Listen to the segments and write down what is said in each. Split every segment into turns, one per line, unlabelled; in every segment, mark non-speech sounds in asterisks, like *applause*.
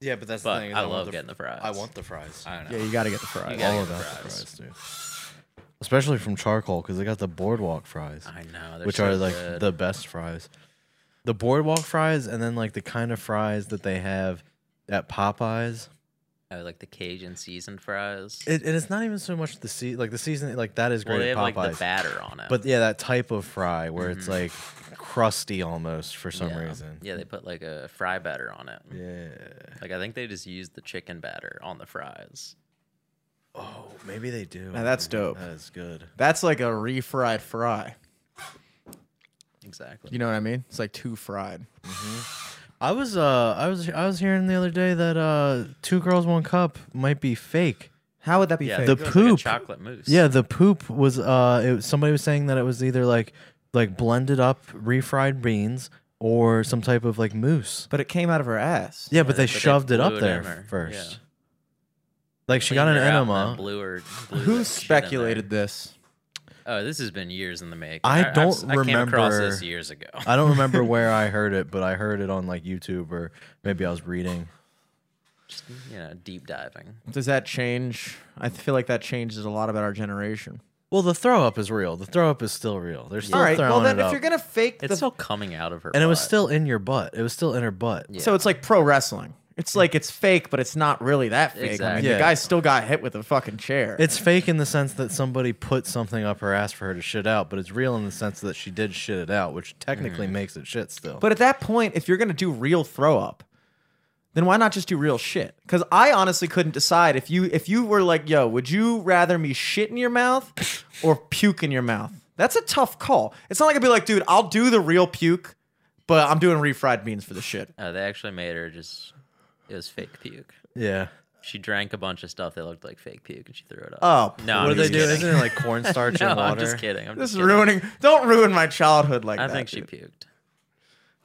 Yeah, but that's
But
the thing. is
I
want
love
the,
getting the fries.
I want the fries.
I don't know.
Yeah, you got to get the fries.
gotta
All
get
of
the
that.
fries.
dude.
especially from charcoal because they got the boardwalk fries,
I know. they're
which
so
are like
good.
the best fries. The boardwalk fries, and then like the kind of fries that they have at Popeyes.
I like the Cajun seasoned fries.
It, and it's not even so much the sea, like the season, like that is
well,
great
they have
at Popeyes.
like the batter on it.
but yeah, that type of fry where it's
Mhm.
like crusty almost for some
Yeah.
reason.
yeah, they put like a fry batter on it.
Yeah.
Like I think they just used the chicken batter on the fries.
Oh, maybe they do.
Now that's dope.
That is good.
That's like a refried fry.
Exactly.
You know what I mean? It's like too fried.
I was uh I was I was hearing the other day that uh two girls one cup might be fake.
How would that be
yeah,
fake?
the
The
poop.
poop.
chocolate mousse.
Yeah, the poop was uh it, was- somebody was saying that it was either like like blended up refried beans or some type of like mousse.
but it came out of her ass.
Yeah, but they
but they
shoved it
blew
up
it
there
in her.
first.
Yeah.
Like she got an
Cleaned her out and then
enema. *laughs*
Blew her, blew that shit in
Who
there.
speculated this?
Oh, this has been years in the making.
I
I've
don't
s- I came across this
remember-
years ago.
I don't remember *laughs* where I heard it, but I heard it on like YouTube or maybe I was reading.
*laughs* Just, you know, deep diving.
Does that change? I feel like that changes a lot about our generation.
Well, the throw up is real. The throw up is still real. They're still
All right.
throwing
Well, then
it
if
up.
you're gonna fake
It's
the,
still coming out of her.
and it was
butt.
still in your butt. It was still in her butt.
Yeah.
so it's like pro wrestling. It's like it's fake, but it's not really that fake. I mean,
Exactly.
the
Yeah.
guy still got hit with a fucking chair.
It's fake in the sense that somebody put something up her ass for her to shit out, but it's real in the sense that she did shit it out, which technically makes it shit still.
But at that point, if you're going to do real throw up, then why not just do real shit? Because I honestly couldn't decide if you if you were like, yo, would you rather me shit in your mouth or puke in your mouth? That's a tough call. It's not like I'd be like, dude, I'll do the real puke, but I'm doing refried beans for the shit.
Oh, they actually made her just. It was fake puke.
yeah.
She drank a bunch of stuff that looked like fake puke, and she threw it up.
Oh,
no!
what
I'm
do they
just
do?
kidding.
Isn't it like *laughs* cornstarch
*laughs* no,
and water?
I'm just kidding. I'm
This
just
is
kidding.
ruining. Don't ruin my childhood like
I
that.
think she
dude.
puked.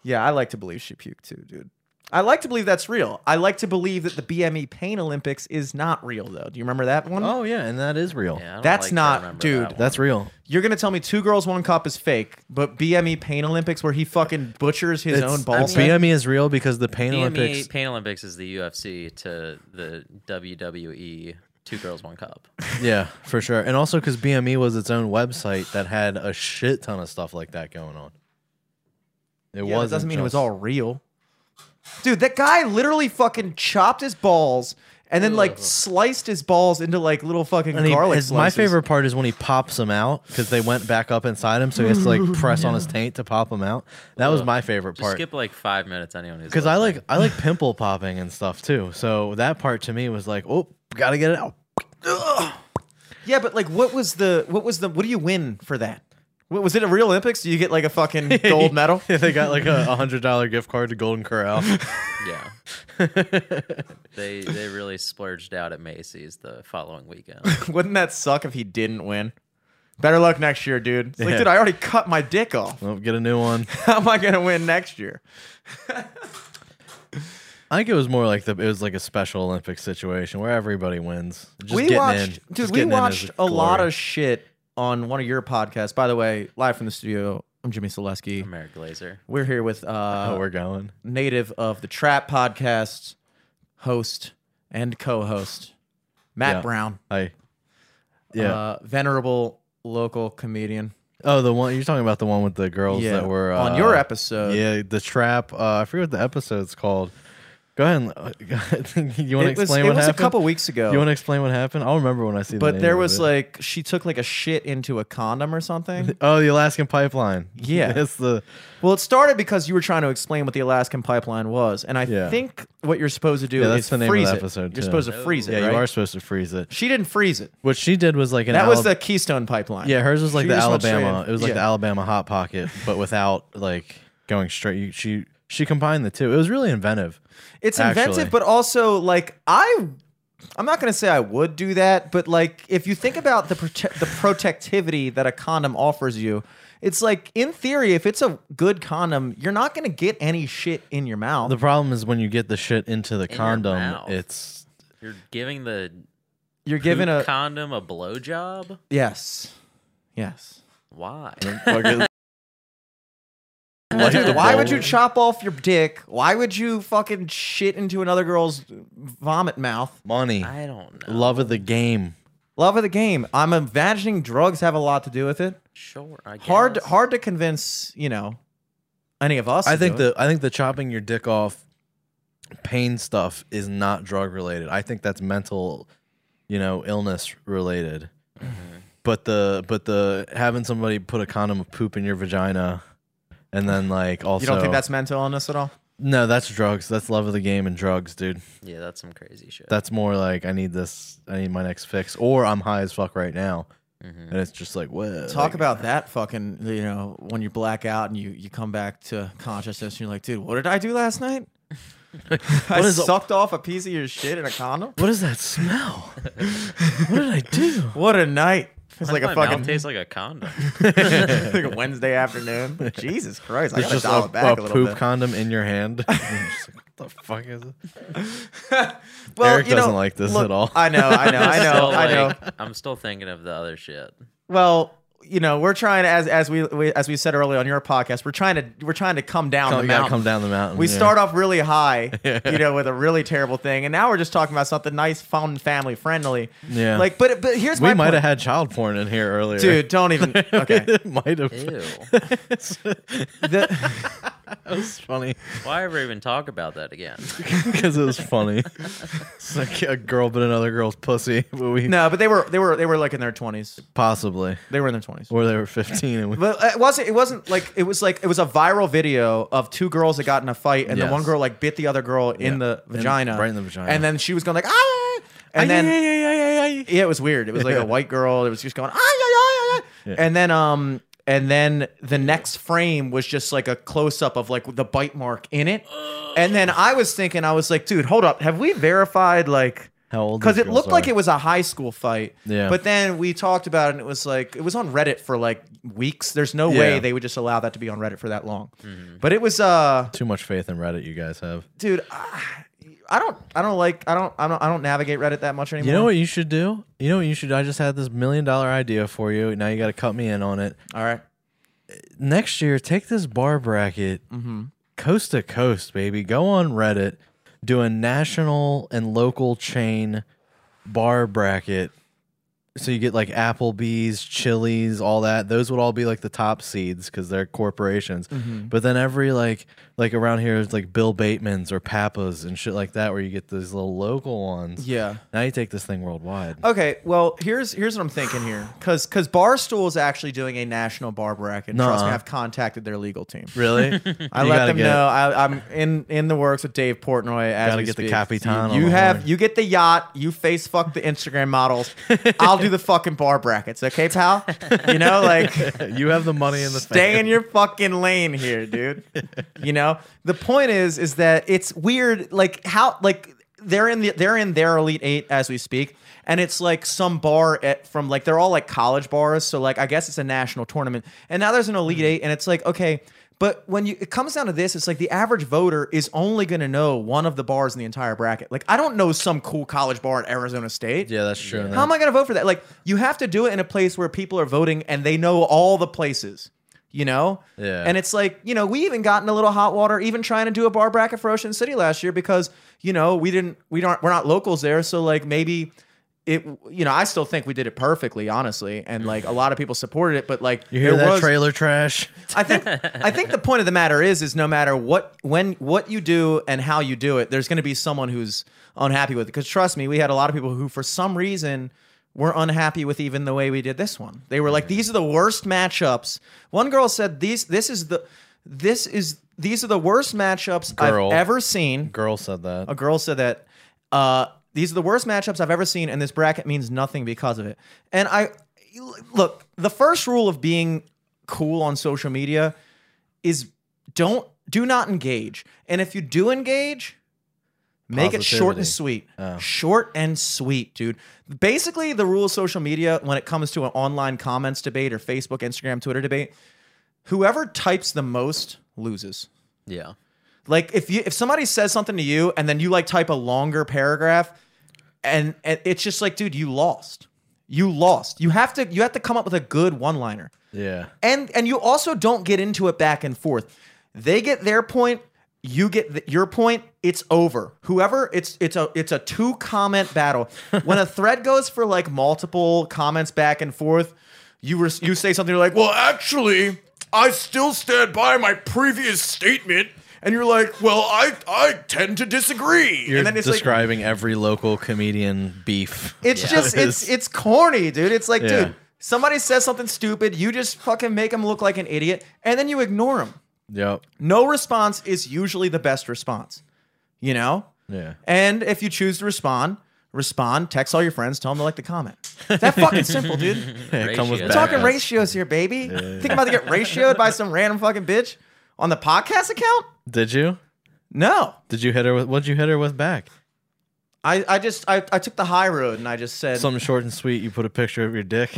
Yeah, I like to believe she puked too, dude. I like to believe that's real. I like to believe that the BME Pain Olympics is not real though. Do you remember that one?
Oh yeah, and that is real.
Yeah, I don't
That's
like to
not-
remember
dude,
That one.
That's real.
You're gonna tell me two girls, one cup is fake, but BME Pain Olympics where he fucking butchers his own ball
balls.
set?
BME E is real because the Pain
BME
Olympics.
Pain Olympics is the UFC to the WWE Two Girls One
*laughs*
Cup.
*laughs* Yeah, for sure. And also because BME E was its own website that had a shit ton of stuff like that going on. It
yeah, that
wasn't
doesn't mean it was
just-
all real. Dude, that guy literally fucking chopped his balls and then like sliced his balls into like little fucking
And he-
garlic
his- my
slices.
favorite part is when he pops them out because they went back up inside him, so he has to *laughs* like press on his taint to pop them out. That was my favorite
Just
part
skip like five minutes. Anyone who's
because I
listening.
like I like pimple popping and stuff too. So that part to me was like, oh, gotta get it out.
Yeah, but like, what was the what was the what do you win for that? What, was it a real Olympics? Do you get like a fucking
*laughs*
gold medal? *laughs*
they got like a hundred dollar gift card to Golden *laughs* Corral.
yeah.
*laughs*
they they really splurged out at Macy's the following weekend.
Wouldn't that suck if he didn't win? Better luck next year, dude. It's like,
Yeah.
dude, I already cut my dick off. *laughs*
Nope, Oh, get a new one.
How am I gonna win next year?
I think it was more like the it was like a Special Olympics situation where everybody wins. Just
we
getting
watched,
in.
dude.
Just
we
getting in is
watched a
glory.
lot of shit on one of your podcasts. By the way, live from the studio. I'm Jimmy Selesky.
Merrick Glazer.
We're here with
*laughs* Oh,
uh,
we're going.
native of the Trap Podcast host and co-host Matt
Yeah.
Brown,
I. Yeah.
uh, venerable local comedian.
oh, the one you're talking about the one with the girls that were
on
uh,
your episode.
Yeah, the trap. Uh, I forget what the episode's called. *laughs* Go ahead. And, you want to
It was,
explain
it
what
was a
happened?
couple weeks ago.
you want to explain what happened? I'll remember when I see. the
but
name
there
of
was
it.
like she took like a shit into a condom or something.
oh, the Alaskan pipeline. *laughs*
Yeah.
it's the
well, it started because you were trying to explain what the Alaskan pipeline was, and I
Yeah.
think what you're supposed to do
Yeah, that's
is
the name of
freeze
the
it.
episode,
You're
too.
supposed to freeze it.
yeah.
right?
You are supposed to freeze it.
She didn't freeze it.
What she did was like an
That was
Alab-
the Keystone pipeline.
yeah. Hers was like
She
the
just went straight
Alabama.
in.
It was like
Yeah.
the Alabama hot pocket, but without like going straight. You, she she combined the two. It was really inventive.
It's
actually.
inventive, but also like I. I'm not gonna say I would do that, but like if you think about the prote- the protectivity that a condom offers you, it's like in theory, if it's a good condom, you're not gonna get any shit in your mouth.
The problem is when you get the shit into the
your
condom,
mouth.
*laughs*
it's
You're giving the
You're given
poop
a
condom a blowjob.
yes, yes.
Why?
fucking
Well, dude,
the
why
bowl.
would you chop off your dick? Why would you fucking shit into another girl's vomit mouth?
Money,
I don't know.
love of the game.
Love of the game. I'm imagining drugs have a lot to do with it.
Sure, I guess.
Hard, hard to convince. You know, any of us.
I
to
think
do it.
the I think the chopping your dick off pain stuff is not drug related. I think that's mental, you know, illness related.
Mm-hmm.
But the but the having somebody put a condom of poop in your vagina and then like also
you don't think that's mental illness at all?
No, that's drugs. That's love of the game and drugs, dude.
Yeah, that's some crazy shit.
That's more like I need this I need my next fix or I'm high as fuck right now.
Mhm.
Mm-hmm.
And it's just like, whoa.
Talk about that fucking. You know, when you black out and you you come back to consciousness, and you're like, dude, what did I do last night? I
is a-
sucked off a piece of your shit in a condom.
what is that
*laughs*
smell? what did I do?
What a night! It's
Why
like
does
a
my
fucking
mouth tastes like a condom.
*laughs*
like a Wednesday afternoon. Jesus Christ, I
It's
gotta
just
dial
a,
it back
a
a, little
poop
bit.
condom in your
*laughs*
hand. And you're just like, what the fuck is it?
well,
Eric doesn't like this
look,
at all.
I know, I *laughs*
*laughs*
know, *laughs* I know,
Still,
I know.
like, I'm still thinking of the other shit.
Well, you know, we're trying to, as as we, we as we said earlier on your podcast, we're trying to we're trying to come down
Come,
the
you gotta
mountain.
come down the mountain.
we
yeah.
start off
*laughs*
really high, you know, with a really terrible thing, and now we're just talking about something nice, fun, family friendly.
Yeah.
Like, but but here's
We
my
might have
point.
had child porn in here earlier,
dude.
*laughs*
Don't even. Okay.
it might have.
Ew.
*laughs*
The-
It was funny
*laughs*
*laughs*
Why ever even talk about that again?
*laughs*
because it was funny. It's like a girl, but another girl's pussy. *laughs* But we
no, but they were they were they were like in their twenties.
possibly,
They were in their twenties.
or they were fifteen, and we
But it wasn't. It wasn't like it was like it was a viral video of two girls that got in a fight, and the
Yes.
one girl like bit the other girl in
Yeah.
the
In-
vagina,
right in the vagina.
and then she was going like ah, and then yeah, it was weird. It was
*laughs*
like a white girl. It was just going ah, yeah, yeah, yeah, yeah.
Yeah.
and then um, and then the next frame was just like a close up of like the bite mark in it, and then I was thinking, I was like, dude, hold up, have we verified like?
how old?
because
these
it
girls
looked like
are.
it was a high school fight.
Yeah.
But then we talked about it, and it was like it was on Reddit for like weeks. There's no way
Yeah.
they would just allow that to be on Reddit for that long. But it was, uh,
Too much faith in Reddit, you guys have.
dude, I, I don't, I don't like, I don't, I don't, I don't navigate Reddit that much anymore.
You know what you should do? You know what you should? I just had this million dollar idea for you. Now you got to cut me in on it.
All right.
next year, take this bar bracket coast to coast, baby. Go on Reddit, do a national and local chain bar bracket. So you get like Applebee's, Chili's, all that. Those would all be like the top seeds because they're corporations. But then every like like around here is like Bill Bateman's or Papa's and shit like that, where you get those little local ones.
Yeah.
Now you take this thing worldwide.
Okay. Well, here's here's what I'm thinking here, because because Barstool is actually doing a national bar bracket. Trust me,
Nuh-uh.
I've contacted their legal team.
Really? *laughs*
I let them know I, I'm in in the works with Dave Portnoy. As
Gotta
we
get the
speak.
Capitan
You,
on
you
the
have
horn.
you get the yacht. You face fuck the
*laughs*
Instagram models. I'll do the fucking bar brackets. Okay, pal. You know, like
*laughs* You have the money in the
*laughs* stay in your fucking lane
*laughs*
here, dude. You know the point is is that it's weird. Like how like they're in the they're in their elite eight as we speak. And it's like some bar at from like they're all like college bars, so like I guess it's a national tournament. And now there's an
Mm-hmm.
elite eight, and it's like okay, but when you it comes down to this, it's like the average voter is only going to know one of the bars in the entire bracket. Like I don't know some cool college bar at Arizona State.
Yeah, that's true.
How am I going to vote for that? Like, you have to do it in a place where people are voting and they know all the places, you know?
Yeah.
And it's like, you know, we even got in a little hot water even trying to do a bar bracket for Ocean City last year because, you know, we didn't, we don't, we're not locals there. So, like, maybe it, you know, I still think we did it perfectly, honestly. And, like, a lot of people supported it, but, like,
You hear
there
that
was,
trailer trash?
*laughs* I think I think the point of the matter is is no matter what when what you do and how you do it, there's going to be someone who's unhappy with it. Because trust me, we had a lot of people who, for some reason, were unhappy with even the way we did this one. They were like, "These are the worst matchups." One girl said, "These this is the this is these are the worst matchups
Girl.
I've ever seen."
Girl said that.
A girl said that uh, these are the worst matchups I've ever seen, and this bracket means nothing because of it. And I look, the first rule of being cool on social media is don't do not engage. And if you do engage, make it short and
Positivity.
sweet. Short and sweet, dude. Basically, the rule of social media when it comes to an online comments debate or Facebook, Instagram, Twitter debate, whoever types the most loses.
Yeah.
Like if you if somebody says something to you and then you like type a longer paragraph and, and it's just like dude you lost. You lost. You have to you have to come up with a good one-liner.
Yeah.
And and you also don't get into it back and forth. They get their point, you get th- your point. It's over. Whoever it's it's a it's a two comment battle. when a thread goes for like multiple comments back and forth, you res- you say something you're like, well, actually, I still stand by my previous statement. And you're like, well, I, I tend to disagree.
You're
and then it's like,
describing every local comedian beef.
it's
Yeah.
just it's it's corny, dude. It's like,
Yeah.
dude, somebody says something stupid, you just fucking make them look like an idiot, and then you ignore them.
yep.
No response is usually the best response. You know?
Yeah.
And if you choose to respond, respond, text all your friends, tell them to like the comment. That fucking simple, dude.
*laughs*
Yeah, come with
Ratio.
We're talking
backups.
ratios here, baby. Think I'm about to get ratioed by some random fucking bitch on the podcast account?
Did you?
No.
Did you hit her with what'd you hit her with back?
I, I just I, I took the high road and I just said
Something short and sweet, you put a picture of your
*laughs*
dick.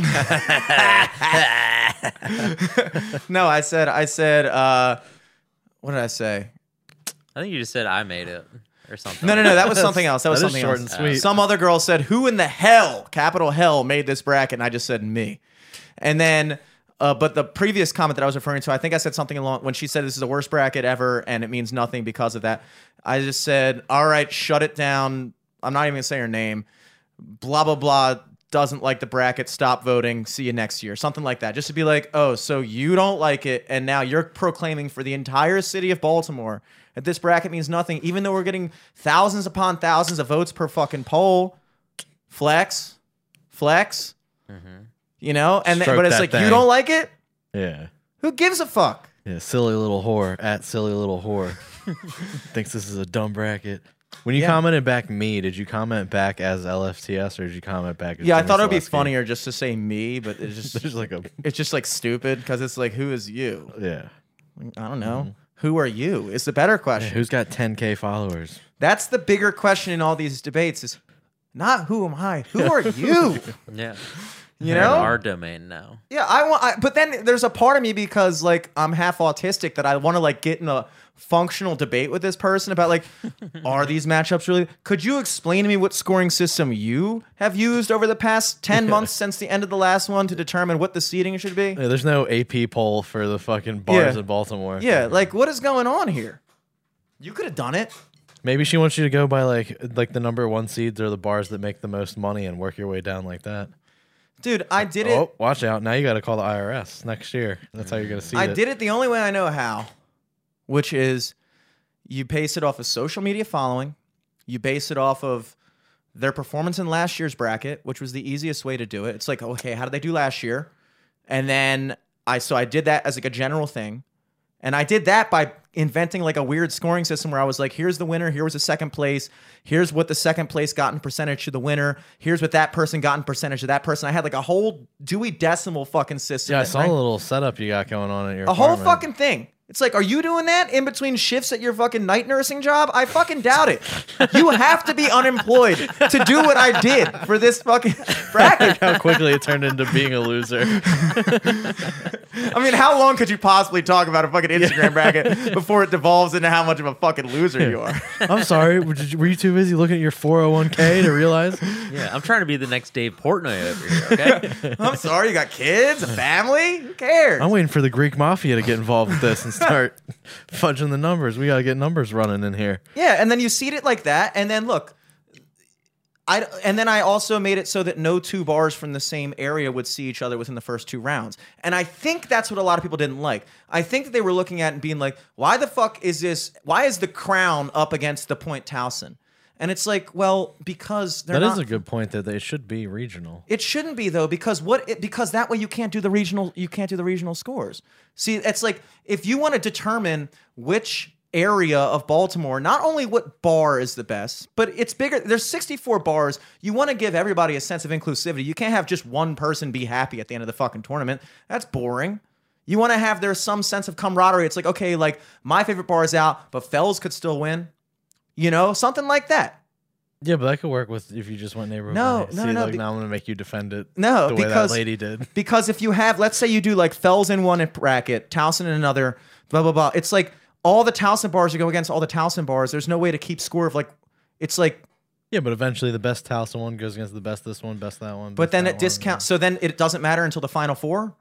no I said I said uh what did I say
I think you just said I made it or something.
No, no, no. That was something else. That was
that is
something
short
else.
and sweet.
Some other girl said, "Who in the hell, capital hell, made this bracket?" And I just said, "Me." And then, uh, but the previous comment that I was referring to, I think I said something along when she said, "This is the worst bracket ever," and it means nothing because of that. I just said, "All right, shut it down." I'm not even gonna say her name. Blah blah blah. Doesn't like the bracket. Stop voting. See you next year. Something like that. Just to be like, oh, so you don't like it, and now you're proclaiming for the entire city of Baltimore that this bracket means nothing, even though we're getting thousands upon thousands of votes per fucking poll. Flex, flex. You know, and th-
Mm-hmm. Stroke
but it's
that
like you
thing.
don't like it.
*laughs* yeah.
Who gives a fuck?
Yeah, silly little whore at silly little
*laughs*
whore thinks this is a dumb bracket. When you
Yeah.
commented back me, did you comment back as LFTS or did you comment back? As
Yeah, I
Jimmy
thought it would be
Selesky? *laughs*
funnier just to say me, but it's just
There's like a
it's just like stupid because it's like who is you?
yeah.
I don't know.
Mm-hmm.
Who are you? Is the better question.
Who's got 10k followers?
That's the bigger question in all these debates is not who am I? Who are you?
Yeah.
You
They're in
know?
our domain now.
Yeah, I want I, but then there's a part of me because like I'm half autistic that I want to like get in a functional debate with this person about like are these matchups really could you explain to me what scoring system you have used over the past 10 months since the end of the last one to determine what the seating should be?
Yeah, there's no AP poll for the fucking bars
Yeah.
in Baltimore.
Yeah, like what is going on here? You could have done it.
Maybe she wants you to go by like like the number one seeds or the bars that make the most money and work your way down like that.
Dude, I did it.
Oh, watch out! Now you got to call the IRS next year. That's how you're gonna see
I
it.
did it the only way I know how, which is you base it off of social media following, you base it off of their performance in last year's bracket, which was the easiest way to do it. It's like, okay, how did they do last year? And then I so I did that as like a general thing. And I did that by inventing like a weird scoring system where I was like, here's the winner, here was the second place, here's what the second place got in percentage to the winner, here's what that person got in percentage to that person. I had like a whole Dewey Decimal fucking system.
Yeah, I
that
saw
ranked-
a little setup you got going on at your
a whole
apartment.
fucking thing. It's like, are you doing that in between shifts at your fucking night nursing job? I fucking doubt it. You have to be unemployed to do what I did for this fucking *laughs* bracket.
how quickly it turned into being a loser.
*laughs* I mean, how long could you possibly talk about a fucking Instagram bracket before it devolves into how much of a fucking loser you are?
I'm sorry. Were you, were you too busy looking at your 401k to realize?
Yeah, I'm trying to be the next Dave Portnoy over here.
*laughs*
Okay,
I'm sorry, you got kids, a family? Who cares?
I'm waiting for the Greek mafia to get involved with this and start *laughs* fudging the numbers. We got to get numbers running in here.
Yeah, and then you seed it like that, and then look, I and then I also made it so that no two bars from the same area would see each other within the first two rounds, and I think that's what a lot of people didn't like. I think that they were looking at it and being like, "Why the fuck is this? Why is the crown up against the Point Towson?" And it's like, well, because they're
That is
not.
a good point that it should be regional.
It shouldn't be though, because what? It, because that way you can't do the regional. You can't do the regional scores. See, it's like if you want to determine which area of Baltimore, not only what bar is the best, but it's bigger. There's 64 bars. You want to give everybody a sense of inclusivity. You can't have just one person be happy at the end of the fucking tournament. That's boring. You want to have there's some sense of camaraderie. It's like okay, like my favorite bar is out, but Fells could still win. You know, something like that.
Yeah, but that could work with if you just went neighborhood.
No,
by.
no,
See,
no,
Like,
be-
now I'm going to make you defend it.
No,
the way
because-
that lady did.
Because if you have, let's say you do like Fells in one bracket, Towson in another, blah blah blah. It's like all the Towson bars you go against all the Towson bars. There's no way to keep score of like. It's like,
*laughs* Yeah, but eventually the best Towson one goes against the best this one, best that one.
but
best
then
that
it
one.
discounts. So then it doesn't matter until the final four.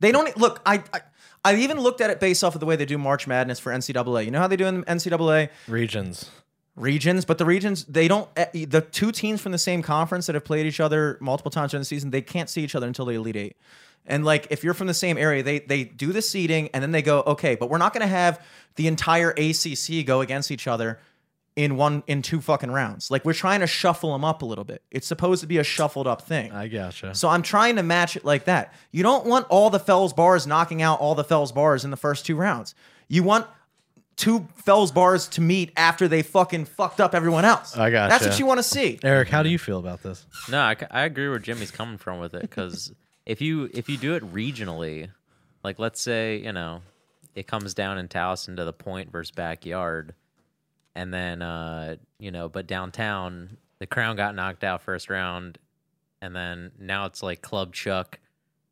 They don't e, look. I, I I even looked at it based off of the way they do March Madness for NCAA. You know how they do in NCAA
Regions.
regions, but the regions they don't. eh, The two teams from the same conference that have played each other multiple times during the season, they can't see each other until the Elite Eight. And like, if you're from the same area, they they do the seeding, and then they go, okay, but we're not going to have the entire ACC go against each other in one in two fucking rounds. Like, we're trying to shuffle them up a little bit. It's supposed to be a shuffled up thing.
I gotcha.
So I'm trying to match it like that. You don't want all the Fells bars knocking out all the Fells bars in the first two rounds. You want two Fells bars to meet after they fucking fucked up everyone else.
I gotcha.
That's what you want to see.
Eric, how do you feel about this?
No, I, c- I agree where Jimmy's coming from with it because if you if you do it regionally, like let's say you know it comes down in Towson to the point versus backyard, and then uh, you know, but downtown the crown got knocked out first round, and then now it's like Club Chuck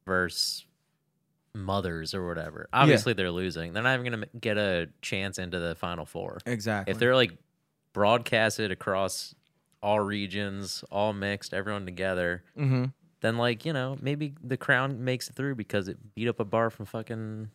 versus mothers or whatever. Obviously they're losing. They're not even gonna m- get a chance into the final four.
Exactly.
If they're like broadcasted across all regions, all mixed, everyone together,
Mhm.
then like, you know, maybe the crown makes it through because it beat up a bar from fucking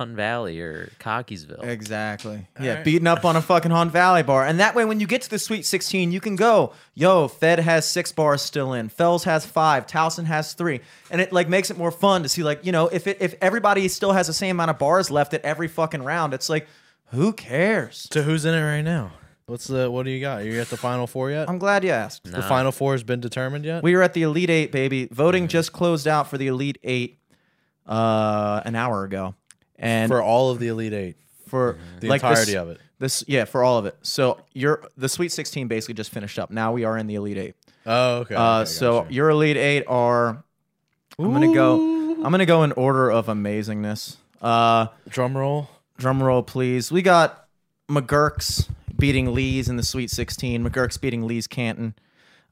Hunt Valley or Cockeysville.
Exactly. yeah, beating up on a fucking Hunt Valley bar. And that way, when you get to the Sweet 16, you can go, yo, Fed has six bars still in, Fells has five, Towson has three. And it like makes it more fun to see, like, you know, if it, if everybody still has the same amount of bars left at every fucking round, it's like, who cares?
So who's in it right now? What's the what do you got? Are you at the final four yet?
I'm glad you asked.
The final four has been determined yet?
We were at the Elite Eight, baby. Voting
Mm-hmm.
just closed out for the Elite Eight uh, an hour ago. And
for all of the Elite Eight.
for
The
like
entirety
this-
of it.
This yeah, for all of it. So you're the Sweet 16 basically just finished up. Now we are in the Elite Eight.
Oh, okay.
Uh,
okay,
so
gotcha.
your Elite Eight are. I'm gonna go. I'm gonna go in order of amazingness. Uh,
drum roll.
drum roll, please. We got McGurk's beating Lee's in the Sweet 16. McGurk's beating Lee's Canton.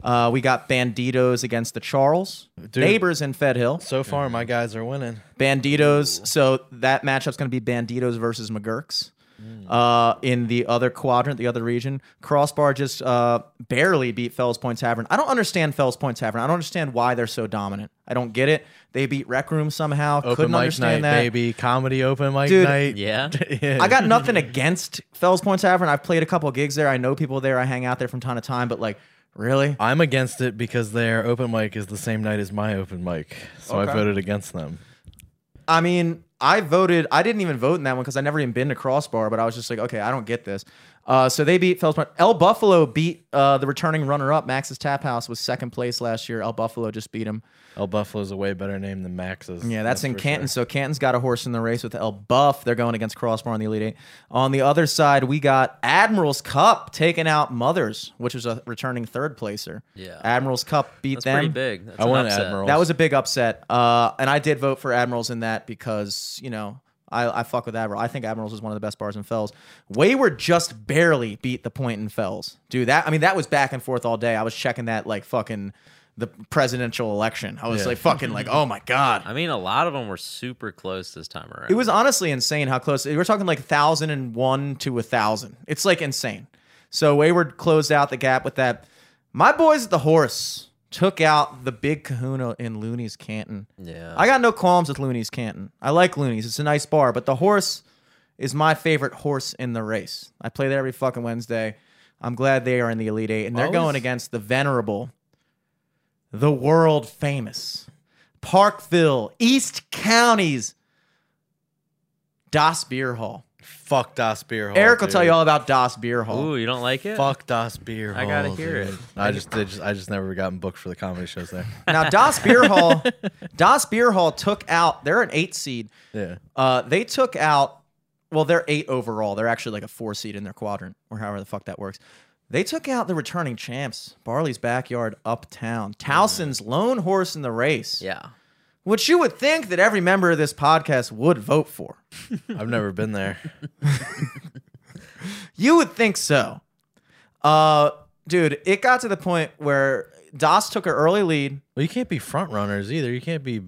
Uh, we got Banditos against the Charles.
Dude.
Neighbors in Fed Hill.
So far, my guys are winning.
Banditos. So that matchup's going to be Banditos versus McGurks.
Mm.
Uh, in the other quadrant, the other region, Crossbar just uh, barely beat Fells Point Tavern. I don't understand Fells Point Tavern. I don't understand why they're so dominant. I don't get it. They beat Rec Room somehow.
Open
Couldn't
mic
understand
night,
that.
baby. Comedy open mic
Dude,
night. *laughs*
Yeah.
I got nothing against Fells Point Tavern. I've played a couple gigs there. I know people there. I hang out there from time to time. But like, really,
I'm against it because their open mic is the same night as my open mic, so I
Okay.
voted against them.
I mean, I voted. I didn't even vote in that one because I never even been to Crossbar, but I was just like, okay, I don't get this. Uh, so they beat Fells Point. El Buffalo beat uh, the returning runner-up. Max's Tap House was second place last year. El Buffalo just beat him.
El Buffalo's a way better name than Max's.
Yeah, that's, in
for
Canton.
sure.
So Canton's got a horse in the race with El Buff. They're going against Crossbar in the Elite Eight. On the other side, we got Admiral's Cup taking out Mothers, which was a returning third placer.
Yeah.
Admiral's Cup beat
That's pretty
them.
big. That's
I
an
want
upset.
Admiral.
That was a big upset. Uh, and I did vote for Admirals in that because, you know, I, I fuck with Admiral. I think Admirals is one of the best bars in Fells. Wayward just barely beat the point in Fells. Dude, that I mean that was back and forth all day. I was checking that like fucking the presidential election. I was
Yeah.
like fucking like, oh my God.
I mean, a lot of them were super close this time around.
It was honestly insane how close. We're talking like thousand and one to a thousand. It's like insane. So Wayward closed out the gap with that. My boys at the horse took out the big kahuna in Looney's Canton.
Yeah.
I got no qualms with Looney's Canton. I like Looney's. It's a nice bar, but the horse is my favorite horse in the race. I play there every fucking Wednesday. I'm glad they are in the Elite Eight, and they're
Always-
going against the venerable, the world famous Parkville, East County's Das Beer Hall.
fuck Das Beer Hall.
Eric will tell
dude.
you all about Das Beer Hall.
Ooh, you don't like it?
Fuck Das Beer Hall.
I gotta hear
dude.
it.
I just did. Just, I just never gotten booked for the comedy shows
*laughs*
there.
Now Das Beer Hall, Das Beer Hall took out. They're an eight seed.
Yeah.
Uh, they took out. Well, they're eight overall. They're actually like a four seed in their quadrant, or however the fuck that works. They took out the returning champs, Barley's backyard, uptown, Towson's lone horse in the race,
Yeah.
which you would think that every member of this podcast would vote for.
I've never been there.
You would think so. Uh, dude, it got to the point where Das took an early lead.
Well, you can't be front runners either. You can't be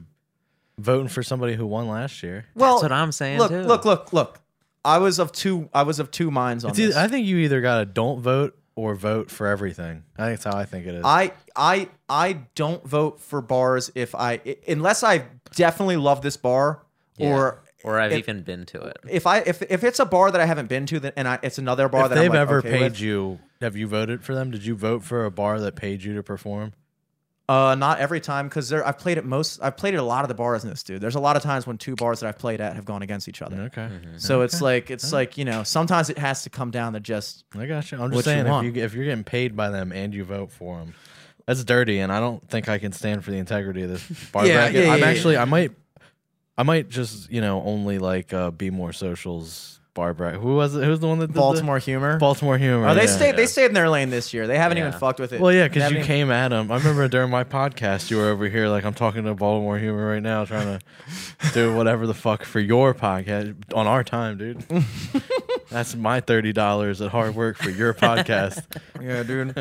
voting for somebody who won last year.
Well,
That's what I'm saying.
look,
too.
look, look, look. I was of two. I was of two minds on
It's
this.
either, I think you either gotta don't vote or vote for everything. I think that's how I think it is.
I I I don't vote for bars if I i- unless I definitely love this bar
Yeah.
or
or I've
it-
even been to it.
if I if if it's a bar that I haven't been to, then and I, it's another bar
if
that I'm
they've
like,
ever
okay
paid
with-
you, have you voted for them? Did you vote for a bar that paid you to perform?
Uh, not every time because there I've played at most. I've played at a lot of the bars in this dude. There's a lot of times when two bars that I've played at have gone against each other.
Okay,
So it's like it's like you know sometimes it has to come down to just
I got you. I'm
What you
just saying
want.
if you if you're getting paid by them and you vote for them, that's dirty, and I don't think I can stand for the integrity of this
*laughs*
bar
Yeah,
bracket.
yeah,
I'm
yeah,
actually I might I might just you know only like uh, be more socials bar bracket. Who was it? Who's the one that did the-
Baltimore humor.
Baltimore humor.
Oh, they
yeah.
stayed. They stayed in their lane this year. They haven't even
Yeah.
fucked with it.
Well, yeah,
They
because
haven't
you
even-
came at him. I remember during my podcast, you were over here like I'm talking to Baltimore humor right now, trying
*laughs*
to do whatever the fuck for your podcast on our time,
*laughs*
dude. That's my thirty dollars at hard work for your
*laughs*
podcast.
Yeah, dude.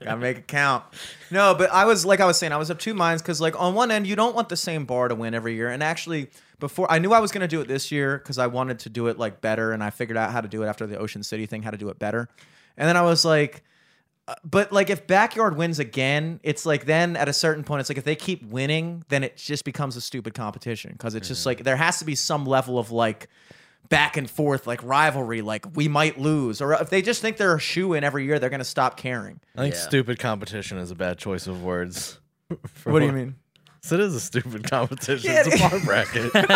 Gotta make it count. No, but I was like I was saying, I was of two minds because like on one end, you don't want the same bar to win every year. And actually, before I knew I was gonna do it this year because I wanted to do it like better, and I figured out how to do it after the Ocean City thing, how to do it better. And then I was like, uh, but like if backyard wins again, it's like then at a certain point, it's like if they keep winning, then it just becomes a stupid competition because it's just like there has to be some level of like back and forth like rivalry like we might lose or if they just think they're a shoe in every year they're going to stop caring
I think
Yeah.
stupid competition is a bad choice of
*laughs*
words. for
mean?
*laughs* So it is a stupid *laughs* competition.
Yeah,
it's a
it-
bar bracket.
*laughs* *laughs* but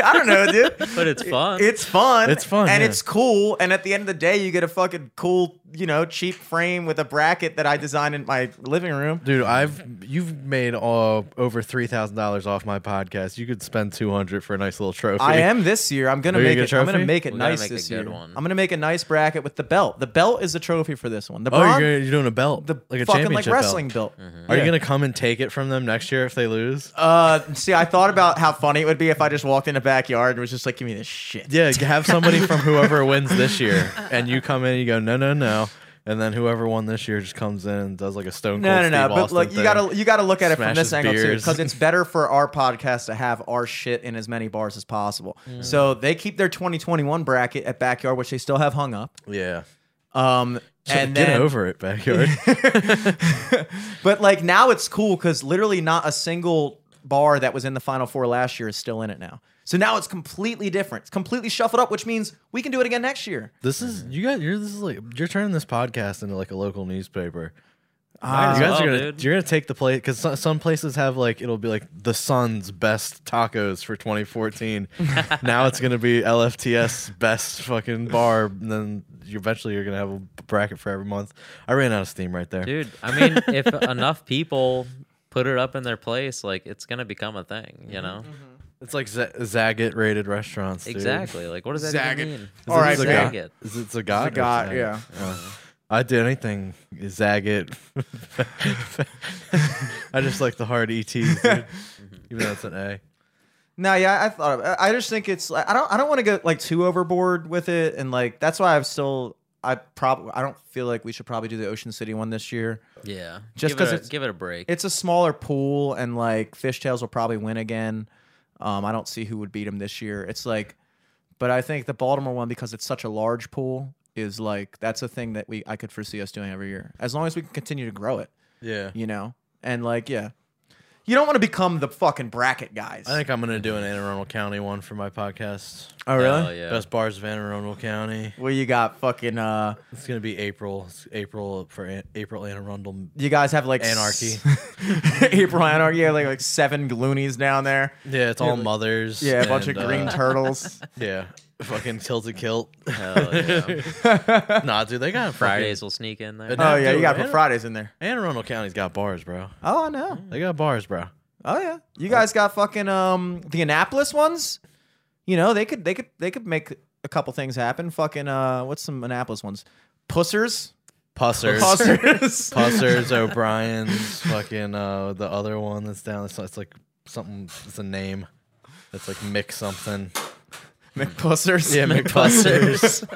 *laughs* I don't know, dude.
But it's fun.
It's fun.
It's fun,
And
yeah.
it's cool. And at the end of the day, you get a fucking cool, you know, cheap frame with a bracket that I designed in my living room.
Dude, I've you've made uh, over three thousand dollars off my podcast. You could spend two hundred for a nice little trophy.
I am this year. I'm gonna
Will you
make
get a
it. I'm gonna
trophy?
make it
We gotta
nice
make a
this
good
year.
one.
I'm gonna make a nice bracket with the belt. The belt is the trophy for this one. The
Oh, you're,
bronze,
gonna- you're doing a belt,
the
like a
fucking
championship
like wrestling
belt.
belt.
Mm-hmm.
Are
Yeah.
you gonna come and take it from them next year if they lose?
Uh, see, I thought about how funny it would be if I just walked in the backyard and was just like, "Give me this shit."
Yeah, have somebody from
*laughs*
whoever wins this year, and you come in and you go, no, no, no, and then whoever won this year just comes in and does like a Stone Cold.
No, no, no.
Steve
But
Austin
look, you
thing.
gotta you gotta look at it from
Smashes
this angle too,
beers.
because it's better for our podcast to have our shit in as many bars as possible. So they keep their 2021 bracket at backyard, which they still have hung up.
yeah,
Um,
So
and
get
then,
over it,
*laughs*
backyard.
but like now it's cool because literally not a single bar that was in the final four last year is still in it now. So now it's completely different. It's completely shuffled up, which means we can do it again next year.
this is you got. You're this is like you're turning this podcast into like a local newspaper.
Might as
you guys
well,
are gonna
dude.
you're gonna take the plate because some, some places have like it'll be like the Sun's best tacos for
*laughs*
2014. now it's gonna be LFTS best fucking bar. And then you eventually you're gonna have a bracket for every month. I ran out of steam right there.
Dude, I mean, if enough people put it up in their place, like it's gonna become a thing, you know?
It's like Z- Zagat rated restaurants. Dude.
Exactly. Like what does that
Zag it.
even mean?
All right,
Zag
man.
it.
Is it Zagat? or
Zagat,
Zagat?
yeah.
Oh. I do anything Zagat. *laughs* I just like the hard ETs, dude.
*laughs*
Even though it's an A.
No, yeah, I thought. Of, I I just think it's. I don't. I don't want to go like too overboard with it, and like that's why I'm still. I probably. I don't feel like we should probably do the Ocean City one this year.
Yeah.
Just
Give it
'cause
a-
it's-
give it a break.
It's a smaller pool, and like Fishtails will probably win again. Um, I don't see who would beat him this year. It's like, but I think the Baltimore one because it's such a large pool is like that's a thing that we I could foresee us doing every year as long as we can continue to grow it.
Yeah.
You know, and like yeah, you don't want to become the fucking bracket guys.
I think I'm gonna do an Anne Arundel County one for my podcast.
oh
Hell
really?
yeah.
Best bars of Anne Arundel County.
Well, you got fucking. uh
It's gonna be April. It's April for An- April Anne Arundel.
You guys have like
Anarchy.
s- *laughs* April Anarchy. You have like like seven Gloonies down there.
Yeah, it's all mothers.
Yeah, a bunch of
and, uh,
green
*laughs*
*laughs* turtles.
yeah, fucking tilted *laughs* kilt.
Hell *laughs* yeah.
nah, dude, they got Fridays.
Fridays will sneak in there. *laughs*
But-
Oh yeah, you
Dude,
got
Anar-
Fridays in there.
Anne Arundel County's got bars, bro.
Oh I know.
They got bars, bro.
Oh yeah. You guys got fucking um the Annapolis ones. You know they could they could they could make a couple things happen. Fucking uh what's some Annapolis ones? Pussers.
Pussers.
*laughs* Pussers.
Pussers, O'Brien's, fucking uh, the other one that's down. It's, it's like something. It's a name. It's like Mick something.
McPussers.
Yeah, *laughs*
*laughs*
McPussers.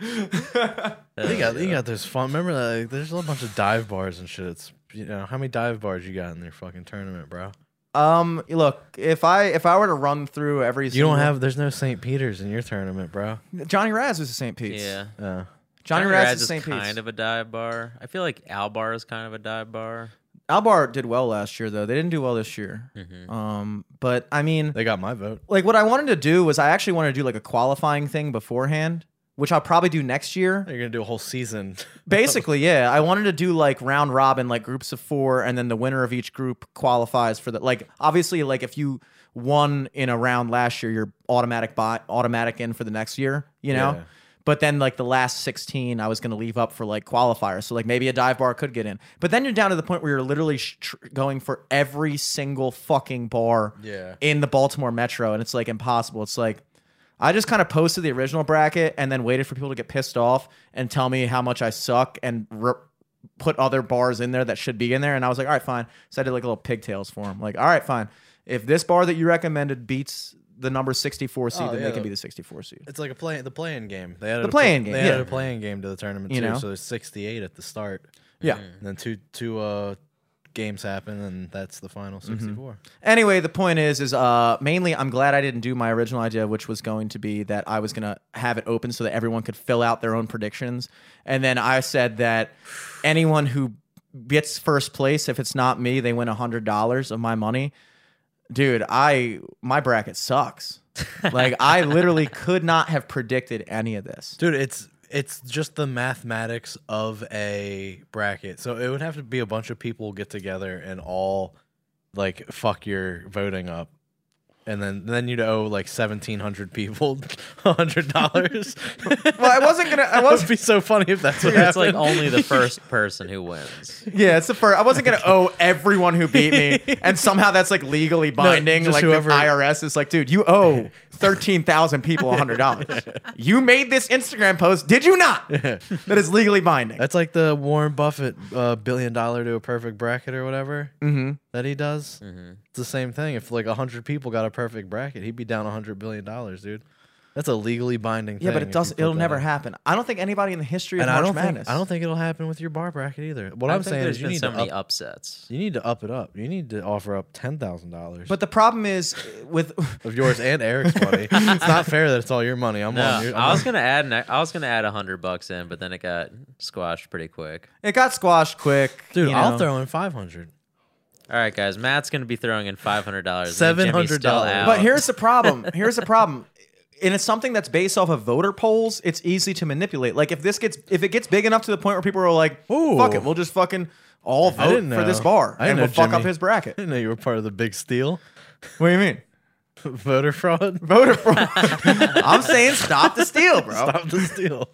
You got you got those fun. Remember, like, there's a bunch of dive bars and shit. It's you know how many dive bars you got in your fucking tournament, bro.
Um look, if I if I were to run through every
You don't
single-
have. There's no St. Peter's in your tournament, bro.
Johnny Raz was a St. Pete's.
Yeah.
Uh,
Johnny, Raz
Rad's
is St.
*laughs*
Pete's.
kind of a dive bar. I feel like Al Bar is kind of a dive bar.
Albar did well last year though. They didn't do well this year. Um, but I mean,
They got my vote.
like what I wanted to do was I actually wanted to do like a qualifying thing beforehand, which I'll probably do next year.
They're gonna do a whole season. *laughs*
Basically, yeah, I wanted to do like round robin, like groups of four, and then the winner of each group qualifies for the like. Obviously, like if you won in a round last year, you're automatic bot automatic in for the next year, you know.
Yeah.
But then like the last sixteen, I was gonna leave up for like qualifiers, so like maybe a dive bar could get in. But then you're down to the point where you're literally sh- tr- going for every single fucking bar
Yeah.
in the Baltimore metro, and it's like impossible. It's like I just kind of posted the original bracket and then waited for people to get pissed off and tell me how much I suck and r put other bars in there that should be in there. And I was like, all right, fine. So I did like little pigtails for them. Like, all right, fine. If this bar that you recommended beats the number 64 seed,
Oh,
then
yeah.
they can be the 64 seed.
It's like a play the playing game. They added
The
a pl-
play-in game,
They added
yeah.
a playing game to the tournament
You
too.
know?
So there's 68 at the start.
Yeah.
And then two two uh games happen, and that's the final
Mm-hmm.
64.
Anyway, the point is, is uh, mainly I'm glad I didn't do my original idea, which was going to be that I was gonna have it open so that everyone could fill out their own predictions, and then I said that anyone who gets first place, if it's not me, they win hundred dollars of my money. Dude, I my bracket sucks. like I literally could not have predicted any
*laughs*
of this.
Dude, it's it's just the mathematics of a bracket. So it would have to be a bunch of people get together and all like fuck your voting up. And then then you'd owe like 1700 people *laughs* $100.
*laughs* Well, I wasn't gonna. I
*laughs* that
was
would be so funny if that's what
It's
happened. *laughs*
like only *laughs* the first person who wins.
Yeah, it's the first. I wasn't gonna owe everyone who beat
*laughs*
me, and somehow that's like legally binding.
just
like
whoever-
the IRS is like, dude, you owe thirteen thousand people
*laughs*
hundred dollars. you made this Instagram post, did you not? that is legally binding.
That's like the Warren Buffett uh, billion dollar to a perfect bracket or whatever
Mm-hmm.
that he does.
Mm-hmm.
It's the same thing. If like hundred people got a perfect bracket, he'd be down hundred billion dollars, dude. That's a legally binding.
yeah,
thing if
but it
you
doesn't.
put
It'll
that
never
in.
happen. I don't think anybody in the history of
And I
March
don't
Madness.
think I don't think it'll happen with your bar bracket either. What
I
I'm
think
saying
there's
is you
been
need
so
to
many
up,
upsets.
you need to up it up. You need to offer up ten thousand dollars.
But the problem is
*laughs*
with.
of yours and
*laughs*
Eric's money, it's not fair that it's all your money. I'm
No,
on your. I'm
I was
on-
gonna add. an- I was gonna add a hundred bucks in, but then it got squashed pretty quick.
It got squashed quick,
dude.
you
I'll
know.
throw in five hundred. *laughs*
All right, guys. Matt's gonna be throwing in five hundred dollars. $700.
$700.
But here's
*laughs*
the problem. Here's the problem. And it's something that's based off of voter polls. It's easy to manipulate. Like if this gets if it gets big enough to the point where people are like,
Ooh.
fuck it, we'll just fucking all
I
vote
didn't know.
for this bar
I didn't
and
know
we'll fuck up
Jimmy-
his
*laughs* I
bracket."
didn't know you were part of the big steal, *laughs*
What do you mean?
voter fraud.
Voter fraud. *laughs* I'm saying stop the steal, bro. Stop,
Stop the
*laughs*
steal.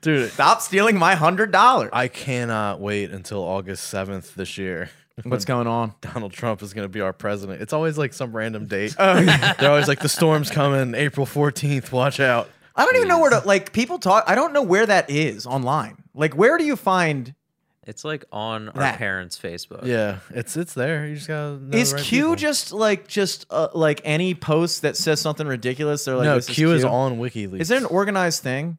Dude,
stealing my hundred dollars.
I cannot wait until August 7th this year. *laughs*
What's going on?
Donald Trump is going to be our president. It's always like some random date.
Oh,
*laughs* They're always like, the storm's coming April 14th. Watch out.
I don't even know where to like people talk. I don't know where that is online. Like, where do you find
it's like on our
That.
parents' Facebook.
Yeah, it's it's there. You just got to.
is Q just like just uh, like any post that says something ridiculous? They're like,
No,
this
Q is,
cute.
on WikiLeaks.
Is it an organized thing?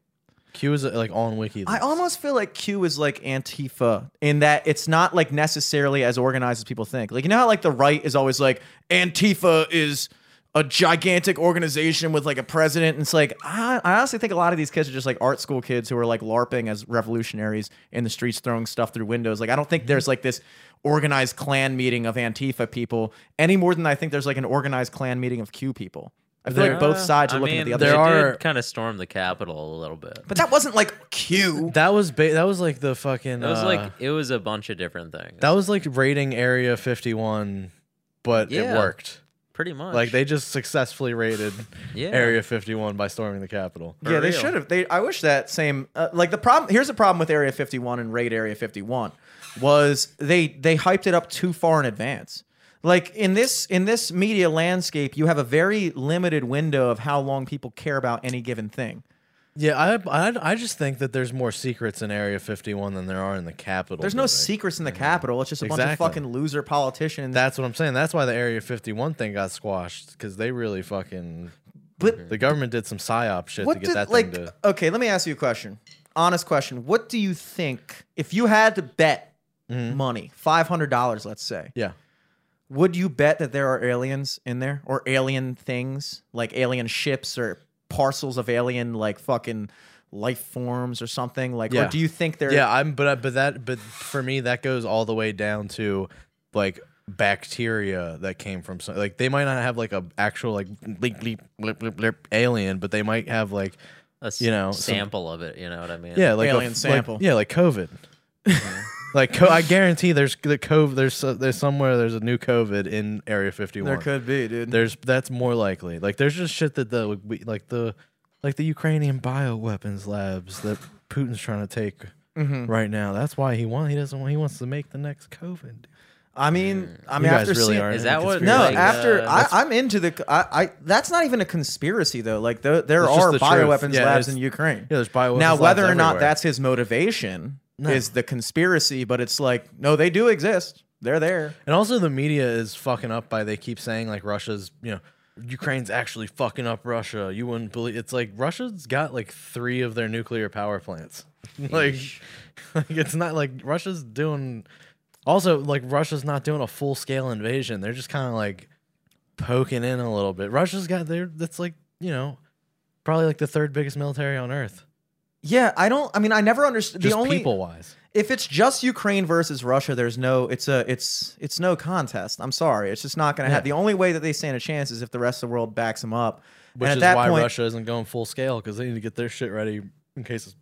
Q is like on WikiLeaks.
I almost feel like Q is like Antifa in that it's not like necessarily as organized as people think. Like you know how like the right is always like Antifa is a gigantic organization with like a president. And it's like I, I honestly think a lot of these kids are just like art school kids who are like larping as revolutionaries in the streets, throwing stuff through windows. Like I don't think there's like this organized clan meeting of Antifa people any more than I think there's like an organized clan meeting of Q people. I feel like both sides are
I
looking
mean,
at the other.
They
There
shit.
are-
did kind of storm the Capitol a little bit.
but that wasn't like Q.
That was ba- that was like the fucking.
It was
uh,
like it was a bunch of different things.
that was like raiding Area 51, but
Yeah.
it worked.
pretty much
Like they just successfully raided
*laughs* Yeah.
Area 51 by storming the Capitol.
Yeah, they
real.
should have. They I wish that same uh, like the problem here's the problem with Area 51 and Raid Area 51 was they they hyped it up too far in advance. Like in this in this media landscape, you have a very limited window of how long people care about any given thing.
Yeah, I, I I just think that there's more secrets in Area 51 than there are in the Capitol.
There's no
building.
secrets in the Capitol. It's just a bunch of
Exactly.
fucking loser politicians.
That's what I'm saying. That's why the Area 51 thing got squashed because they really fucking
but
the government did some psyop shit to
what
get
did
that
like
thing to.
okay? Let me ask you a question. Honest question. What do you think if you had to bet money, five hundred dollars, let's say,
Mm-hmm. Yeah,
Would you bet that there are aliens in there or alien things like alien ships or parcels of alien like fucking life forms or something? Like,
Yeah.
or do you think they're
Yeah, I'm but I- but that but for me that goes all the way down to like bacteria that came from some, like they might not have like a actual like bleep, bleep, blip, blip, blip alien, but they might have like
a s-
you know, some-
sample of it. You know what I mean?
yeah like a-
Alien
like-
sample.
yeah, like
*laughs*
COVID. like co- I guarantee there's the COVID there's so- there's somewhere there's a new COVID in Area 51.
there could be, dude?
There's that's more likely. Like there's just shit that the we- like the like the Ukrainian bioweapons labs that Putin's trying to take
Mm-hmm.
right now. That's why he wants he doesn't want he wants to make the next COVID.
I mean, I
you
mean,
guys
after
really
seeing,
are.
Is that what-
No,
Like,
after
uh,
I, I'm into the. I, I that's not even a conspiracy though. Like the, there
It's just
are
the
bioweapons
truth. Yeah,
labs
it's-
in Ukraine.
yeah, there's bioweapons
Now,
labs
whether or not
everywhere.
that's his motivation is the conspiracy, but it's like no, they do exist. They're there.
and also the media is fucking up by they keep saying like Russia's you know Ukraine's actually fucking up Russia. You wouldn't believe it's like Russia's got like three of their nuclear power plants. *laughs* like, like it's not like Russia's doing. Also, like Russia's not doing a full scale invasion. They're just kind of like poking in a little bit. Russia's got their that's like you know probably like the third biggest military on earth,
Yeah, I don't. I mean, I never understood the
just
only
people wise.
if it's just Ukraine versus Russia, there's no it's a it's it's no contest. I'm sorry, it's just not going to happen. The only way that they stand a chance is if the rest of the world backs them up.
Which
and
is
at that
why
point,
Russia isn't going full scale because they need to get their shit ready in case,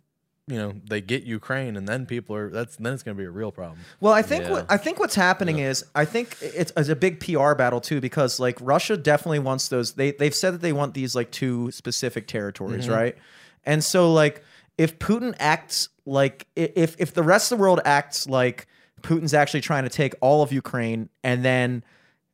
you know, they get Ukraine and then people are that's then it's gonna be a real problem.
Well, I think
Yeah.
what I think what's happening is I think it's, it's a big PR battle too because like Russia definitely wants those. They they've said that they want these like two specific territories, right? And so like if Putin acts like i- if if the rest of the world acts like Putin's actually trying to take all of Ukraine and then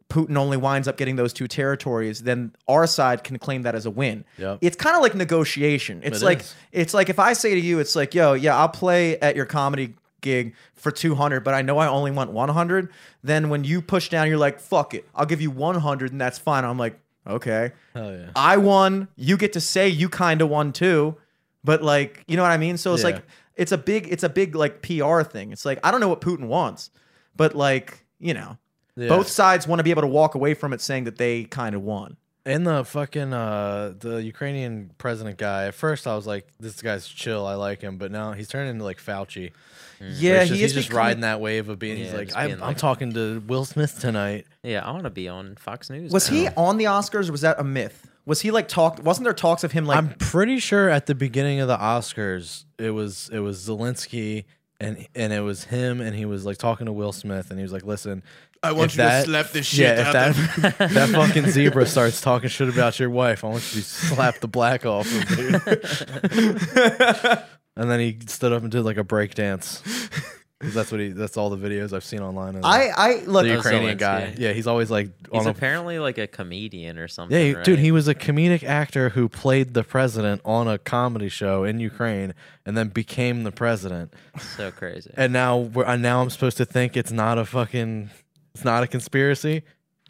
Putin only winds up getting those two territories, then our side can claim that as a win.
Yep.
It's kind of like negotiation. It's
It
like
is.
it's like if I say to you, it's like, yo, yeah, I'll play at your comedy gig for 200, but I know I only want 100. Then when you push down, you're like, fuck it, I'll give you 100 and that's fine. I'm like, okay,
Hell yeah.
I won. You get to say you kind of won too, but like, you know what I mean? So it's
Yeah.
like, it's a big, it's a big like PR thing. It's like, I don't know what Putin wants, but like, you know,
Yeah.
both sides want to be able to walk away from it saying that they kind of won.
And the fucking uh the Ukrainian president guy, at first I was like, This guy's chill, I like him, but now he's turning into like Fauci.
Yeah,
It's just-
he
Mm. he's
is
just
becoming-
riding that wave of being he's
Yeah,
like,
just
I'm,
being
I'm
like-
talking to Will Smith tonight.
Yeah, I want to be on Fox News.
Was
*laughs*
now.
he
Oh.
on the Oscars or was that a myth? Was he like talk? Wasn't there talks of him like?
I'm pretty sure at the beginning of the Oscars, it was it was Zelensky and and it was him, and he was like talking to Will Smith, and he was like, "Listen,
I want
if
you to
that-
slap the shit
yeah,
out
if that *laughs*
*laughs*
that fucking zebra starts talking shit about your wife, I want you to slap the black off." Of
*laughs*
*laughs*
it." and then he stood up and did like a break dance. 'Cause that's what he. That's all the videos I've seen online. Of
I I look.
the
Oh,
Ukrainian
Zelensky.
guy. Yeah, he's always like
He's
on a
apparently like a comedian or something.
yeah, he-
right?
dude, he was a comedic actor who played the president on a comedy show in Ukraine, and then became the president.
so crazy.
And now, we're, and now I'm supposed to think it's not a fucking, it's not a conspiracy.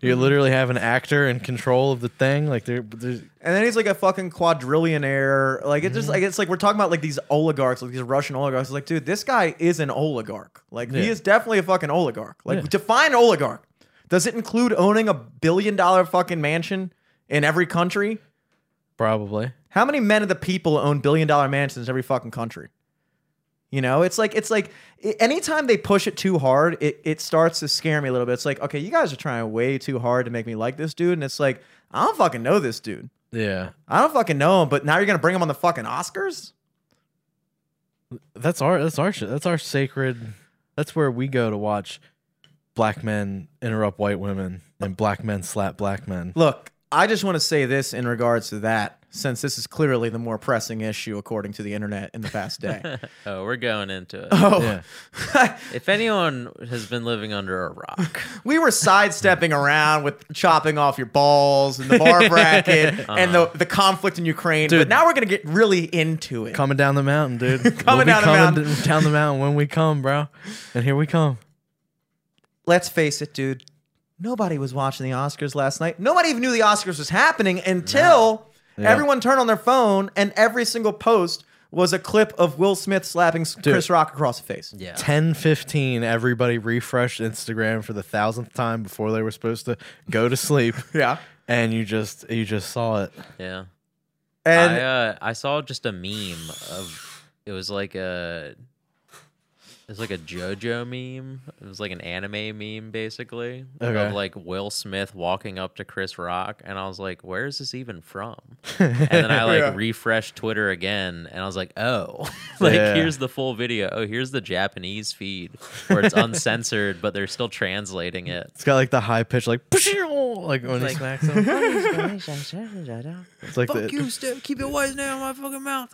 You literally have an actor in control of the thing. Like there, there's
And then he's like a fucking quadrillionaire. Like it's just
Mm-hmm.
like it's like we're talking about like these oligarchs, like these Russian oligarchs. It's like, dude, this guy is an oligarch. Like he
Yeah.
is definitely a fucking oligarch. Like
Yeah.
define oligarch. Does it include owning a billion dollar fucking mansion in every country?
probably
How many men of the people own billion dollar mansions in every fucking country? You know, it's like it's like i- anytime they push it too hard, it it starts to scare me a little bit. It's like, okay, you guys are trying way too hard to make me like this dude, and it's like I don't fucking know this dude.
yeah.
I don't fucking know him, but now you're gonna bring him on the fucking Oscars?
That's our that's our shit. That's our sacred. That's where we go to watch black men interrupt white women and black men slap black men.
Look, I just want to say this in regards to that, since this is clearly the more pressing issue according to the internet in the
*laughs*
past day.
oh, we're going into it.
*laughs*
oh, *laughs*
Yeah.
If anyone has been living under a
*laughs*
rock,
we were sidestepping around with chopping off your balls and
*laughs*
the bar bracket and the, the conflict in Ukraine, but
Uh-huh. Dude.
now we're gonna get really into it.
Coming down the mountain,
*laughs*
dude.
Coming
be
down the
coming
mountain.
d- down the mountain when we come, bro. And here we come.
Let's face it, dude. Nobody was watching the Oscars last night. Nobody even knew the Oscars was happening until
Yeah.
everyone turned on their phone and every single post was a clip of Will Smith slapping s- Chris Rock across the face.
yeah,
Ten fifteen, everybody refreshed Instagram for the thousandth time before
*laughs*
they were supposed to go to sleep.
Yeah.
And you just you just saw it.
yeah.
And
I, uh, I saw just a meme of it was like a it was like a JoJo meme. It was like an anime meme basically
Okay.
of like Will Smith walking up to Chris Rock, and I was like, "Where is this even from?" And then I like
Yeah.
refreshed Twitter again, and I was like, "Oh, *laughs* like
Yeah.
here's the full video. Oh, here's the Japanese feed where it's uncensored, but they're still translating it."
It's got like the high pitch, like like when he smacks him.
*laughs*
It's like the,
keep your wise now in my fucking
*laughs*
mouth.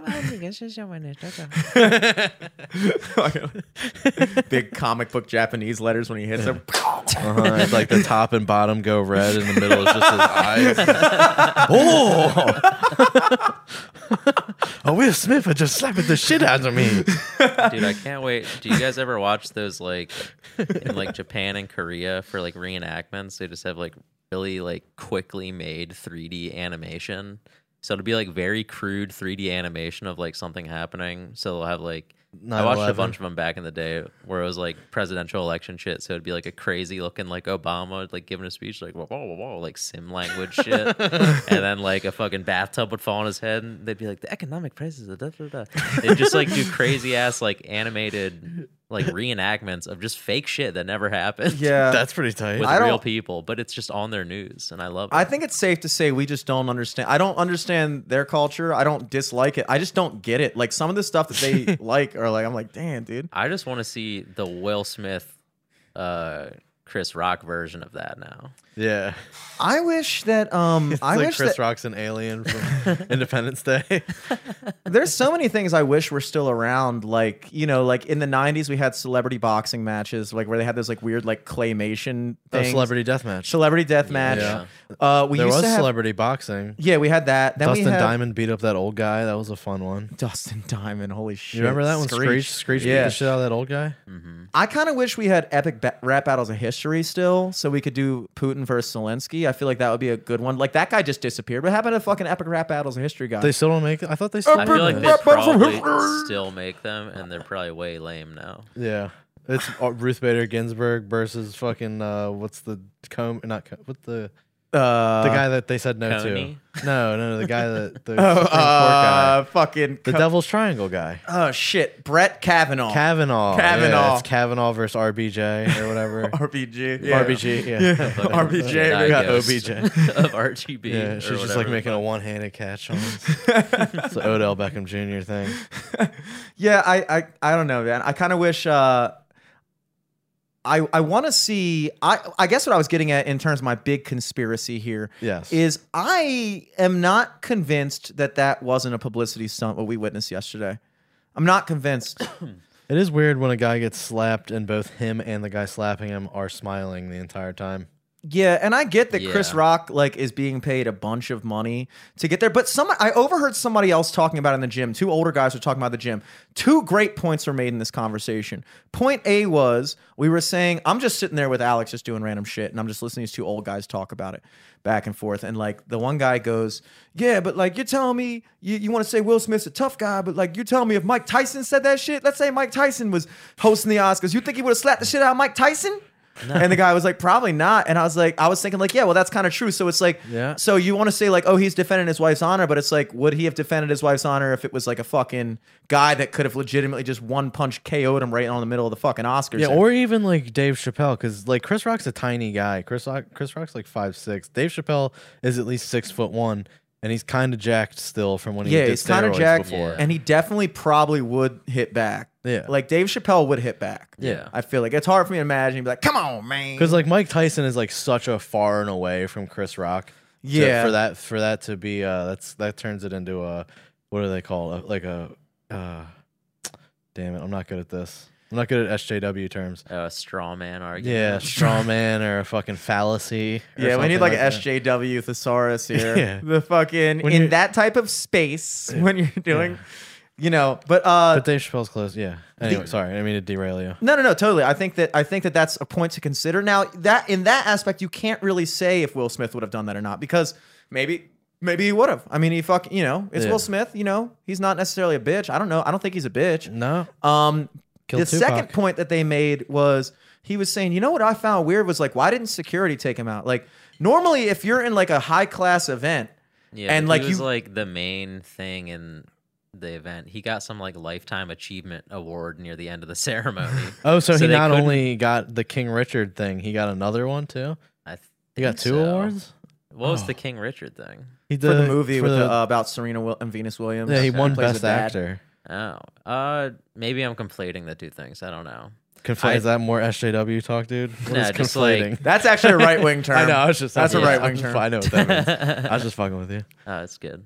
*laughs* big comic book Japanese letters when he
*laughs*
hits them.
Uh-huh, it's like the top and bottom go red, and the middle is just his eyes.
*laughs*
oh, *laughs* oh, Will Smith had just slapping the shit out of me.
Dude, I can't wait. Do you guys ever watch those like in like Japan and Korea for like reenactments? They just have like really like quickly made 3D animation. So it'll be like very crude 3D animation of like something happening. So they'll have like I watched a
9/11.
bunch of them back in the day where it was like presidential election shit. So it'd be like a crazy looking like Obama like giving a speech like whoa whoa whoa, whoa like sim language
*laughs*
shit, and then like a fucking bathtub would fall on his head and they'd be like the economic prices. Da, da, da, da. They'd just like do crazy ass like animated like reenactments of just fake shit that never
*laughs*
happened.
yeah.
That's pretty tight.
With
I
real
don't-
people, but it's just on their news, and I love.
I
it.
think it's safe to say we just don't understand. I don't understand their culture. I don't dislike it. I just don't get it. Like some of the stuff that
*laughs*
they like are like, I'm like, damn, dude.
I just want to see the Will Smith, uh, Chris Rock version of that now.
yeah,
I wish that
*laughs*
um
it's
I
like
wish
Chris
that
Rock's an alien from
*laughs*
Independence Day. *laughs*
there's so many things I wish were still around. Like, you know, like in the nineties we had celebrity boxing matches, like where they had those like weird like claymation
A
things.
Oh, celebrity death match.
celebrity death match.
Yeah.
Uh we
there
used
was
to have,
celebrity boxing.
Yeah, we had that. Then
Dustin
we had
Diamond beat up that old guy. That was a fun one.
*laughs* Dustin Diamond, holy shit.
You remember that one? Screech, Screech beat
Yeah.
the shit out of that old guy.
Mm-hmm.
I kind of wish we had epic ba- rap battles of history still, so we could do Putin versus Zelensky. I feel like that would be a good one. Like that guy just disappeared. What happened to fucking epic rap battles of history guy?
They still don't make. it? I thought they still.
I feel
made
like
it.
they
Rap battle from
probably
Hitler.
still make them, and they're probably way
*laughs*
lame now.
Yeah. It's uh, Ruth Bader Ginsburg versus fucking uh, what's the comb not com- what the
uh,
the guy that they said no
Coney?
to no no no, the guy that
*laughs*
the Supreme
Oh,
Court
*laughs* uh,
guy
fucking.
the
co-
Devil's Triangle guy
oh shit, Brett Kavanaugh.
Kavanaugh Yeah,
Kavanaugh.
it's Kavanaugh versus RBJ or
*laughs*
whatever
RBG.
RBJ yeah *laughs*
Fucking
RBJ,
we got
diagnosed
OBJ.
*laughs* of RGB.
yeah
or
she's just like
whatever.
making a one handed catch on
*laughs*
us. it's the Odell Beckham Jr. thing
Yeah, I, I, I don't know, man. I kind of wish. Uh, I, I want to see. I, I guess what I was getting at in terms of my big conspiracy here
yes
is I am not convinced that that wasn't a publicity stunt what we witnessed yesterday. I'm not convinced.
it is weird when a guy gets slapped and both him and the guy slapping him are smiling the entire time
yeah, and I get that Chris
Yeah.
Rock like is being paid a bunch of money to get there, but some I overheard somebody else talking about it in the gym. Two older guys were talking about the gym. Two great points were made in this conversation. Point A was we were saying I'm just sitting there with Alex just doing random shit and I'm just listening to these two old guys talk about it back and forth and like the one guy goes, "Yeah, but like you're telling me you, you want to say Will Smith's a tough guy, but like you're telling me if Mike Tyson said that shit, let's say Mike Tyson was hosting the Oscars, you think he would have slapped the shit out of Mike Tyson?" And the guy was like, probably not. And I was like, I was thinking, like, yeah, well, that's kind of true. So it's like,
Yeah.
so you want to say, like, oh, he's defending his wife's honor, but it's like, would he have defended his wife's honor if it was like a fucking guy that could have legitimately just one punch KO'd him right on the middle of the fucking Oscars?
Yeah, or even like Dave Chappelle, because like Chris Rock's a tiny guy. Chris Rock, Chris Rock's like five six. Dave Chappelle is at least six foot one, and he's kind of jacked still from when he
yeah,
did
he's
kind of
jacked,
before.
and he definitely probably would hit back.
Yeah.
like Dave Chappelle would hit back.
Yeah.
I feel like it's hard for me to imagine. Be like, come on, man.
Because like Mike Tyson is like such a far and away from Chris Rock. to-
Yeah.
for that for that to be uh that's that turns it into a what do they call it like a uh damn it I'm not good at this I'm not good at SJW terms.
Oh, a straw man argument.
Yeah, straw man or a fucking fallacy. or
yeah, we need
something
like,
that.
an SJW thesaurus
*laughs*
here.
Yeah.
The fucking
When
in
you're-
that type of space when you're doing, you know. But uh,
But Dave Chappelle's close. Yeah. Anyway, sorry, I didn't mean to derail you.
No, no, no, totally. I think that I think that that's a point to consider. Now, that in that aspect, you can't really say if Will Smith would have done that or not because maybe maybe he would have. I mean, he fuck, you know, it's
Yeah.
Will Smith. You know, he's not necessarily a bitch. I don't know. I don't think he's a bitch.
No.
Um,
Kill
the
Tupac.
second point that they made was he was saying, you know what I found weird was like, why didn't security take him out? Like normally, if you're in like a high class event
Yeah,
And,
and
like,
like he was
you-
like the main thing in the event. He got some like lifetime achievement award near the *laughs* end of the ceremony.
Oh, so,
So
he
they
not
couldn't-
only got the King Richard thing, he got another one too.
I th-
He got
think
two
so.
awards.
What was the
Oh.
King Richard thing?
He
for the movie
for
with the,
the-
uh, about Serena Will- and Venus Williams.
yeah, he
who
won
plays
Best
the dad.
Actor.
Oh, uh, maybe I'm conflating the two things. I don't know.
Confl- is that more SJW talk, dude? What
Nah,
is
just like-
conflating?
That's actually a right wing term.
*laughs* I know. I was just.
That's
a
yeah,
right-wing
I'm just-
term.
I know what that *laughs* means.
*laughs*
I was just fucking with you.
oh, that's good.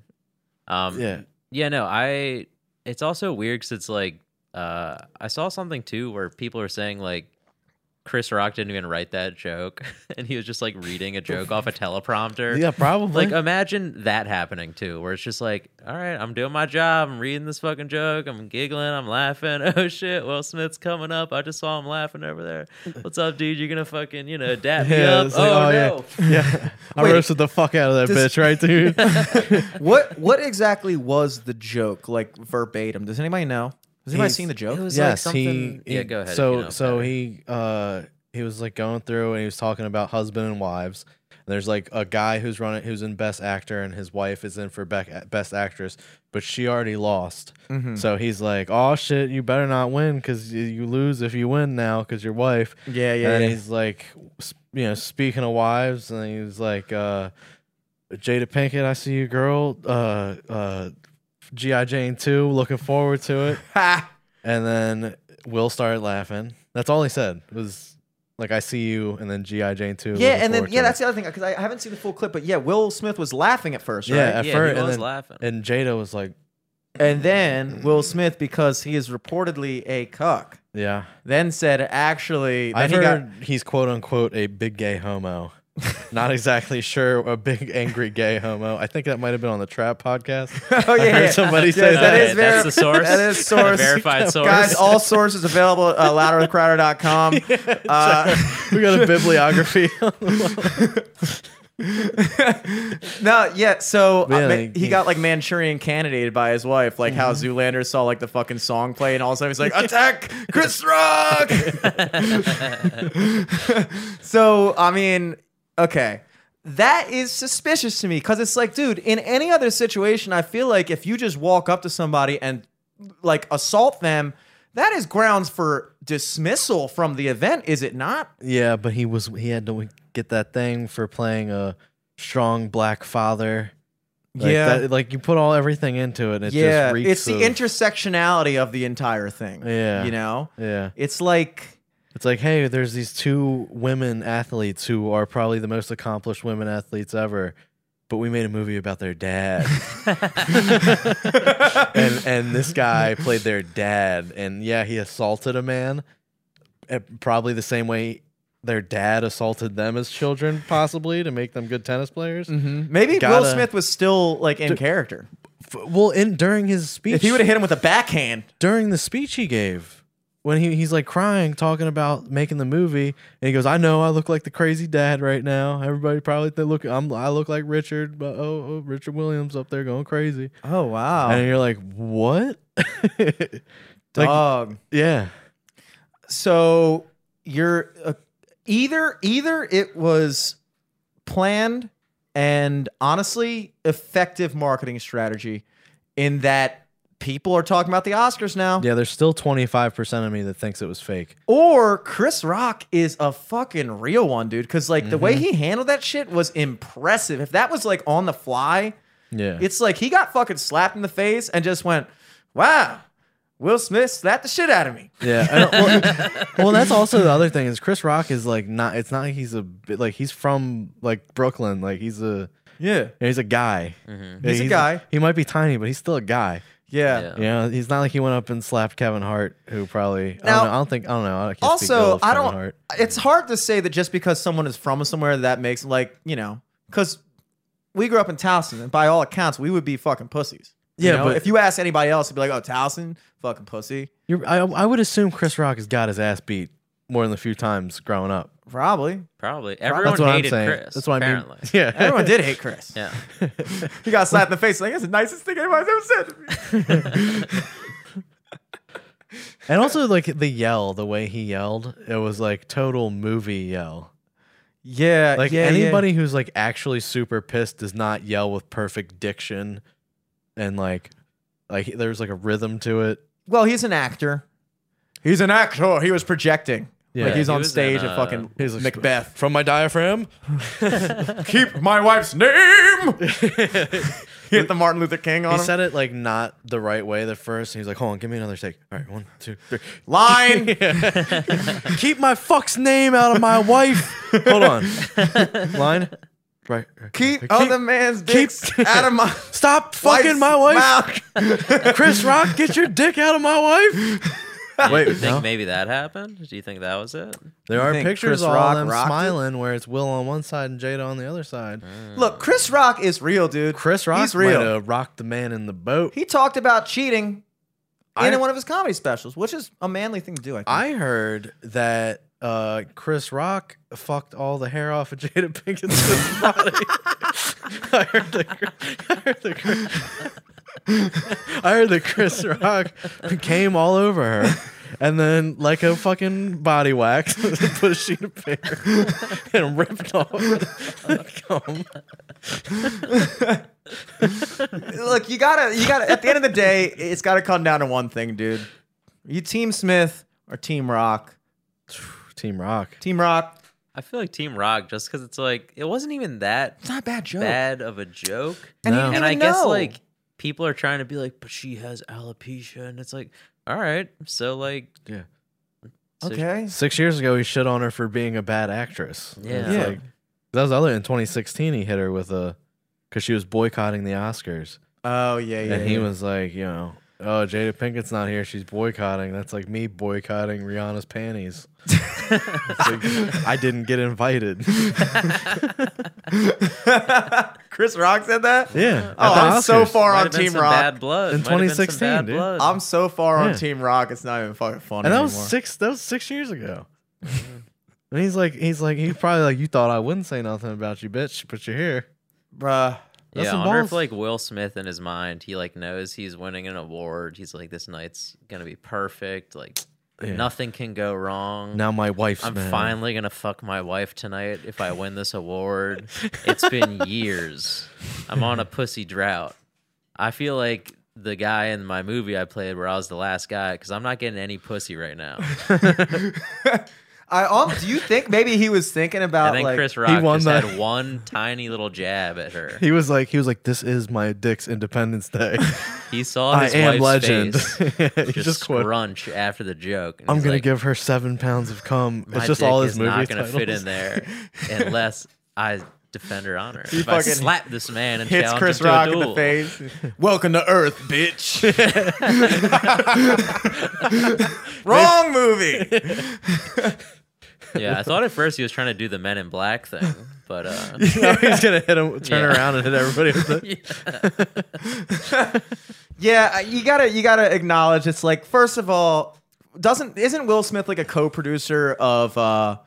Um, yeah.
Yeah.
no, I. It's also weird because it's like uh, I saw something too where people are saying like Chris Rock didn't even write that joke, *laughs* and he was just like reading a joke off a teleprompter.
Yeah, probably.
Like imagine that happening too, where it's just like, all right, I'm doing my job, I'm reading this fucking joke, I'm giggling, I'm laughing. *laughs* Oh shit, Will Smith's coming up. I just saw him laughing over there. What's up, dude? You're gonna fucking, you
*laughs*
know, dap me
Yeah,
up.
it's like,
oh,
oh, yeah.
no.
*laughs* yeah. I
Wait.
roasted the fuck out of that
Does-
bitch, *laughs* right, dude?
What what exactly was the joke like verbatim? Does anybody know? Has anybody
He's-
seen the joke?
It was
*laughs*
like
yes,
something.
he, he-
yeah, go ahead. if
So
you know
so
better.
he uh he was like going through and he was talking about husband and wives. And there's like a guy who's running who's in best actor and his wife is in for bec- best actress, but she already lost.
*laughs*
Mhm.
So he's like, "Oh shit, you better not win because you lose if you win now because your wife."
Yeah,
and
yeah,
then
*laughs* yeah.
he's *laughs* like, s- you know, speaking of wives, and he was like, uh, Jada Pinkett, I see you, girl. Uh, uh, G.I. Jane 2, looking forward to it.
Ha!
And then Will started laughing. That's all he said was like, I see you, and then G.I. Jane 2.
Yeah,
looking
and then
forward
yeah,
to
that's
it.
the other thing because I haven't seen the full clip, but yeah, Will Smith was laughing at first,
Yeah,
right?
at
yeah,
first,
he
and
was
then-
laughing.
And Jada was like,
And then Will Smith, because he is reportedly a cuck,
Yeah.
then said, "Actually, then
I've
he
heard
got
he's quote unquote a big gay homo. Not exactly sure, a big angry gay homo. I think that might have been on the Trap podcast.
*laughs* oh yeah,
I *laughs* heard
yeah. *laughs*
somebody
Yeah,
say
that
that.
is very-
that's the source.
*laughs* that is source.
A *laughs* verified source.
Guys, all sources available at
*laughs*
uh, louderwithcrowder.com. Uh,
we got
*laughs*
a bibliography. *laughs*
*laughs* no, yeah. So uh,
Yeah,
ma-
like-
he got like Manchurian candidated by his wife, like how
Mm-hmm.
Zoolander saw like the fucking song play, and all of a sudden he's like, "Attack, Chris Rock!" *laughs* so I mean, okay. That is suspicious to me because it's like, dude, in any other situation, I feel like if you just walk up to somebody and like assault them, that is grounds for dismissal from the event, is it not?
yeah, but he was he had to get that thing for playing a strong black father. Like
Yeah.
that- like you put all everything into it. And it
yeah,
just reeks
it's the
of-
intersectionality of the entire thing.
Yeah.
you know,
Yeah,
it's like
it's like hey, there's these two women athletes who are probably the most accomplished women athletes ever, but we made a movie about their
*laughs*
dad. and and this guy played their dad, and yeah, he assaulted a man, eh, probably the same way their dad assaulted them as children, possibly to make them good tennis players.
maybe
Gotta-
Will Smith was still like in character.
F- well, in during his speech,
If he would have hit him with a backhand,
during the speech he gave when he, he's like crying talking about making the movie and he goes i know i look like the crazy dad right now everybody probably they look i'm i look like richard but oh, oh richard williams up there going crazy
oh wow,
and you're like what *laughs*
dog.
yeah
so you're uh, either either it was planned and honestly effective marketing strategy in that people are talking about the Oscars now.
yeah there's still 25% of me that thinks it was fake
Or Chris Rock is a fucking real one, dude. Because like the
Mm-hmm.
way he handled that shit was impressive. If that was like on the fly,
yeah
it's like he got fucking slapped in the face and just went, "Wow, Will Smith slapped the shit out of me."
yeah I don't- well, *laughs* well that's also the other thing is chris rock is like not it's not like he's a bit- like he's from like brooklyn like he's a
Yeah,
he's a guy
Mm-hmm.
Yeah,
He's a guy.
he might be tiny but he's still a guy
yeah.
Yeah.
You know, he's not like he went up and slapped Kevin Hart, who probably I,
Now-
don't know, I don't think I don't know. I can't speak ill
Also,
of
I
Kevin
don't.
Hart.
It's hard to say that just because someone is from somewhere that makes like you know because we grew up in Towson and by all accounts we would be fucking pussies. You
Yeah,
know,
but-
if you ask anybody else, it'd be like, "Oh, Towson, fucking pussy."
You're, I, I would assume Chris Rock has got his ass beat more than a few times growing up.
Probably.
Probably everyone
That's what I'm
hated
saying.
Chris.
That's what I mean.
apparently.
*laughs* Yeah,
Everyone did hate
*laughs*
Chris.
Yeah.
He got slapped in the face. Like, that's the nicest thing anybody's ever said. to me."
and also like the yell, the way he yelled, it was like total movie yell.
Yeah.
Like
Uh, yeah, yeah.
anybody who's like actually super pissed does not yell with perfect diction and like like there's like a rhythm to it.
Well, he's an actor. He's an actor. He was projecting.
Yeah.
like he's
He
on
was in,
stage
uh,
at fucking
He's like,
Macbeth.
From my diaphragm?
Keep my
*laughs*
wife's name. He Hit the Martin Luther King on
He
him.
said it like not the right way the first. He's like, hold on, give me another take. All right, one, two, three. *laughs*
Line.
Keep my fuck's name out of my *laughs* wife. hold on. Line. Right. right.
Keep other man's dicks out of my
Stop *laughs* fucking my wife. *laughs*
mouth.
Chris Rock, get your dick out of my wife. *laughs* Wait,
Do you think
no.
maybe that happened? Do you think that was it?
There are
think
pictures
Chris
of all
Rock
them
rocked it?
smiling where it's Will on one side and Jada on the other side.
Look, Chris Rock is real, dude.
Chris Rock
He's real.
might have rocked the man in the boat.
He talked about cheating in
I-
one of his comedy specials, which is a manly thing to do. I think.
I heard that uh, Chris Rock fucked all the hair off of *laughs* Jada Pinkett's body. I heard the, Chris- I heard the, Chris- I heard that Chris Rock came all over her. And then, like a fucking body wax, *laughs* put a sheet of paper and ripped off *laughs* the comb.
Look, you gotta, you gotta. At the end of the day, it's gotta come down to one thing, dude. Are you Team Smith or Team Rock?
Team Rock.
Team Rock.
I feel like Team Rock just because it's like it wasn't even that
It's not a bad joke.
bad of a joke.
And,
No.
you didn't
and I
even
guess
know.
like people are trying to be like, but she has alopecia, and it's like, all right, so like,
Yeah.
so she- *laughs*
okay,
Six years ago, he shit on her for being a bad actress.
Yeah.
It's
Yeah.
like- that was the other in 2016. He hit her with a because she was boycotting the Oscars,
oh yeah, yeah.
and he
yeah.
was like, you know, oh Jada Pinkett's not here. She's boycotting. That's like me boycotting Rihanna's panties. It's like, *laughs* I didn't get
*laughs*
invited.
Chris Rock said that.
Yeah.
Oh,
at the
I'm so
Oscars.
far
Might
on
have been
Team
some
Rock.
Bad blood
In
Might have been some
2016,
bad
dude.
blood.
I'm so far on
Yeah.
Team Rock. It's not even fucking funny
And that was
anymore. Mm-hmm.
six. That was six years ago. And he's like, he's like, he's probably like, you thought I wouldn't say nothing about you, bitch, but you're here.
Bruh.
That's
yeah, I
some
wonder
balls.
if like Will Smith in his mind, he like knows he's winning an award. He's like, this night's gonna be perfect. Like
Yeah.
nothing can go wrong.
Now my wife's
I'm
mad.
finally gonna fuck my wife tonight if I win this award. it's
*laughs*
been years. I'm on a pussy drought. I feel like the guy in my movie I played where I was the last guy because I'm not getting any pussy
*laughs*
right now.
I um, do you think maybe he was thinking
And
about
then
like
Chris Rock
won
just
the-
had one tiny little jab at her.
He was like, he was like, this is my dick's Independence
*laughs*
Day.
He
*laughs*
saw
I
his
am
wife's
legend.
face
*laughs* he
just,
just quote,
scrunch after the joke. and
I'm
he's
gonna
like,
give her seven pounds of cum.
"My
It's just
dick
all his
is
movie
not gonna
titles.
fit
*laughs*
in there unless I defend her honor.
He
if I
fucking
slap this man and
hits
challenge
Chris
him to a
Rock in the
duel. *laughs*
face. Welcome to Earth,
*laughs*
bitch.
*laughs*
Wrong movie.
Yeah, I thought at first he was trying to do the Men in Black thing, but
*laughs*
uh,
he's gonna hit him,
*laughs*
turn
Yeah.
around and hit everybody. With
*laughs*
it.
Yeah, I- you gotta you gotta acknowledge it's like first of all, doesn't isn't Will Smith like a co-producer of uh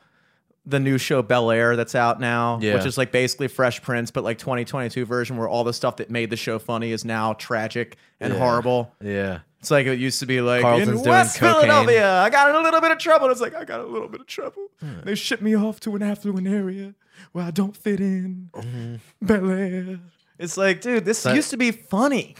the new show Bel Air that's out now,
Yeah.
which is like basically Fresh Prince, but like 2022 version where all the stuff that made the show funny is now tragic and
Yeah.
horrible.
Yeah,
It's like it used to be like
Carlton's
in
doing
West
cocaine.
Philadelphia. I got in a little bit of trouble. It's like I got in a little bit of trouble.
Hmm.
They shipped me off to an affluent area where I don't fit in.
Mm-hmm.
Bel Air. It's like, dude, this
That-
used to be funny.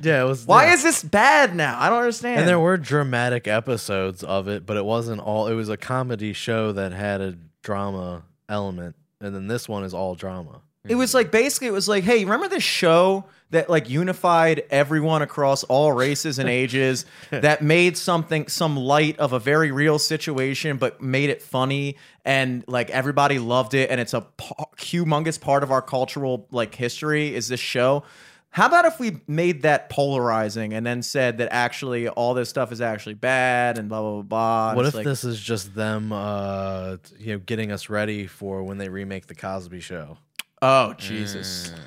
yeah. It was.
Why
yeah.
is this bad now? I don't understand.
and there were dramatic episodes of it, but it wasn't all. It was a comedy show that had a drama element, and then this one is all drama.
it was like basically it was like, hey, remember this show that like unified everyone across all races
*laughs*
and ages that made something some light of a very real situation but made it funny and like everybody loved it and it's a pa- humongous part of our cultural like history is this show. How about if we made that polarizing and then said that actually all this stuff is actually bad and blah blah blah. blah. And
What
it's
if
like,
this is just them, uh, t- you know, getting us ready for when they remake the Cosby Show?
Oh Jesus.
Mm.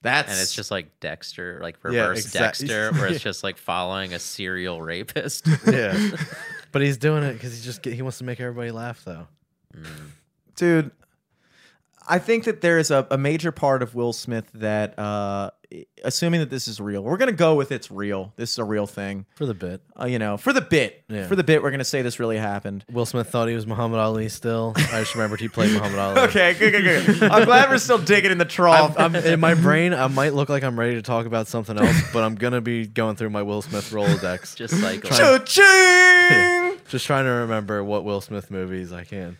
That's
and it's just like Dexter, like
Yeah,
reverse
exact-
Dexter, where
*laughs*
it's just like following a serial rapist.
Yeah, *laughs* but
Mm,
he's doing it because he just get, he wants to make everybody laugh, though.
dude I think that there is a, a major part of Will Smith that, uh, assuming that this is real, we're gonna go with it's real. This is a real thing.
for the bit.
Uh, you know, for the bit,
Yeah.
for the bit, we're gonna say this really happened.
Will Smith thought he was Muhammad Ali still. I just remembered he played
*laughs*
Muhammad Ali.
Okay, good, *laughs* good, good. I'm glad we're still digging in the
I'm,
trough.
I'm- in my brain, I might look like I'm ready to talk about something else, but I'm gonna be going through my Will Smith
*laughs*
Rolodex, just,
Just like
*laughs* Cha-ching!
trying to remember what Will Smith movies I can.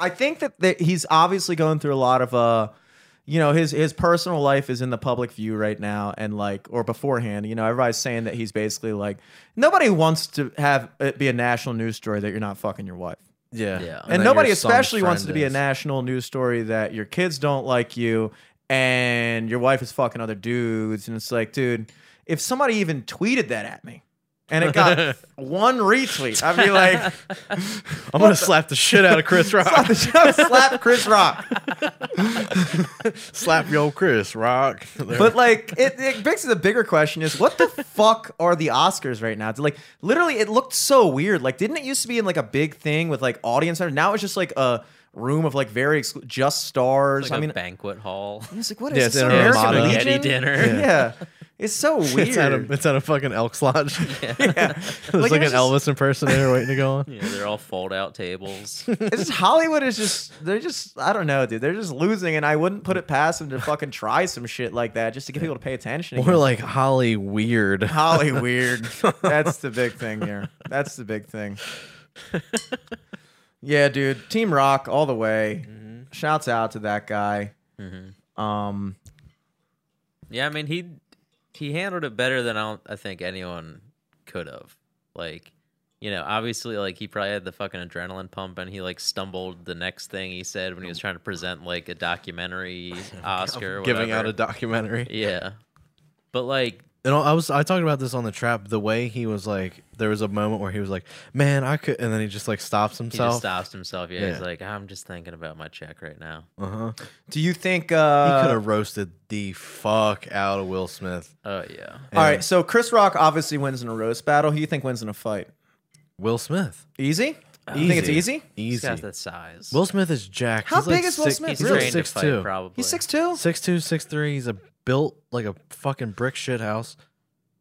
I think that, that he's obviously going through a lot of uh you know his his personal life is in the public view right now and like or beforehand you know everybody's saying that he's basically like nobody wants to have it be a national news story that you're not fucking your wife
Yeah,
Yeah.
and,
that
nobody
your son's
especially wants it
friend
to be a
is.
national news story that your kids don't like you and your wife is fucking other dudes and it's like dude if somebody even tweeted that at me and it
*laughs*
got one retweet i'd be like
I'm gonna slap the shit out of Chris Rock.
slap chris rock
slap yo, Chris *laughs* Rock.
But like, it, it begs the bigger question: is what the
*laughs*
fuck are the Oscars right now? It's Like, literally, it looked so weird. Like, didn't it used to be in like a big thing with like audience members? Now it's just like a room of like very exclu- just stars.
like
I
a
mean,
banquet hall. *laughs*
it's like what
Yeah,
is
it's
this,
in a
American
Ramada.
Legion?
Spaghetti dinner.
*laughs* Yeah.
Yeah.
it's so
*laughs*
weird.
it's at a it's at a fucking Elks Lodge.
*laughs*
*laughs*
yeah.
There's like,
Like,
an
it's just-
Elvis impersonator waiting to go
*laughs*
on.
Yeah, they're all fold
*laughs*
out tables.
It's just Hollywood is just they're just I don't know, dude. They're just losing, and I wouldn't put it past them to fucking try some shit like that just to get people to
*laughs*
pay attention.
More
again.
like Holly Weird.
Holly
*laughs*
weird. That's the big thing here. That's the big thing. Yeah, dude. Team Rock all the way.
Mm-hmm.
Shouts out to that guy. Um,
yeah, I mean he he handled it better than I, don't- I think anyone could have. Like, you know, obviously like he probably had the fucking adrenaline pump and he like stumbled the next thing he said when he was trying to present like
*laughs*
a documentary Oscar or
Giving out
whatever.
a documentary.
Yeah. But like
And I was I talked about this on the trap. The way he was like, there was a moment where he was like, "Man, I could," and then he just like stops
he
himself.
just stops himself. Yeah,
Yeah.
he's like, I'm just thinking about my check right now.
Uh-huh.
do you think?
He could
Uh,
have roasted the fuck out of Will Smith.
Oh yeah.
all right. So Chris Rock obviously wins in a roast battle. Who you think wins in a fight?
Will Smith,
Easy. You think it's easy?
He's
easy.
got that size.
Will Smith is jacked.
How
He's, like,
big is Will
six-
Smith?
he's
He's
really?
like
trained to
six
fight
two.
probably.
He's six two.
six two, six three. He's a built like a fucking brick shit house.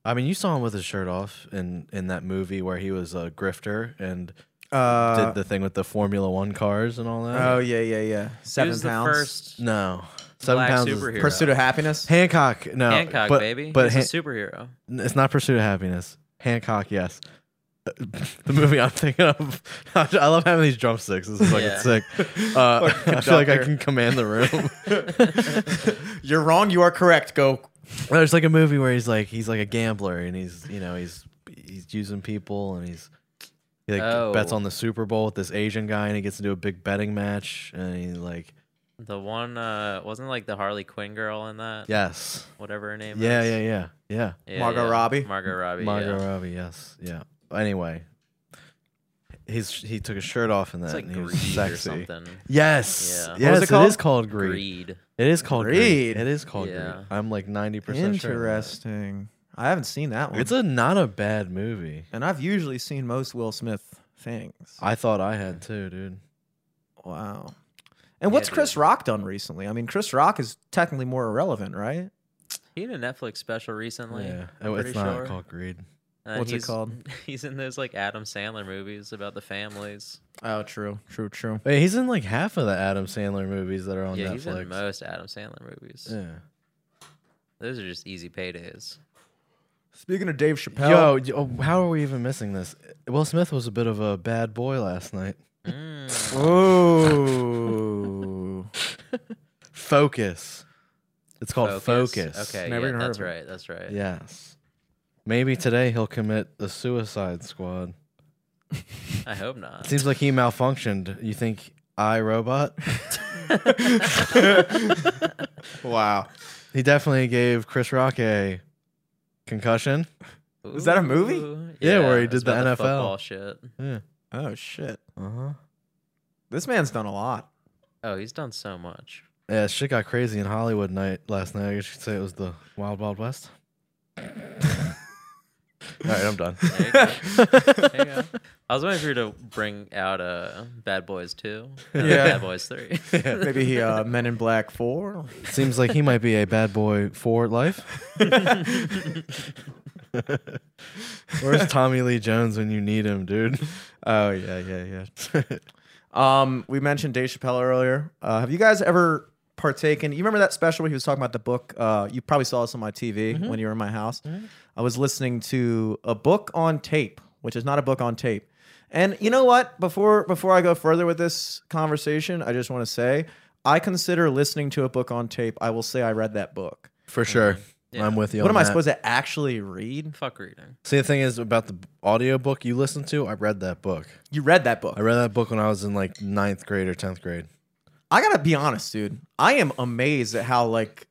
I mean, you saw him with his shirt off in in that movie where he was a grifter and
Uh,
did the thing with the Formula One cars and all that.
oh yeah, yeah, yeah.
he
Seven
was
pounds.
the first
no, seven
black
pounds.
superhero.
Is,
Pursuit
*laughs*
of happiness. *laughs*
Hancock, no,
Hancock,
but,
baby.
but
he's
Han-
a superhero.
it's not Pursuit of Happiness. Hancock, yes. *laughs* the movie I'm thinking of. *laughs* I love having these drumsticks. This is fucking
Yeah. *laughs*
sick. Uh, I feel like I
conductor.
can command the room. *laughs*
You're wrong. You are correct. Go.
There's like a movie where he's like he's like a gambler and he's you know he's he's using people and he's he like
Oh.
bets on the Super Bowl with this Asian guy and he gets into a big betting match and he like
The one uh wasn't like the Harley Quinn girl in that.
yes
Whatever her name
yeah
is.
yeah yeah yeah
yeah.
Margot Robbie?
Margot Robbie.
Margot
yeah.
Robbie yes yeah anyway he's he took his shirt off in that
It's like
and he was
greed
sexy
or something.
yes
Yeah. What was
yes
it
it
called?
is called greed.
Greed.
it is called greed,
Greed.
it is called
Yeah.
greed I'm like ninety percent
Interesting. I haven't seen that one.
it's a not a bad movie
and I've usually seen most Will Smith things.
I thought I had too dude
Wow. And what's
dude.
Chris Rock done recently? I mean, Chris Rock is technically more irrelevant, right?
He had a Netflix special recently.
yeah
I'm
Oh, it's
pretty
not
sure.
called greed.
And
What's it
he's-
called?
*laughs* He's in those like Adam Sandler movies about the families.
Oh, true, true, true.
Wait, he's in like half of the Adam Sandler movies that are on
yeah,
Netflix.
he's in most Adam Sandler movies.
yeah.
Those are just
*laughs*
easy paydays.
Speaking of Dave Chappelle,
Yo, y- oh, how are we even missing this? Will Smith was a bit of a bad boy last night.
Mm.
oh,
Focus. It's called Focus.
Okay,
Never
yeah,
even heard
that's
of it.
right. That's right.
Yes. Maybe today he'll commit the Suicide Squad.
I hope not. *laughs*
Seems *laughs* like he malfunctioned. You think I Robot?
*laughs* wow,
*laughs* he definitely gave Chris Rock a concussion.
Is that a movie?
Ooh,
Yeah, where he
it's
did the
about
NFL.
football shit.
Yeah.
oh shit,
Uh huh.
this man's done a lot.
Oh, he's done so
*laughs*
much.
Yeah, shit got crazy in Hollywood night last night. I guess you could say it was the Wild Wild *laughs* West. All right, I'm done.
There you go. There you go. I was waiting for you to bring out uh, Bad Boys 2. uh,
*laughs* Yeah.
Bad Boys
*laughs*
3.
*laughs* Maybe he, uh, Men in Black Four.
Seems like he might be a bad boy for
*laughs*
life. Where's Tommy Lee Jones when you need him, dude?
Oh yeah, yeah, yeah. um, we mentioned Dave Chappelle earlier. Uh, have you guys ever partaken? You remember that special where he was talking about the book? Uh, you probably saw this on my TV when you were in my house. I was listening to a book on tape, which is not a book on tape. And you know what? Before before I go further with this conversation, I just want to say I consider listening to a book on tape. I will say I read that book.
*laughs* For sure. I'm with you.
What
on
am I
that.
supposed to actually
*laughs*
read?
Fuck reading.
See, the thing is about the audiobook you listened to, I read that book.
You read that book.
I read that book when I was in like ninth grade or 10th grade.
I gotta be honest, dude. I am amazed at how like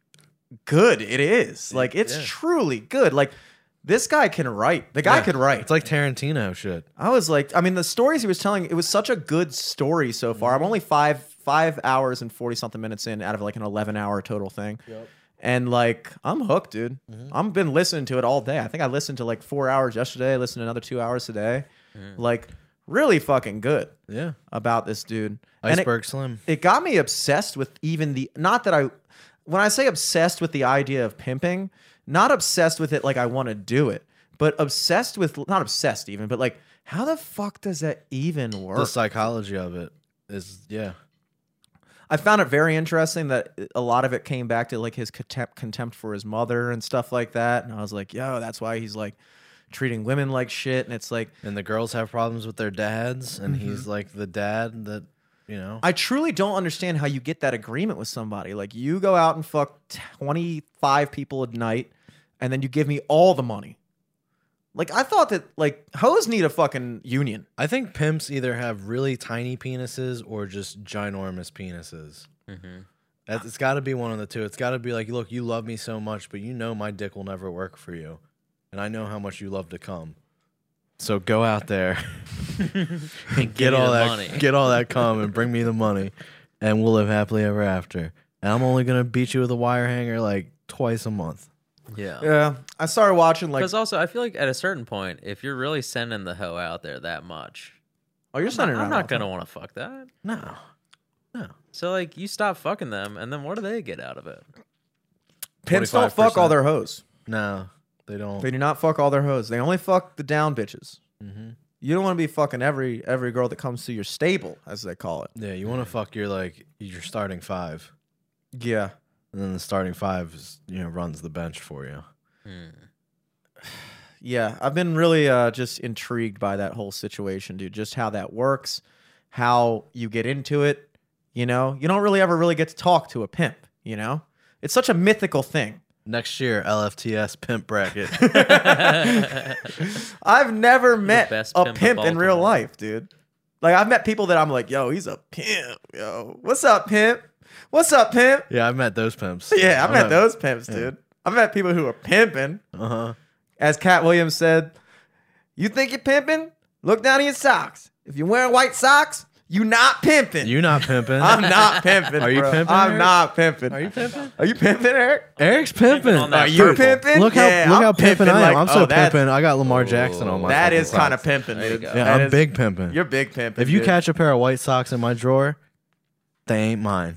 good it is. Like it's truly good. Like this guy can write. The guy
Yeah.
could write.
It's like Tarantino shit.
I was like, I mean, the stories he was telling, it was such a good story so far.
Mm-hmm.
I'm only five five hours and forty something minutes in out of like an eleven hour total thing. And like I'm hooked, dude.
Mm-hmm.
I've been listening to it all day. I think I listened to like four hours yesterday. I listened to another two hours today. Like really fucking good
Yeah.
about this dude. And it-
Iceberg Slim.
it got me obsessed with even the not that I when I say obsessed with the idea of pimping, not obsessed with it like I want to do it, but obsessed with not obsessed even, but like how the fuck does that even work?
The psychology of it is, yeah.
I found it very interesting that a lot of it came back to like his contempt, contempt for his mother and stuff like that, and I was like, yo, that's why he's like treating women like shit, and it's like
And the girls have problems with their dads, and
Mm-hmm.
he's like the dad that, you know.
I truly don't understand how you get that agreement with somebody. Like you go out and fuck 25 people at night and then you give me all the money. Like I thought that like hoes need a fucking union.
I think pimps either have really tiny penises or just ginormous penises.
hmm
That's, it's got to be one of the two. It's got to be like, look, you love me so much, but you know my dick will never work for you, and I know how much you love to come. So go out
*laughs*
there and
give
get
me
all
the
that,
money.
get all that cum, and bring me the money, and we'll live happily ever after. And I'm only gonna beat you with a wire hanger like twice a month.
Yeah.
*laughs* Yeah. I started watching like
Because also, I feel like at a certain point, if you're really sending the hoe out there that much,
Oh, you're
I'm
sending
not,
around. all the
going to want to fuck that.
No,
So, like, you stop fucking them, and then what do they get out of it?
time. Pimps don't fuck
25%.
all their hoes.
no, they don't.
They do not fuck all their hoes. They only fuck the down bitches.
Mhm.
You don't want to be fucking every every girl that comes to your stable, as they call it.
Yeah, you want
Mm.
to fuck your like your starting five,
Yeah.
and then the starting five is, you know runs the bench for you.
Hmm,
Yeah, I've been really uh, just intrigued by that whole situation, dude. Just how that works, how you get into it. You know, you don't really ever really get to talk to a pimp. You know, it's such a mythical thing. *laughs*
Next year, LFTS pimp *laughs* bracket.
I've never met
best
a
pimp
pimp,
of all
in real
time.
life, dude. Like I've met people that I'm like, yo, he's a pimp. Yo, what's up, pimp? What's up, pimp?
yeah, I've met those pimps.
Yeah, I've met those pimps, dude. I've met people who are pimping.
Uh huh.
As Cat Williams said, "You think you're pimping? Look down at your socks. If you're wearing white socks, you not pimping.
You not pimping?
*laughs* I'm not pimping.
Are you
bro.
pimping,
I'm
Eric?
not pimping.
Are you pimping?
Are you pimping, Eric?
Eric's pimping.
on that Are
you purple. pimping?
Look how
Yeah,
look
I'm
how pimping,
pimping
I am.
like-
I'm
oh,
so
that's-
pimping. I got Lamar Jackson on my.
that
fucking
is kind of
socks.
pimping, dude.
go.
Yeah,
That
I'm
is-
big pimping.
You're big pimping.
if you
dude.
catch a pair of white socks in my drawer, they ain't *laughs* mine.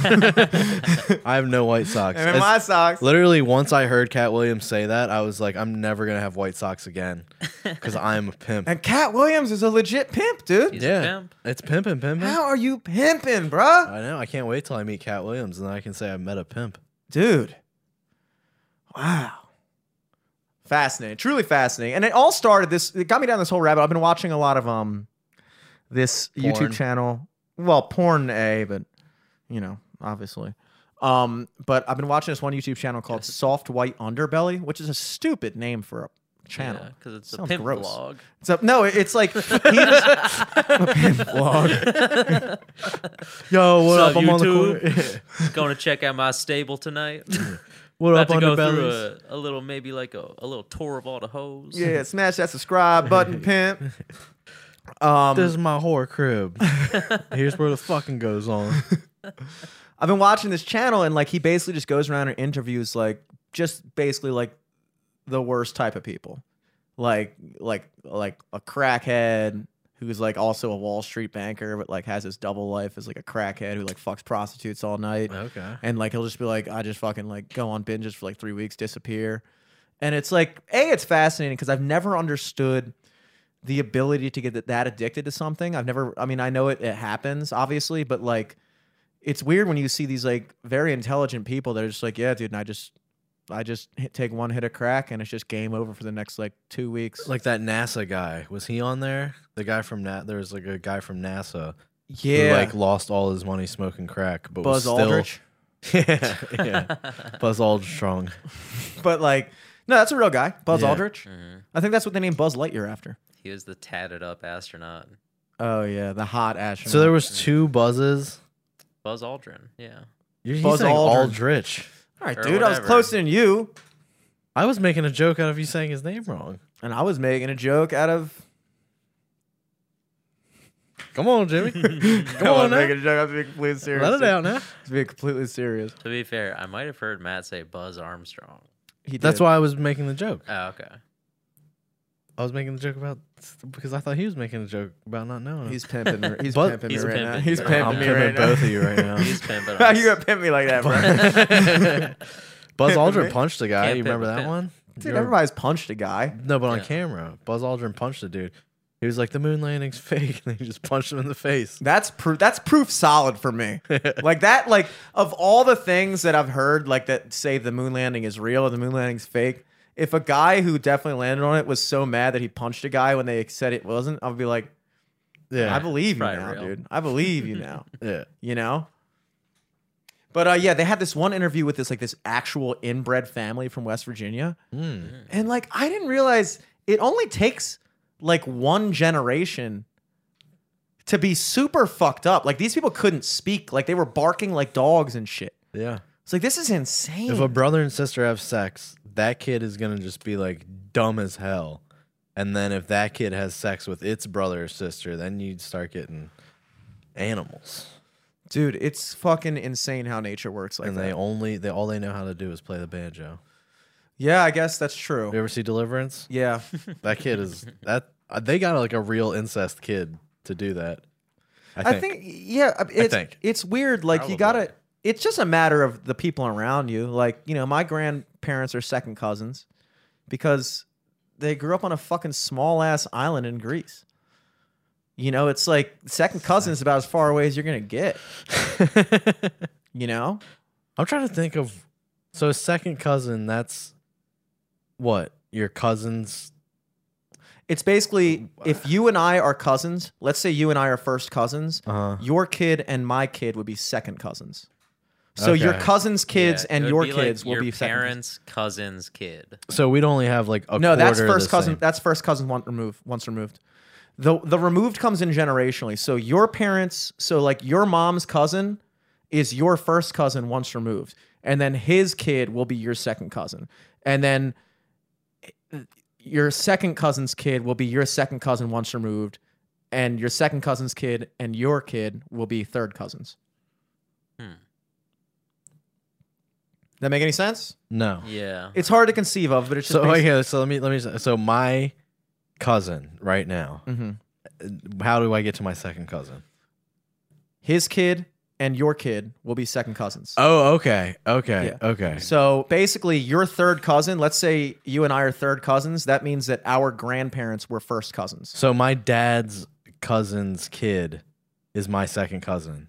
I have no white socks.
and in
As-
my socks,
Literally, once I heard Cat Williams say that, I was like, I'm never gonna have white socks again because I'm a pimp.
and Cat Williams is a legit pimp, dude.
He's a pimp.
it's pimping, pimping.
How are you pimping, bruh?
I know. I can't wait till I meet Cat Williams and then I can say I met a pimp.
dude wow fascinating truly fascinating and it all started this it got me down this whole rabbit i've been watching a lot of um this
Porn.
youtube channel well porn a but you know obviously um but i've been watching this one youtube channel called soft white underbelly which is a stupid name for a channel
Because it's a
Sounds
pimp
gross.
vlog.
so no it-
*laughs*
it's like he just, *laughs*
Yo, what
Sup,
up? I'm on the
YouTube?
corner.
Going to check out my stable
*laughs*
tonight.
what
About
up,
to go through
underbellies?
a, a little, maybe like a, a little tour of all the hoes.
yeah smash that subscribe button pimp um
This is my whore
*laughs*
crib. Here's where the fucking goes on.
I've been watching this channel and like he basically just goes around and interviews like just basically like the worst type of people. Like like like a crackhead, who's like also a Wall Street banker, but like has his double life as like a crackhead who like fucks prostitutes all night. *laughs*
Okay.
And like he'll just be like, I just fucking like go on binges for like three weeks, disappear. And it's like, A, it's fascinating because I've never understood the ability to get th- that addicted to something. I've never, I mean, I know it, it happens, obviously, but like, it's weird when you see these like very intelligent people that are just like, yeah, dude, and I just, I just hit, take one hit of crack and it's just game over for the next like two weeks.
Like that NASA guy. Was he on there? The guy from Na- there was like a guy from NASA
yeah,
who like lost all his money smoking crack, but was
Buzz
still
Aldrich.
*laughs* yeah,
*laughs*
yeah. Buzz Aldrich strong.
But like, no, that's a real guy, Buzz
Yeah.
Aldrich.
Mhm.
I think that's what they named Buzz Lightyear after.
He was the tatted up astronaut.
Oh yeah, the hot astronaut.
So there was two buzzes.
Buzz Aldrin. Yeah.
You're he's
Buzz
saying
Aldrin.
Aldrich.
All right,
or
dude, I was
whatever.
closer than you,
I was making a joke out of you saying his name wrong.
and I was making a joke out of.
Come on,
*laughs*
Jimmy. *laughs* Come
I
on
wasn't
now.
making a joke. I was being completely serious.
Let it out now.
To be completely serious,
To be fair, I might have heard Matt say Buzz Armstrong.
he did.
That's why I was making the joke.
Oh, okay.
I was making the joke about because I thought he was making a joke about not knowing.
*laughs* *laughs*
*laughs*
he's pimping. me- He's
But-
pimping
He's
me right now.
pimping.
He's
I'm
it.
pimping
I'm
me
pimping
right
both
now.
of you right now.
*laughs* He's pimping
How
us.
*laughs* you gonna pimp me like that, bro?
*laughs*
*laughs*
*laughs*
Buzz Aldrin
me.
punched a guy.
Can't
you
pimp
remember
a
that
pimp.
one?
Dude,
You're-
everybody's punched a guy.
No, but on
Yeah.
camera, Buzz Aldrin punched the dude. He was like, "The moon landing's fake," *laughs* and he just punched him in the face.
That's proof. That's proof solid for
*laughs*
me. like that. Like of all the things that I've heard, like that say the moon landing is real or the moon landing's fake. If a guy who definitely landed on it was so mad that he punched a guy when they said it wasn't, I'd be like,
Yeah,
I believe you
probably
now,
real.
dude. I believe
*laughs*
you now.
yeah.
you know. But uh, yeah, they had this one interview with this like this actual inbred family from West Virginia,
Hmm.
and like I didn't realize it only takes like one generation to be super fucked up. Like these people couldn't speak, like they were barking like dogs and shit.
yeah.
It's like this is insane.
If a brother and sister have sex, that kid is gonna just be like dumb as hell. And then if that kid has sex with its brother or sister, then you'd start getting animals.
Dude, it's fucking insane how nature works like
And
that.
they only they all they know how to do is play the banjo.
yeah, I guess that's true.
You ever see Deliverance?
Yeah.
That kid
*laughs*
is that uh, they got like a real incest kid to do that. I think.
I think yeah, I- it's
think.
it's weird. Like you
Probably.
gotta. It's just a matter of the people around you. Like you know, my grandparents are second cousins because they grew up on a fucking small ass island in Greece. You know, it's like second cousins is about as far away as you're gonna get.
*laughs*
you know,
I'm trying to think of so second cousin. That's what your cousins.
it's basically if you and I are cousins. Let's say you and I are first cousins.
Uh,
Your kid and my kid would be second cousins. So your
Okay.
cousins' kids
Yeah, it
and
would
your
be like
kids will
your
be second. cousins.
parents' cousin's kid.
so we'd only have like a
No, that's
quarter of
first
the
cousin.
same.
That's first cousin one removed. Once removed, the the removed comes in generationally. So your parents, so like your mom's cousin, is your first cousin once removed, and then his kid will be your second cousin, and then eh, your second cousin's kid will be your second cousin once removed, and your second cousin's kid and your kid will be third cousins.
Hmm.
That make any sense?
No.
Yeah.
It's hard to conceive of, but it's just
So
basi-
okay. So let me let me. So my cousin right now.
Mhm.
How do I get to my second cousin?
his kid and your kid will be second cousins.
Oh, okay, okay, okay.
So basically, your third cousin, let's say you and I are third cousins, that means that our grandparents were first cousins.
So my dad's cousin's kid is my second cousin.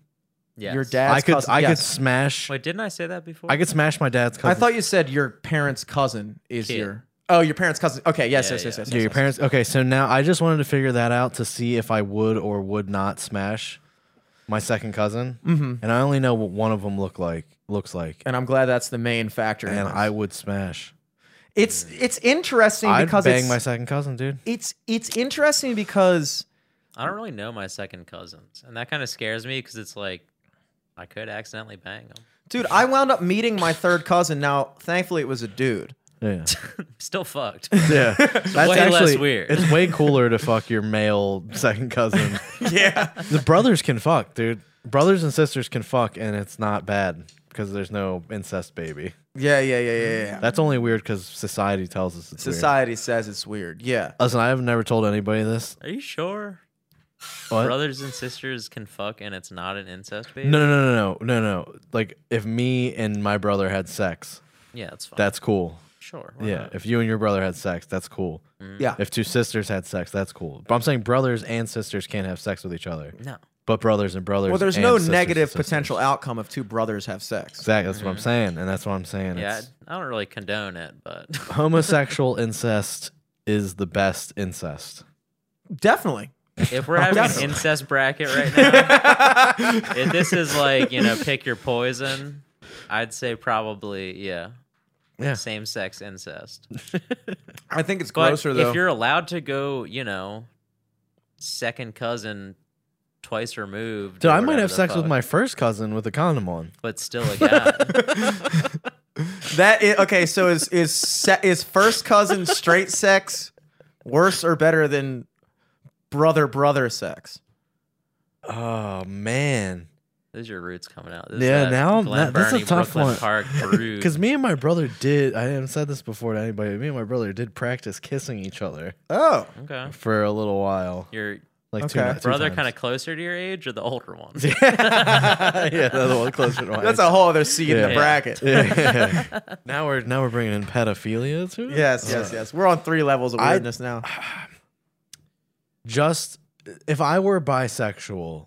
Yes.
*laughs* Your dad.
I
Dad's
could
cousin,
I could
yes.
smash
Wait, didn't I say that before?
I could smash my dad's cousin.
I thought you said your parents' cousin is
Kid.
your. Oh, your parents' cousin. Okay, yes,
Yeah,
yes, yes,
yeah.
yes,
Yeah, your
yes, yes.
parents. Okay, so now I just wanted to figure that out to see if I would or would not smash my second cousin, mm-hmm. and I only know what one of them look like looks like,
And I'm glad that's the main factor. in
and
this.
I would smash.
it's it's interesting
I'd
because
bang
it's,
my second cousin, dude.
it's it's interesting because
I don't really know my second cousins, and that kind of scares me because it's like I could accidentally bang them.
dude, I wound up meeting my third cousin. Now, thankfully, it was
*laughs*
a dude.
Yeah,
*laughs* Still fucked.
*laughs* yeah. That's
Way less
actually
weird.
It's way cooler to fuck your male second cousin.
Yeah.
*laughs* the brothers can fuck, dude. Brothers and sisters can fuck, and it's not bad because there's no incest baby.
Yeah, yeah, yeah, yeah, yeah.
That's only weird because society tells us it's weird.
Society says it's weird. Yeah.
Listen, I have never told anybody this.
Are you sure?
What?
Brothers and sisters can fuck, and it's not an incest baby.
No, no, no, no, no, no, no. Like if me and my brother had sex,
Yeah, that's fine.
that's cool.
sure. why
Yeah.
not?
If you and your brother had sex, that's cool.
Yeah.
If two sisters had sex, that's cool. But I'm saying brothers and sisters can't have sex with each other.
No.
But brothers and brothers.
Well, there's
and
no
sisters and
negative
sisters.
potential outcome if two brothers have sex.
Exactly. That's what I'm saying, and that's what I'm saying.
Mm-hmm. Yeah,
It's-
I I don't really condone it,
*laughs*
but
homosexual incest is the best incest.
Definitely.
if we're having an
Definitely.
incest bracket
*laughs*
right now, if this is like you know pick your poison, I'd say probably yeah,
Yeah.
same sex incest.
I think it's
But
grosser though.
if you're allowed to go, you know, second cousin, twice removed.
Dude,
or
I might
whatever
have
the
sex with
fuck,
my first cousin with a condom on.
but still
*laughs*
a guy.
That is okay. So is is se- is first cousin straight sex worse or better than brother brother sex?
Oh man.
Those are your roots coming out. This
Yeah,
that
now-
Glen
that- that's a
Burnie,
tough
Brooklyn
one. *laughs*
Park brood.
Because me and my brother did, I haven't said this before to anybody, but me and my brother did practice kissing each other
Oh,
okay,
for a little while.
your
Like two,
Okay.
ni- two
brother
times.
kind of closer to your age or the
*laughs*
older one?
yeah, *laughs* that's one closer to my
that's a whole other seed in the
Yeah.
bracket.
*laughs* Yeah, yeah. now we're now we're bringing in pedophilia Oh. too.
Yes, yes, yes. We're on three levels of
I-
weirdness now.
Just if I were bisexual,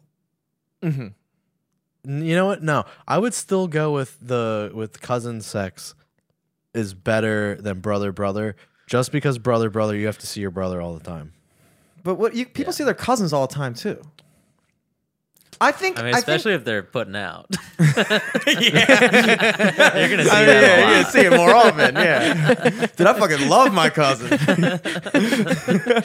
Mhm.
N- you know what? No, I would still go with the with cousin sex is better than brother brother. Just because brother brother, you have to see your brother all the time.
But what you people see their cousins all the time too. I think.
I mean,
think-
especially if they're
*laughs*
putting out. *laughs* You're gonna see
I mean,
that
yeah,
a
you're
lot.
gonna see it more often. Yeah, dude, I fucking love my cousin. *laughs*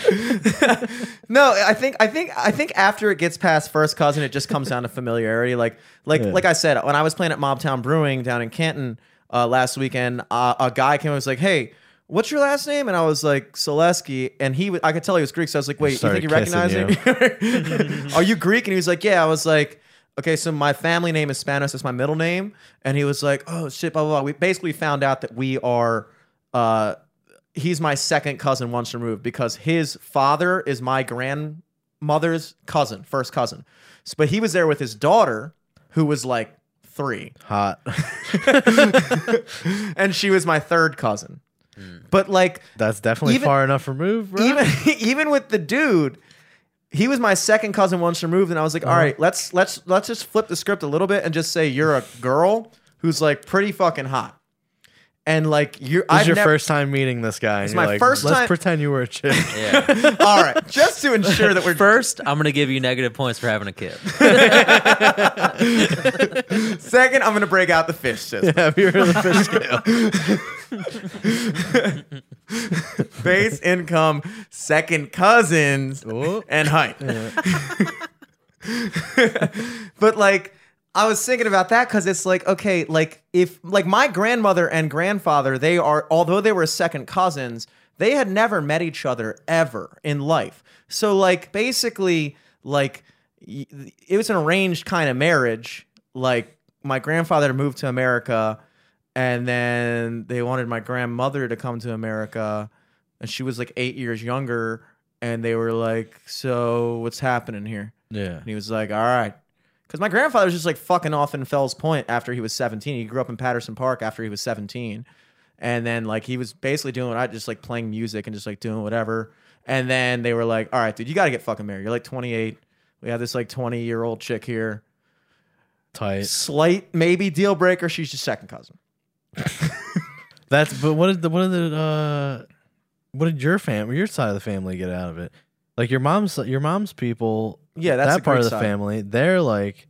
no, I think, I think, I think after it gets past first cousin, it just comes down to familiarity. Like, like, like I said, when I was playing at Mobtown Brewing down in Canton uh, last weekend, uh, a guy came and was like, "Hey." What's your last name? And I was like Selesky, and he, w- I could tell he was Greek. So I was like, "Wait, you
started
think you recognize
kissing
me? *laughs* Are you Greek? And he was like, Yeah. I was like, Okay, so my family name is Spanos. It's my middle name. And he was like, Oh shit, blah blah blah. We basically found out that we are. Uh, he's my second cousin once removed because his father is my grandmother's cousin, first cousin. So, but he was there with his daughter, who was like
*laughs*
three *laughs*
Hot.
and she was my third cousin. But like
That's definitely
Even-
far enough removed, bro.
even even *laughs* with the dude, he was my second cousin once removed, and I was
Uh-huh.
like, all right, let's let's let's just flip the script a little bit and just say you're a girl who's like pretty fucking hot, and like you're.
This
I've
is your
never-
first time meeting this guy. It's
my first
Let's
time-
pretend you were a chick.
*laughs*
*laughs*
Yeah.
*laughs* All right, just to ensure that we're
First, I'm gonna give you negative points for having
*laughs*
a kid.
second. I'm gonna break out the fish system.
yeah, if you were the
*laughs*
first scale.
Base income, second cousins,
Oh.
and height. *laughs* but like, I was thinking about that because it's like, okay, like if like my grandmother and grandfather, they are although they were second cousins, they had never met each other ever in life. So like, basically, like y- it was an arranged kind of marriage. Like my grandfather moved to America and then they wanted my grandmother to come to America, and she was like eight years younger. And they were like, "So what's happening here?"
Yeah.
And he was like, "All right," because my grandfather was just like fucking off in Fells Point after he was seventeen. He grew up in Patterson Park after he was seventeen, and then like he was basically doing what I just like playing music and just like doing whatever. And then they were like, "All right, dude, you got to get fucking married. You're like 28. We have this like 20 year old chick here.
Tight.
Slight maybe deal breaker. She's your second cousin."
That's but what did the what did the uh what did your fam your side of the family get out of it? Like your mom's your mom's people
Yeah, that's
that
the
part
Greek
of the
side.
family, they're like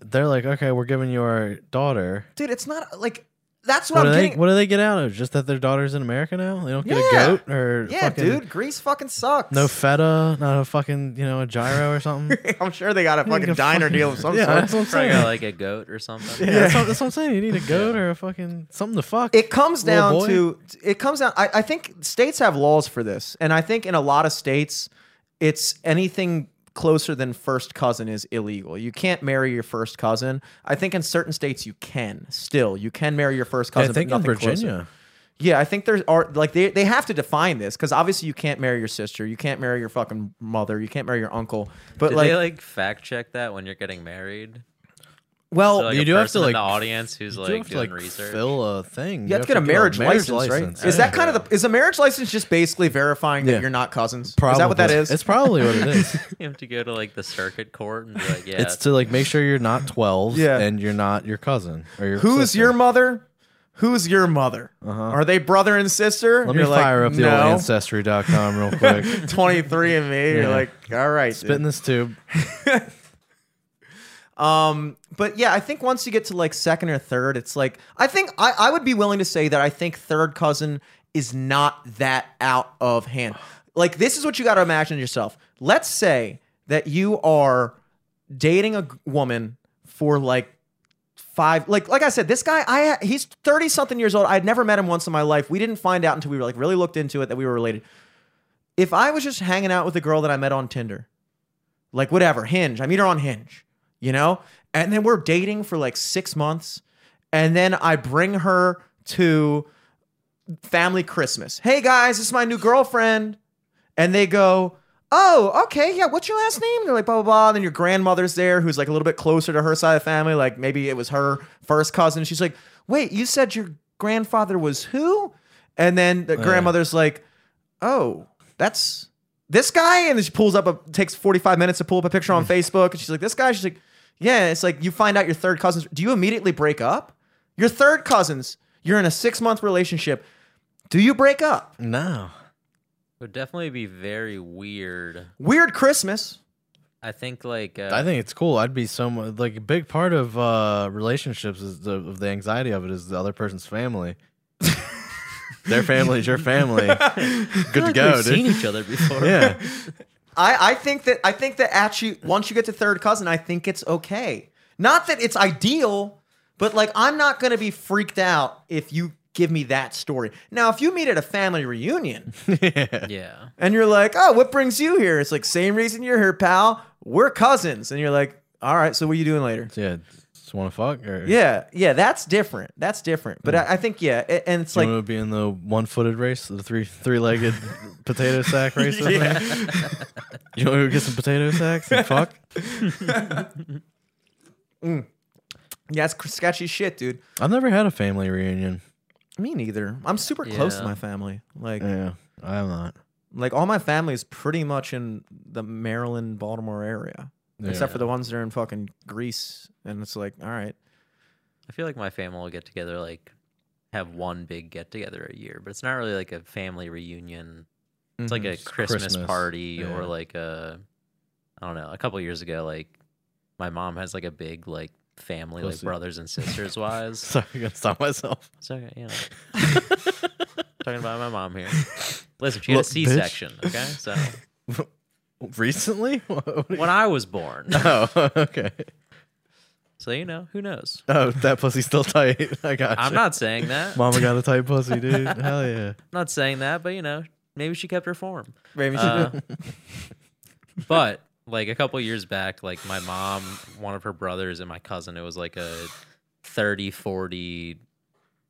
they're like, Okay, we're giving you our daughter.
dude, it's not like that's what,
What do
I'm
they
getting.
what do they get out of? it? Just that their daughter's in America now? They don't get
Yeah.
a goat or
yeah,
fucking
dude, Greece fucking sucks.
no feta, not a fucking, you know, a gyro or
*laughs*
something.
I'm sure they got a fucking
a
diner
fucking-
deal of
*laughs*
some
yeah,
sort.
that's what I'm
Probably
saying.
*laughs*
got like a goat or something.
yeah,
*laughs*
That's, what, that's what I'm saying. You need a goat or a fucking something to fuck.
It comes
Little
down to it comes down. I, I think states have laws for this, and I think in a lot of states, it's anything closer than first cousin is illegal. You can't marry your first cousin. I think in certain states you can still. You can marry your first
I
cousin. but
think in
nothing closer.
Virginia.
Yeah, I think there's are like they, they have to define this because obviously you can't marry your sister, you can't marry your fucking mother, you can't marry your uncle. But
Did
like,
they like fact check that when you're getting married?
well,
So, like,
Oh, you
a
do have to,
person in the
like,
audience who's
you
like
have to
doing
like
research.
fill a thing.
you have to get a
do
marriage, license, right? Is
Yeah.
that kind of the is a marriage license just basically verifying
Yeah.
that you're not cousins? Is that what that
Probably.
is?
It's probably what it is.
*laughs* You have to go to like the circuit court and be like, yeah,
It's to like make sure you're not 12
Yeah.
and you're not your cousin or your
Who's
sister.
your mother? Who's your mother? Are they brother and sister?
Uh-huh. Let me fire up the old ancestry.com
*laughs*
real quick.
Twenty three and me. You're
Yeah.
like, all right,
Spit in
dude.
this tube.
um, but yeah, I think once you get to like second or third, it's like I think I, I would be willing to say that I think third cousin is not that out of hand. Like this is what you got to imagine yourself. Let's say that you are dating a g- woman for like five like like i said this guy i he's 30 something years old i'd never met him once in my life we didn't find out until we were like really looked into it that we were related if i was just hanging out with a girl that i met on tinder like whatever hinge i meet her on hinge you know and then we're dating for like six months and then i bring her to family christmas hey guys this is my new girlfriend and they go, "Oh, okay, yeah. What's your last name?" They're like, "Blah blah blah." Then your grandmother's there, who's like a little bit closer to her side of the family. Like maybe it was her first cousin. She's like, "Wait, you said your grandfather was who?" And then the grandmother's like, "Oh, that's this guy." And then she pulls up a takes forty five minutes to pull up a picture on Facebook, and she's like, "This guy." She's like, "Yeah." It's like you find out your third cousins. Do you immediately break up? Your third cousins. You're in a six month relationship. Do you break up?
No.
would definitely be very weird.
Weird Christmas.
I think like uh,
I think it's cool. I'd be so mu- like a big part of uh relationships is the of the anxiety of it is the other person's
*laughs*
family. Their family's your family. Good to
like
go,
we've
dude.
seen each other
*laughs*
before.
Yeah.
I, I think that I think that actually once you get to third cousin, I think it's okay. Not that it's ideal, but like I'm not gonna be freaked out if you give me that story. Now, if you meet at a family reunion
yeah.
yeah.
and you're like, oh, what brings you here? It's like same reason you're here, pal. We're cousins, and you're like, all right, so what are you doing later?
*laughs* Yeah. Just want to fuck or
Yeah, yeah, that's different. That's different. But I, I think yeah, a- and it's
Do you
like
want to be in the one-footed race, the three *laughs* three-legged potato sack race? or something?
*laughs*
*laughs* You want to go get some potato sacks and fuck?
yeah, it's sketchy shit, dude.
I've never had a family reunion.
Me neither. I'm super close to
Yeah.
my family. Like,
Yeah, I'm not.
like all my family is pretty much in the Maryland, Baltimore area, except for the ones that are in fucking Greece. And it's like, all right,
I feel like my family will get together like have one big get together a year, but it's not really like a family reunion. It's like a
Mm-hmm. It's
Christmas,
Christmas,
party or
yeah.
like a I don't know. A couple years ago, like my mom has like a big like family, like
Pussy.
brothers and sisters wise.
*laughs* Sorry, I gotta stop
*laughs*
myself.
So you know,
*laughs*
talking about my mom here. Listen, she had
Look,
a
bitch.
C-section. Okay, so
Recently? *laughs* What-
when I
*laughs*
was born,
oh, okay.
so you know, who knows?
Oh, that pussy's still tight. *laughs* I got.
I'm not saying that.
Mama got a tight pussy,
*laughs*
dude. Hell yeah.
not saying that, but you know, maybe she kept her form.
Mm-hmm. maybe
Uh, but like a couple years back, like my mom, one of her brothers, and my cousin, it was like a 30, 40,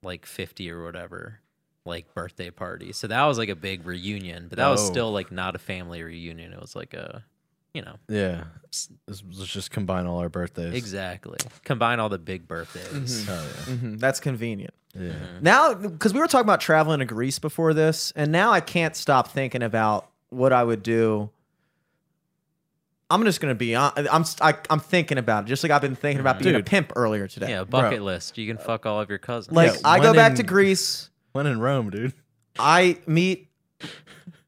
like 50 or whatever, like birthday party. So that was like a big reunion, but that was
Whoa.
still like not a family reunion. It was like a, you know,
Yeah. Let's, let's just combine all our birthdays.
exactly. Combine all the big birthdays.
Hell
hmm that's convenient.
Mm-hmm.
yeah. Yeah.
Now, because we were talking about traveling to Greece before this, and now I can't stop thinking about what I would do. I'm just gonna be on. I'm I, I'm thinking about it, just like I've been thinking about being a
Dude.
pimp earlier today.
Mm-hmm. Yeah, bucket list. You can fuck all of your cousins.
like
Yeah,
I go
when
back to
in-
Greece.
When in Rome, dude.
I meet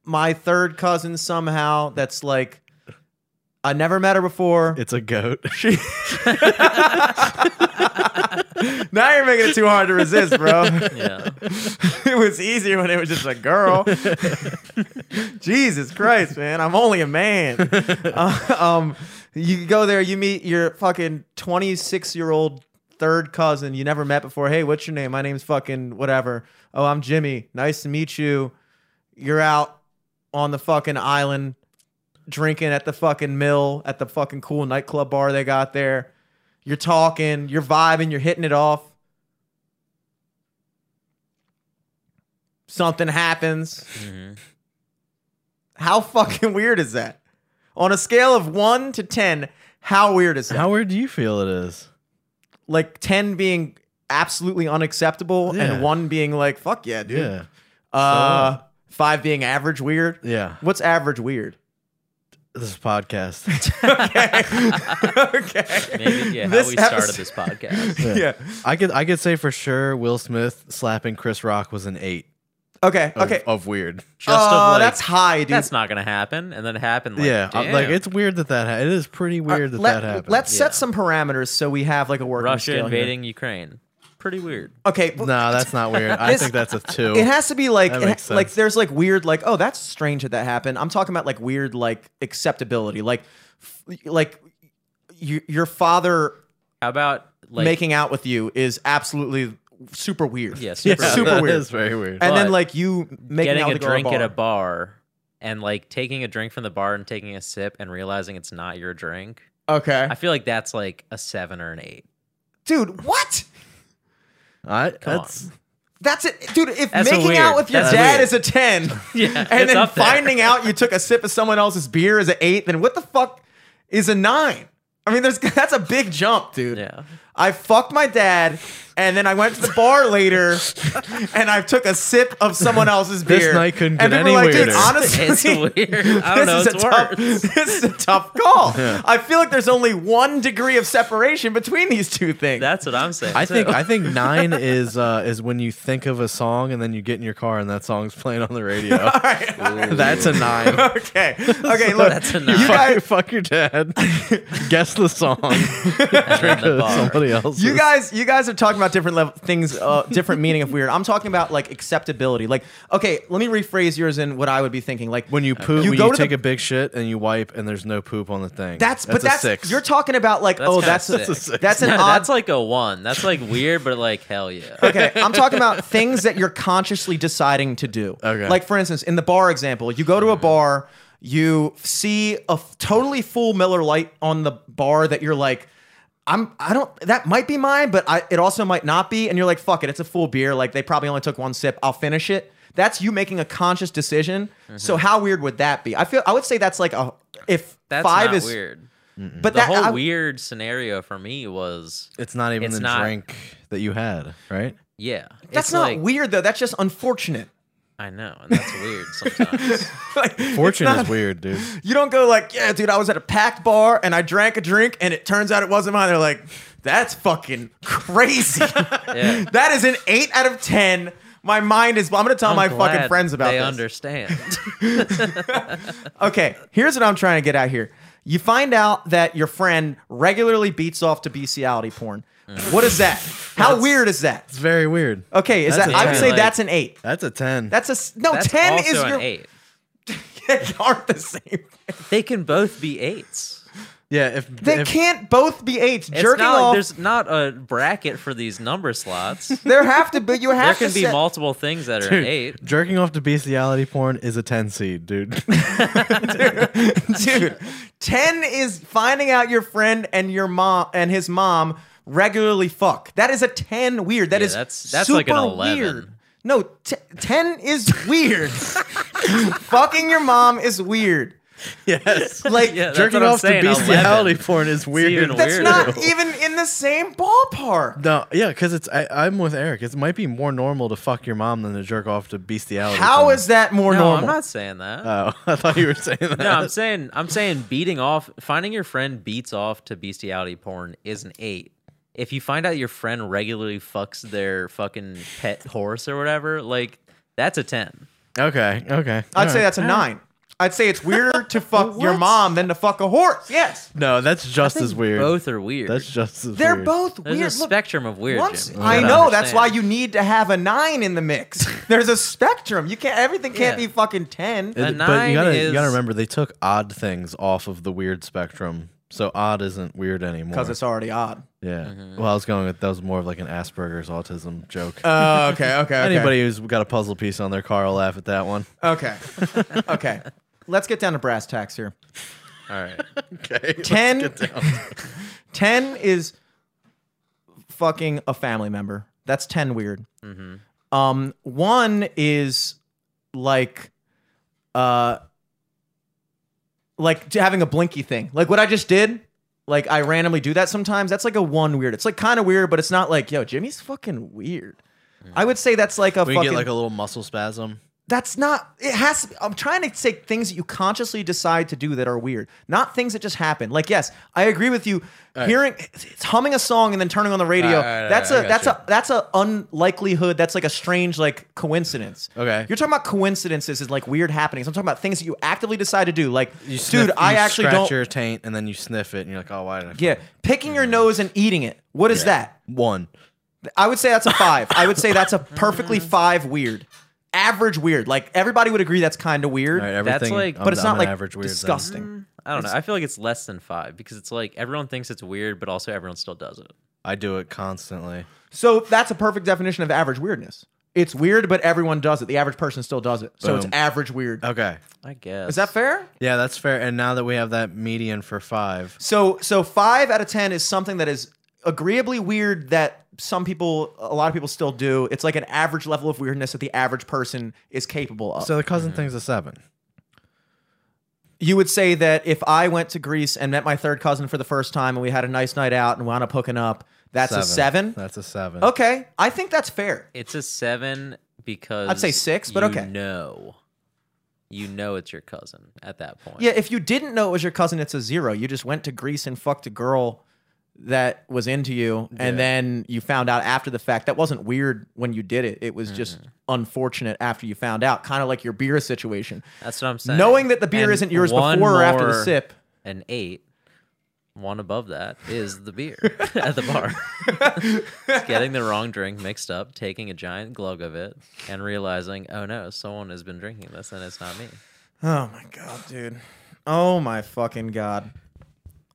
my third cousin somehow. That's like I never met her before.
It's a goat.
now you're making it too hard to resist, bro.
yeah.
*laughs* it was easier when it was just a girl. Jesus Christ, man! I'm only a man. Uh, um, you go there, you meet your fucking 26 year old third cousin you never met before. Hey, what's your name? My name's fucking whatever. Oh, I'm Jimmy. Nice to meet you. You're out on the fucking island drinking at the fucking mill at the fucking cool nightclub bar they got there. You're talking, you're vibing, you're hitting it off. something happens.
Mm-hmm.
How fucking weird is that? On a scale of one to ten, how weird is that?
*laughs* How weird do you feel it is?
like ten being absolutely unacceptable,
Yeah.
and one being like fuck yeah, dude.
Yeah.
Uh, five being average weird.
Yeah.
What's average weird? *laughs*
This is podcast.
*laughs*
okay. okay. *laughs*
Maybe yeah,
This
how we started
episode-
this
*laughs*
podcast.
Yeah.
Yeah.
I could I could say for sure Will Smith slapping Chris Rock was an eight
Okay.
of,
Okay.
of weird.
Just
oh,
of like
that's uh, high, dude.
that's not gonna happen, and then it happened. Like,
yeah. I'm Like
damn.
it's weird that that ha- it is pretty weird that
Uh, Let,
that happened.
Let's
Yeah.
set some parameters so we have like a working
Russia
scale here.
invading Ukraine. Pretty weird.
Okay.
no,
well,
that's not weird. I
This-
think that's a two.
It has to be like
That
it ha-
makes
like
sense.
there's like weird like oh that's strange that that happened. I'm talking about like weird like acceptability like f- like y- your father
How about like
making out with you is absolutely super weird. *laughs*
yeah, super
yeah,
weird.
super
that
weird.
is very weird.
And then
But
like you making
getting
out
a
with girl
drink
bar.
at a bar and like taking a drink from the bar and taking a sip and realizing it's not your drink.
Okay.
I feel like that's like a seven or an eight.
*laughs* Dude, what?
I,
on.
that's
That's it. Dude, if
That's
making
weird.
out with your
That's
dad
weird.
is a 10
*laughs*
*laughs*
Yeah,
and
it's
then
up there.
finding out you took a sip of someone else's beer is an 8, then what the fuck is a 9? I mean, there's *laughs* that's a big jump, dude.
Yeah.
I fucked my dad and then I went to the bar later and I took a sip of someone else's beer.
This night couldn't
and
get
people were
any
like, Dude,
weirder."
*laughs* honestly,
It's
*laughs*
weird. I don't know.
this
It's
is a tough,
worse.
*laughs* this is a tough call. I feel like there's only one degree of separation between these two things.
That's what I'm saying.
I think
too.
I think
*laughs*
nine is uh, is when you think of a song and then you get in your car and that song's playing on the radio.
*laughs* All right, all right.
That's a nine.
*laughs* *laughs* okay. Okay, look.
That's a
You
nine.
fuck, fuck your dad. Guess the song.
And the bar.
Somebody else.
You guys, you guys are talking about different level things, uh, different meaning of weird. I'm talking about like acceptability. Like, okay, let me rephrase yours in what I would be thinking. Like
when you poop,
Uh, You
when
go
you
to
take
the-
a big shit and you wipe and there's no poop on the thing.
that's, but
a
that's
six.
you're talking about like
That's
oh
kinda
that's
sick.
a,
That's a
six.
*laughs* that's
*laughs*
an
No,
odd.
that's like a one. That's like weird, but like hell yeah.
*laughs* okay, I'm talking about things that you're consciously deciding to do.
Okay. Mm-hmm.
like for instance, in the bar example, you go to a bar, you see a f- totally full Miller Light on the bar that you're like. I'm I don't that might be mine, but I it also might not be. And you're like, fuck it, it's a full beer. Like they probably only took one sip. I'll finish it. That's you making a conscious decision. So how weird would that be? I feel I would say that's like a if
Mm-hmm. That's
five
not
is
weird.
but
The
that
whole
I-
weird scenario for me was
it's not even
It's
the
not-
drink that you had, right?
yeah.
that's
it's
not
like-
weird though. That's just unfortunate. *laughs*
I know, and that's weird sometimes.
Like, it's
Fortune
not-
is weird,
*laughs*
dude.
You don't go like, yeah, dude, I was at a packed bar and I drank a drink and it turns out it wasn't mine. They're like, that's fucking crazy.
*laughs* Yeah.
That is an eight out of ten. My mind is. I'm gonna tell
I'm
my fucking
glad
friends about
They
this. *laughs*
understand.
okay, here's what I'm trying to get out here. You find out that your friend regularly beats off to bestiality porn.
Mm.
What is that? How weird is that?
It's very weird.
Okay, is
That's
that?
a
I would
ten.
say
Like-
that's an eight.
That's a ten.
That's a s- no.
That's
ten
also
is
an
your *laughs*
eight.
They aren't the same. thing.
They can both be eights.
yeah. If
They
if,
can't both be eights.
It's
Jerking
not like
off.
there's not a bracket for these number slots.
*laughs* there have to be.
*laughs*
You
there
have
can
to
be
set-
multiple things that are an eight.
Dude, jerking off to bestiality porn is a ten seed,
*laughs*
dude. *laughs*
dude 10 is finding out your friend and your mom and his mom regularly fuck that is a 10 weird That
Yeah,
is
that's- that's
super
like an 11.
weird. no t- 10 is
*laughs*
weird fucking your mom is weird
yes.
like
Yeah, that's
jerking
what I'm
off
saying,
to
11.
bestiality porn is weird.
even
that's
weirder. *laughs*
not even in the same ballpark
No, yeah, because it's I, I'm with Eric. It might be more normal to fuck your mom than to jerk off to bestiality.
how
porn.
is that more
No,
normal Uh,
I'm not saying that.
Oh, *laughs* I thought you were saying that.
no,
*laughs*
I'm saying I'm saying beating off, finding your friend beats off to bestiality porn is an eight. If you find out your friend regularly fucks their fucking pet horse or whatever, like that's a ten.
okay, okay.
i'd say that's a 9 i'd say it's weirder to fuck
*laughs*
your
What?
mom than to fuck a horse yes
no. That's just as weird.
Both are weird.
That's just as
they're
weird.
both
There's
weird
a
Look,
spectrum of weird.
Once-
Jimmy.
I
You gotta
know that's why
understand.
you need to have a nine in the mix. There's a spectrum. You can't. Everything can't
Yeah.
be fucking ten.
It-
A
but you
nine
gotta you gotta
is-
remember they took odd things off of the weird spectrum, so odd isn't weird anymore.
Because it's already odd.
yeah. Well, I was going with that was more of like an Asperger's autism joke.
Oh, okay, okay, okay.
Anybody who's got a puzzle piece on their car will laugh at that one.
Okay, *laughs* okay. Let's get down to brass tacks here.
All right.
*laughs* Okay.
*laughs* Ten.
Mm-hmm.
Ten is fucking a family member. That's ten weird. Um, one is like, uh, like having a blinky thing. Like what I just did. Like I randomly do that sometimes. That's like a one weird. It's like kind of weird, but it's not like yo Jimmy's fucking weird. I would say that's like a
Mm. We
fucking
get like a little muscle spasm.
that's not it has to be, i'm trying to say things that you consciously decide to do that are weird not things that just happen like yes i agree with you hearing it's humming a song and then turning on the radio
All right, all right,
that's
all right,
a
I
that's
got
a that's a unlikelihood that's like a strange like coincidence
Okay.
you're talking about coincidences and like weird happenings i'm talking about things that you actively decide to do like
You
dude
sniff-
i
you
actually
scratch
don't
your taint and then you sniff it and you're like, oh, why did I?
yeah picking your nose and eating it what is that
One.
I would say that's a five. I would say that's
*laughs*
a perfectly five weird, average weird. Like everybody would agree that's kind of weird,
All right,
That's
everything.
like-
I'm-
but
I'm
it's not
an
like
average weird then.
disgusting.
I don't know. I feel like it's less than five because it's like everyone thinks it's weird, but also everyone still does it.
I do it constantly.
So that's a perfect definition of average weirdness. It's weird, but everyone does it. The average person still does it. So it's
Boom.
average weird.
Okay.
I guess.
Is that fair?
Yeah, that's fair. And now that we have that median for five,
So so five out of ten is something that is agreeably weird that some people, a lot of people still do. It's like an average level of weirdness that the average person is capable of.
so the cousin
Mm-hmm.
thing's a seven.
you would say that if I went to Greece and met my third cousin for the first time and we had a nice night out and wound up hooking up, that's a seven.
That's a seven. Oh.
Okay, I think that's fair.
It's a seven because
I'd say six, but
you
okay.
No, you know it's your cousin at that point.
Yeah, if you didn't know it was your cousin, it's a zero. You just went to Greece and fucked a girl that was into you, and then you found out after the fact. That wasn't weird when you did it. It was just
Mm-hmm.
unfortunate after you found out, kind of like your beer situation.
that's what I'm saying.
Knowing that the beer
And
isn't yours
one
before or after the
more-
sip.
an eight. One above that is the beer *laughs* at the
*laughs*
bar. It's Getting the wrong drink mixed up, taking a giant glug of it, and realizing, oh no, someone has been drinking this and it's not me.
Oh my god, dude. Oh my fucking god.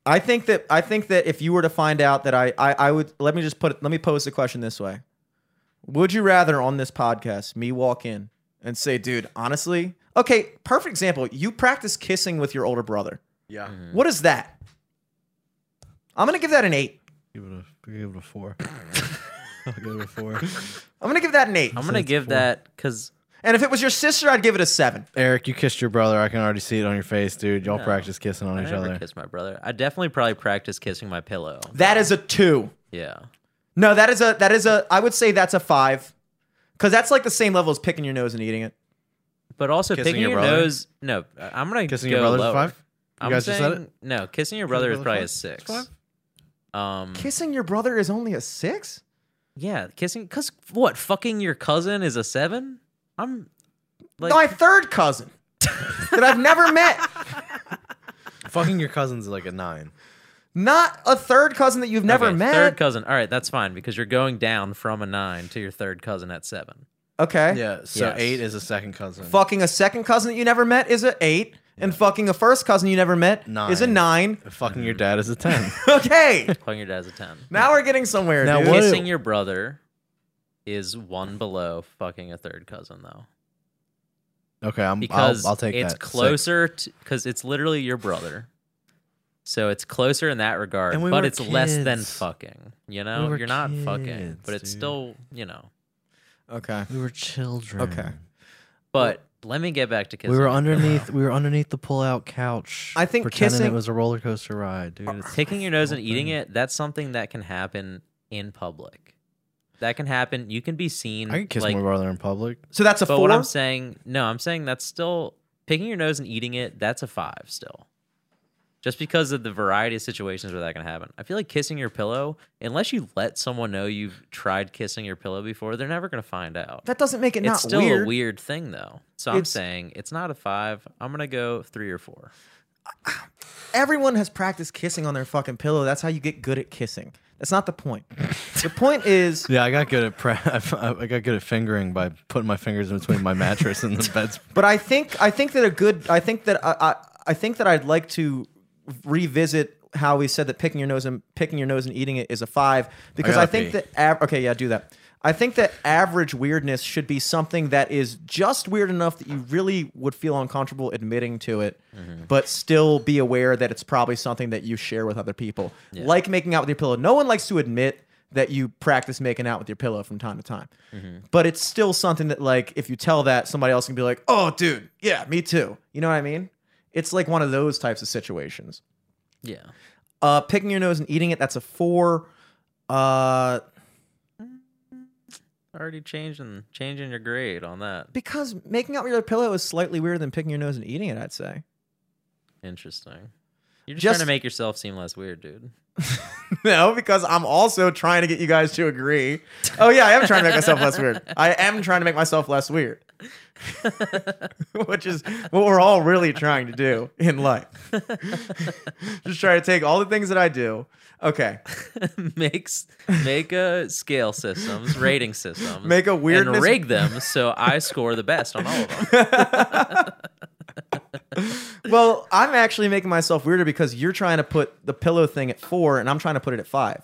I think that I think that if you were to find out that I I, I would let me just put it, let me pose the question this way. Would you rather on this podcast me walk in and say, dude, honestly, okay, perfect example. You practice kissing with your older brother.
Yeah.
What is that? I'm gonna give that an eight.
Give it a give it a four. *laughs* I'll give it a four.
I'm gonna give that an eight.
I'm gonna give that because
And if it was your sister, I'd give it a seven.
Eric, you kissed your brother. I can already see it on your face, dude. Y'all practice kissing on
I
each
never
other.
kissed my brother. I definitely probably practice kissing my pillow.
That is a two.
Yeah,
No, that is a that is a I would say that's a five. Cause that's like the same level as picking your nose and eating it.
but also
Kissing
picking
your
your,
brother?
nose. No, I'm gonna
Kissing
go
your brother's a
lower.
five. You
I'm
guys
saying
just said it.
no. Kissing your brother is
brother's
probably
five?
a six.
It's
Um,
Kissing your brother is only a six?
yeah, kissing. Cause what? Fucking your cousin is a seven. I'm like
My third cousin *laughs* that I've never met.
Fucking your cousin's like a
*laughs*
nine.
Not a third cousin that you've never
Okay,
met.
Third cousin. All right, that's fine because you're going down from a nine to your third cousin at seven.
okay.
Yeah. So
Yes.
eight is a second cousin.
Fucking a second cousin that you never met is a eight. And fucking a first cousin you never met is a nine.
Fucking
Mm-hmm.
your dad is a ten.
*laughs*
*laughs* Okay.
Calling your dad as a ten.
now we're getting somewhere.
Now
dude.
what-
Kissing your brother is one below fucking a third cousin though,
okay, I'm.
because
I'll, I'll take
it's
that. Six.
closer because it's literally your brother. So it's closer in that regard,
And we
but
were
it's less than
kids.
fucking. You know,
were
you're not fucking,
kids,
but it's
dude.
still you know.
Okay.
We were children.
Okay.
But let me get back to kissing.
We were
your brother.
underneath. We were underneath the pull-out couch.
I think
pretending
kissing-
it was a roller coaster ride, dude. It's-
Picking your nose and eating it, that's something that can happen in public. That can happen. You can be seen.
I could kiss
like,
my brother in public.
So that's a
But
four.
what I'm saying, no, I'm saying that's still picking your nose and eating it, that's a five still. Just because of the variety of situations where that can happen. I feel like kissing your pillow, unless you let someone know you've tried kissing your pillow before, they're never going to find out.
that doesn't make it not
it's still
weird.
a weird thing, though. So I'm
It's-
saying it's not a five. I'm going to go three or four.
everyone has practiced kissing on their fucking pillow. That's how you get good at kissing. That's not the point. the point is
Yeah, I got good at pre- *laughs* I I got good at fingering by putting my fingers in between my mattress and the *laughs* bed's
but I think I think that a good I think that I, I I think that I'd like to revisit how we said that picking your nose and picking your nose and eating it is a five because I,
gotta pee.
think that av- okay yeah do that I think that average weirdness should be something that is just weird enough that you really would feel uncomfortable admitting to it but still be aware that it's probably something that you share with other people like making out with your pillow no one likes to admit that you practice making out with your pillow from time to time. But it's still something that like if you tell that somebody else can be like, "Oh, dude, yeah, me too." You know what I mean? It's like one of those types of situations.
Yeah.
Uh, picking your nose and eating it—that's a four. Uh,
Already changing changing your grade on that.
because making out with your pillow is slightly weirder than picking your nose and eating it. I'd say.
Interesting. You're just,
Just-
trying to make yourself seem less weird, dude.
*laughs* No, because I'm also trying to get you guys to agree. Oh yeah, I am trying to make myself less weird. I am trying to make myself less weird. *laughs* Which is what we're all really trying to do in life. *laughs* Just try to take all the things that I do. Okay.
*laughs* Makes make a scale systems, rating systems,
Make a weirdness-
and rig them so I score the best on all of them.
*laughs* Well, I'm actually making myself weirder because you're trying to put the pillow thing at 4 and I'm trying to put it at 5.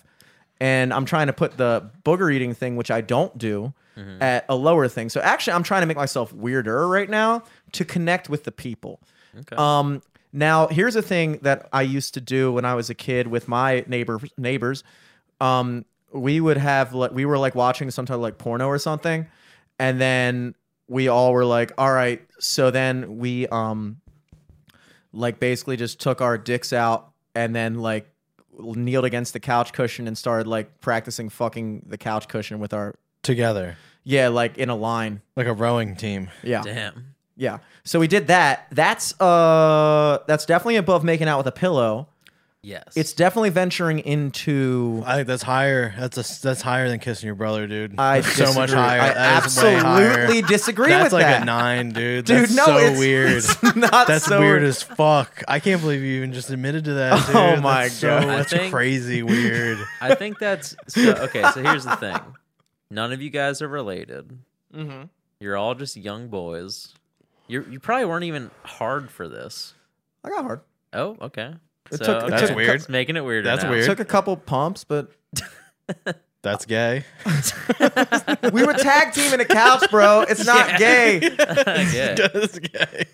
And I'm trying to put the booger eating thing which I don't do at a lower thing. So actually I'm trying to make myself weirder right now to connect with the people.
Okay.
Um, now here's a thing that I used to do when I was a kid with my neighbor neighbors. Um, we would have like we were like watching some type of like porno or something, and then we all were like, all right. So then we um, like basically just took our dicks out and then like kneeled against the couch cushion and started like practicing fucking the couch cushion with our
together
yeah like in a line
like a rowing team.
yeah
Damn.
yeah. So we did that. That's uh that's definitely above making out with a pillow.
Yes.
It's definitely
*laughs*
venturing into
I think that's higher. That's a s- that's higher than kissing your brother, dude.
I
That's so much
disagree.
higher.
I
That is way higher.
absolutely disagree
That's
with
like
that.
a nine, dude.
Dude,
That's
no,
so
it's- *laughs*
weird.
It's not
That's
so
weird as fuck. I can't believe you even just admitted to that. Dude.
*laughs* Oh my
That's
God.
so,
I
that's
think-
*laughs*
crazy weird.
I think that's so, okay. So here's the thing: none of you guys are related.
hmm
You're all just young boys. You you probably weren't even hard for this.
I got hard.
Oh, okay.
It
so,
took- it
okay.
That's took- weird.
It's making it weirder.
That's
now.
weird.
*laughs*
Took a couple pumps, but *laughs*
That's gay.
we were tag teaming a couch, bro. It's
*laughs*
not gay.
yeah.
That's gay.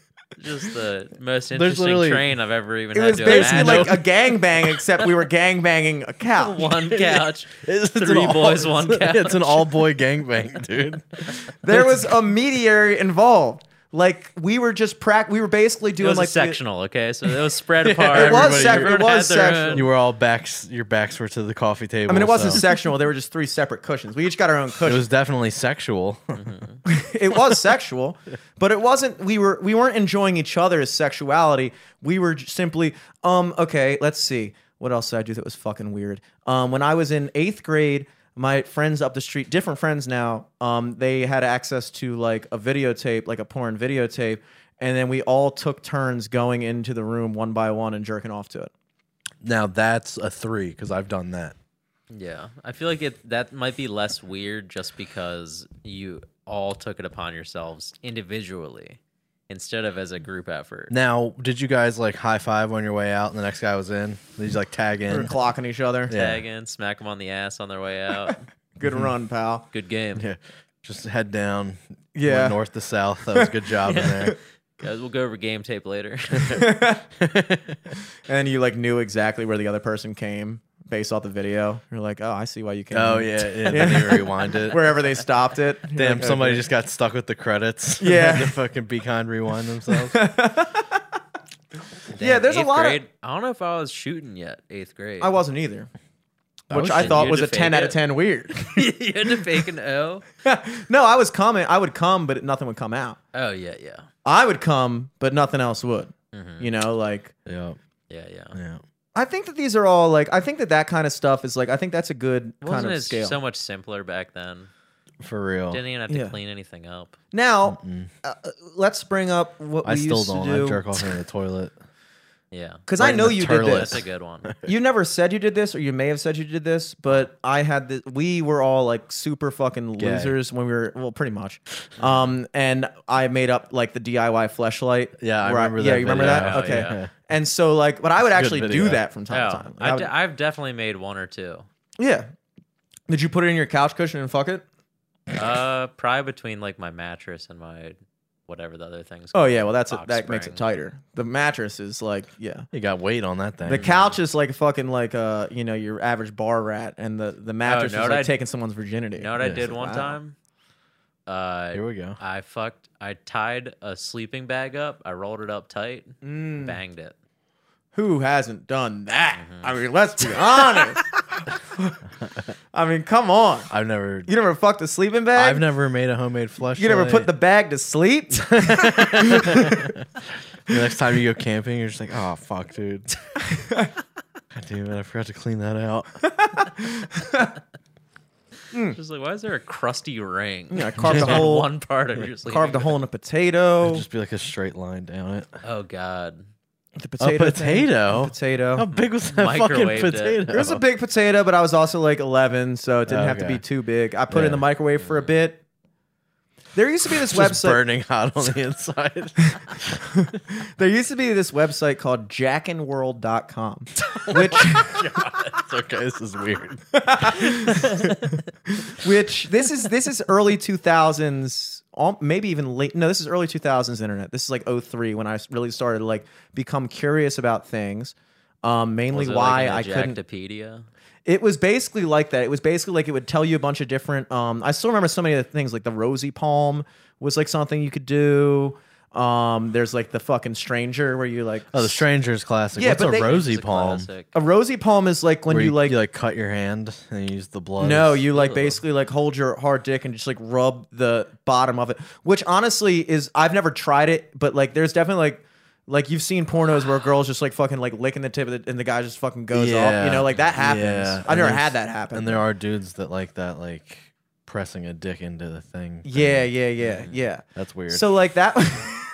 Just the most interesting
literally-
train I've ever even
It
had
was
to
basically
imagine.
like a gangbang,
*laughs*
except we were gangbanging a couch. *laughs*
one couch.
It's, it's an
Three
all- *laughs*
boys, one
it's- It's an
couch.
all boy gangbang, dude.
There was a mediary involved. Like we were just prac. We were basically
It
doing
was a
like the-
sectional, okay? So it was spread apart.
*laughs* it
Everybody-
was sec- it
Everyone
was
had their
sectional.
own-
You were all backs. Your backs were to the coffee table.
I mean, it wasn't
so-
sexual. There were just three separate cushions. We each got
*laughs*
our own
It
cushion.
was definitely sexual.
It was, sexual, but it wasn't. We were we weren't enjoying each other's sexuality. We were j- simply, um, okay, let's see. What else did I do that was fucking weird? Um, when I was in eighth grade, my friends up the street, different friends now, um, they had access to like a videotape, like a porn videotape, and then we all took turns going into the room one by one and jerking off to it.
*laughs* now that's a three because I've done that.
Yeah, I feel like it that might be less weird just because you all took it upon yourselves individually instead of as a group effort.
Now, did you guys like high five on your way out, and the next guy was in? Did you like tag
We were
in?
clocking each other.
Yeah.
Tag in, smack them on the ass on their way
*laughs*
out.
Good run, pal.
Good game.
Yeah, just head down.
Yeah.
went north to south. That was a good job in
*laughs*
there.
Guys, we'll go over game tape later. *laughs*
And you like knew exactly where the other person came based off the video. You're like, oh, I see why you came.
Oh yeah, yeah. Then you rewind it.
Wherever they stopped it. You're
*laughs* Damn,
like,
somebody
okay.
just got stuck with the credits. *laughs*
Yeah.
Had to fucking be kind, rewind themselves. *laughs*
Yeah, there's a
Eighth
lot of-
grade, I don't know if I was shooting yet. Eighth grade.
I wasn't either,
I
which
was
I,
shitting
thought
you
was
to
a 10
fake
out of
it.
10 weird.
*laughs*
*laughs*
you had to fake an O.
no, I was coming. I would come, but nothing would come out.
Oh yeah, yeah, Mm-hmm.
I would come, but nothing else would. You know, like
yeah,
yeah, yeah.
yeah.
I think that these are all like I think that that kind of stuff is like I think that's a good kind
Wasn't
of
it
scale.
so much simpler back then?
For real.
Didn't even have to
Yeah.
clean anything up.
now, uh, uh, let's bring up what
I
we
still
used
don't.
to
I
do
jerk off in the toilet.
*laughs*
Yeah,
because
right
I
in
know
the
you
turlet.
did this.
that's a good
*laughs*
one.
you never said you did this, or you may have said you did this, but I had this. We were all like super fucking
Gay.
losers when we were, well, pretty much. Um, and I made up like the DIY flashlight.
Yeah, I
where
remember
Yeah,
that
you remember
video.
that?
Oh,
okay.
yeah.
And so, like, but I would actually do
video.
that from time to
Oh,
time. Like, I
I
would-
d- I've definitely made one or two.
yeah. Did you put it in your couch cushion and fuck it?
Uh, probably between like my mattress and my whatever the other thing's
Oh
called.
yeah, well that's it.
Box
That makes it
spring.
tighter. The mattress is like yeah.
You got weight on that thing.
The couch is like fucking like uh you know your average bar rat, and the the mattress
know
is
what
like
I-
taking someone's virginity.
You know what I
Yeah.
did one
Wow.
time? Uh,
Here we go.
I fucked. I tied a sleeping bag up. I rolled it up tight.
Mm.
Banged it.
Who hasn't done that?
Mm-hmm.
I mean, let's
*laughs*
be honest. I mean, come on.
I've never.
You never fucked a sleeping bag.
I've never made a homemade flush.
you never put the bag
*laughs*
to sleep. *laughs*
The next time you go camping, you're just like, oh fuck, dude.
*laughs*
God damn it! I forgot to clean that out.
Just like, why is there a crusty ring?
Hmm. Yeah,
*laughs*
I carved
Just
a
on
hole-
One part of your sleeping.
Carved a
bag?
hole in a potato.
It'd just be like a straight line down it.
Oh
*laughs*
god.
The
a
thing.
potato.
Potato.
How big was that fucking
Microwaved it.
potato?
It was a big potato, but I was also like 11, so it didn't have to
Okay.
be too big. I put it
Yeah.
in the microwave for a bit. There used to be this
Just
website.
burning hot on the inside.
There used to be this website
*laughs*
called jackinworld.com, which
it's okay. This is weird.
which this is this is early 2000s al- maybe even late no this is early 2000s internet this is like 03 when i really started to like become curious about things um mainly
Was it
why
like
i couldn't
Jacktopedia?
it was basically like that. It was basically like it would tell you a bunch of different. Um, I still remember so many of the things like the rosy palm was like something you could do. Um, there's like the fucking stranger where you like
*laughs* Oh, the stranger's classic.
Yeah,
What's
but
a
they-
rosy
It's a
palm?
classic.
a rosy palm is like when
Where
you, like,
you like cut your hand and you use the blood.
no
as-
you like
Ugh.
basically like hold your hard dick and just like rub the bottom of it, which honestly is I've never tried it, but like there's definitely like. Like you've seen pornos where girls just like fucking like licking the tip of the, and the guy just fucking goes off,
Yeah.
you know, like that happens.
Yeah.
I've
And
never
there's-
had that happen.
And there are dudes that like that, like pressing a dick into the thing.
yeah,
thing.
yeah, yeah, yeah.
That's weird.
So like that, *laughs*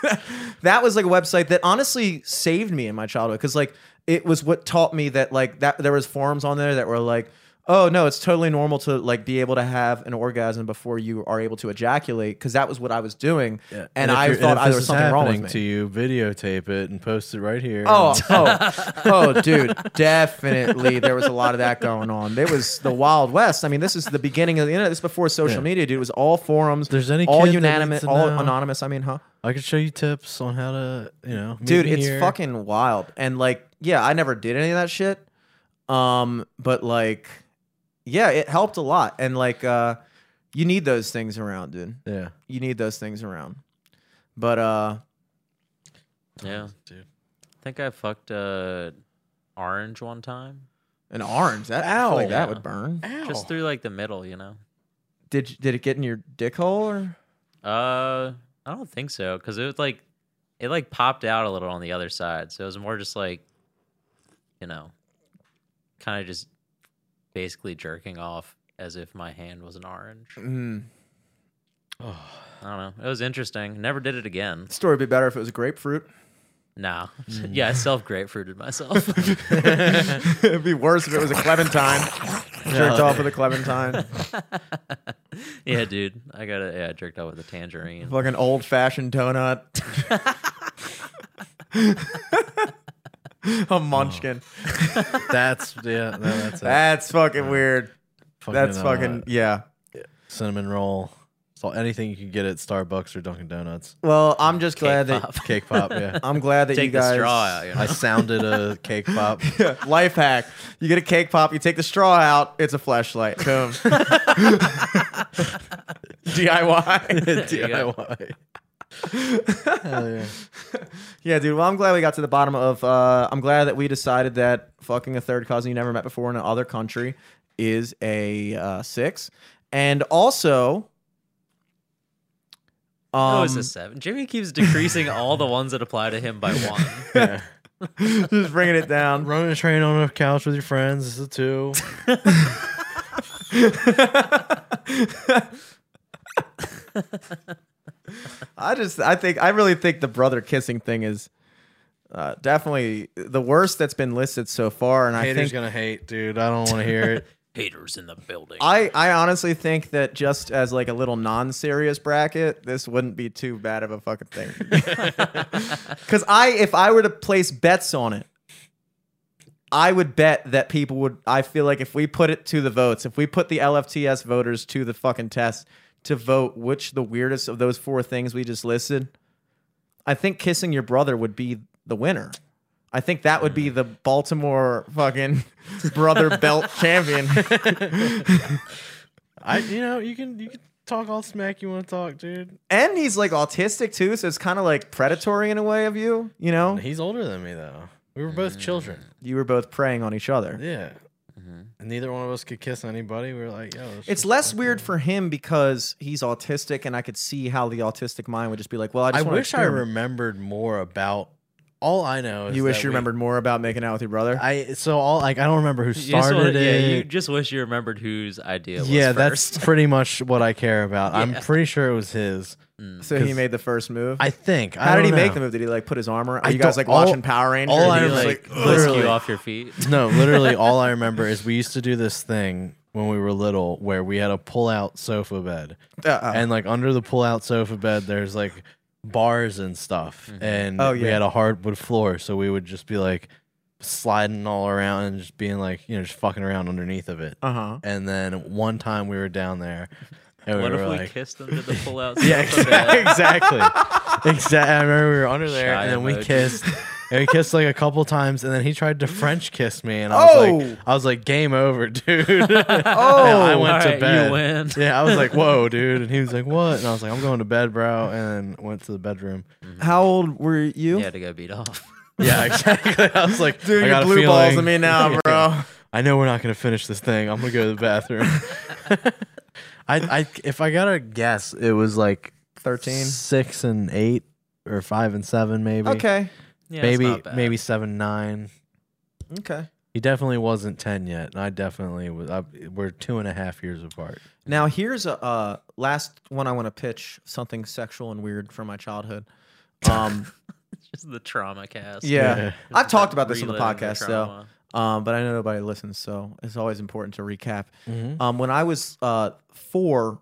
that was like a website that honestly saved me in my childhood because like it was what taught me that like that there was forums on there that were like, oh no, it's totally normal to like be able to have an orgasm before you are able to ejaculate because that was what I
*laughs*
was doing,
Yeah.
and,
if
I
you're-
thought
if
I,
this
there was
is
something wrong with
happening
me.
To you, videotape it and post it right here.
Oh, *laughs* oh, oh, dude, definitely there was a lot of that going on. It was the Wild West. I mean, this is the beginning of the internet. This is before social
Yeah.
media, dude. It was all forums.
There's any
all
kid that
unanimous,
needs to
all
know.
anonymous. I mean, huh?
I could show you tips on how to, you know, meet
dude
me
it's
here.
fucking wild and like yeah i never did any of that shit um but like yeah it helped a lot and like uh you need those things around dude
Yeah,
you need those things around but uh
Yeah, I
dude.
think I fucked uh, orange one time.
an orange that I feel
Ow.
like that
Yeah.
would burn
Just through like the middle, you know.
did did it get in your dick hole or
Uh, I don't think so, because it was like it like popped out a little on the other side, so it was more just like, you know, kind of just basically jerking off as if my hand was an orange.
mm.
Oh,
I don't know. It was interesting. Never did it again.
story would be better if it was grapefruit *laughs*
No.
Mm.
yeah, I self grapefruited
*laughs*
myself. *laughs*
it'd be worse if it was
*laughs*
a clementine jerked off with a clementine
yeah, dude. I got to Yeah, I jerked off with a tangerine.
fucking old-fashioned donut a munchkin
that's yeah, no,
*laughs*
that's it.
That's fucking weird.
Fucking,
That's
uh,
fucking yeah.
cinnamon roll. So anything you can get at Starbucks or Dunkin'
*laughs*
Donuts,
Well, I'm just glad that
pop.
cake pop. Yeah,
*laughs* I'm glad that you
Take
guys
the straw
*laughs*
out, you know.
I sounded a cake pop.
Life hack: you get a cake pop, you take the straw out, it's a flashlight. Boom. *laughs* DIY.
There you go.
DIY. Hell yeah.
yeah, dude. Well, I'm glad we got to the bottom of. Uh, I'm glad that we decided that fucking a third cousin you never met before in another country is a uh, six, and also. Um,
Oh, it's a seven. Jimmy keeps decreasing all the ones that apply to him
*laughs*
by one.
*laughs*
yeah.
*laughs* just bringing it
*laughs*
down.
Running a train on a couch with your friends is a two.
I just, I think, I really think the brother kissing thing is uh, definitely the worst that's been listed so far, and I
Haters
think.
gonna hate, dude. I don't want to hear *laughs* it.
Haters in the building. *laughs*
I, I honestly think that just as like a little non-serious bracket, this wouldn't be too bad of a fucking thing. Because I, if I were to place bets on it, I would bet that people would. I feel like if we put it to the votes, if we put the LFTS voters to the fucking test to vote which the weirdest of those four things we just listed I think kissing your brother would be the winner. I think that would be the Baltimore fucking *laughs* brother belt champion.
I you know you can you can talk all smack you want to talk, dude.
and he's like autistic too, so it's kind of like predatory in a way of you. You know,
He's older than me though. We were
Mm-hmm.
both children.
you were both preying on each other.
Yeah.
Mm-hmm.
And neither one of us could kiss anybody. We were like, yo, let's
It's
just
less
fuck
weird
it.
for him because he's autistic, and I could see how the autistic mind would just be like, "Well, I
I
just wanna
wish I
experiment."
remembered more about. All I know is
You wish
that
you
we-
remembered more about making out with your brother.
I so all like I don't remember who
You just,
started
want, yeah, you
it.
just wish you remembered whose idea was
Yeah,
first.
that's pretty much what I care about. *laughs* I'm
Yeah.
pretty sure it was his.
so he
'cause
made the first move.
I think. I
How did
don't
he make
know.
the move? Did he like put his armor? Are
I
you guys
don't-
like
all-
watching Power
*laughs*
Rangers?
all
Or
I
did
Did
he,
he,
was
like,
like,
whisk
literally.
you off
*laughs*
your feet.
No, literally, all I remember is we used to do this thing when we were little where we had a pull-out sofa bed,
uh-uh.
and like under the pull-out sofa bed, there's like bars and stuff,
Mm-hmm.
and
Oh,
we
yeah.
had a hardwood floor, so we would just be like sliding all around and just being like, you know, just fucking around underneath of it.
Uh-huh.
And then one time we were down there, and we
What
were
if we
like,
kissed them
*laughs*
to the pull-out?
Yeah,
sofa bed? *laughs*
exactly. *laughs* exactly. Exactly. I remember we were under there,
Shy
and then we
emoji.
kissed, and we kissed like a couple times, and then he tried to French kiss me, and I was
Oh!
like, I was like, game over, dude. *laughs* oh, I
Oh,
went
All right,
to bed.
You win.
Yeah, I was like, whoa, dude, and he was like, what? And I was like, I'm going to bed, bro, and went to the bedroom.
how old were
You
you?
had to go beat off.
*laughs* Yeah, exactly. I was like,
Dude,
I
you
got a
blue
feeling-
balls at
*laughs*
me now, bro.
I know we're not gonna finish this thing. I'm gonna go to the bathroom. *laughs* I, I, if I gotta guess, it was like
13.
six and eight, or five and seven, maybe.
Okay.
Yeah, it's
maybe
not bad.
maybe seven nine.
Okay.
He definitely wasn't ten yet, and I definitely was. I, we're two and a half years apart.
Now here's a uh, last one I want to pitch something sexual and weird from my childhood. Um,
just the trauma cast.
yeah.
Yeah.
I've talked about this on the
Reliving
podcast
trauma.
though, um, but I know nobody listens, so it's always important to recap.
Mhm.
Um, when I was uh, four,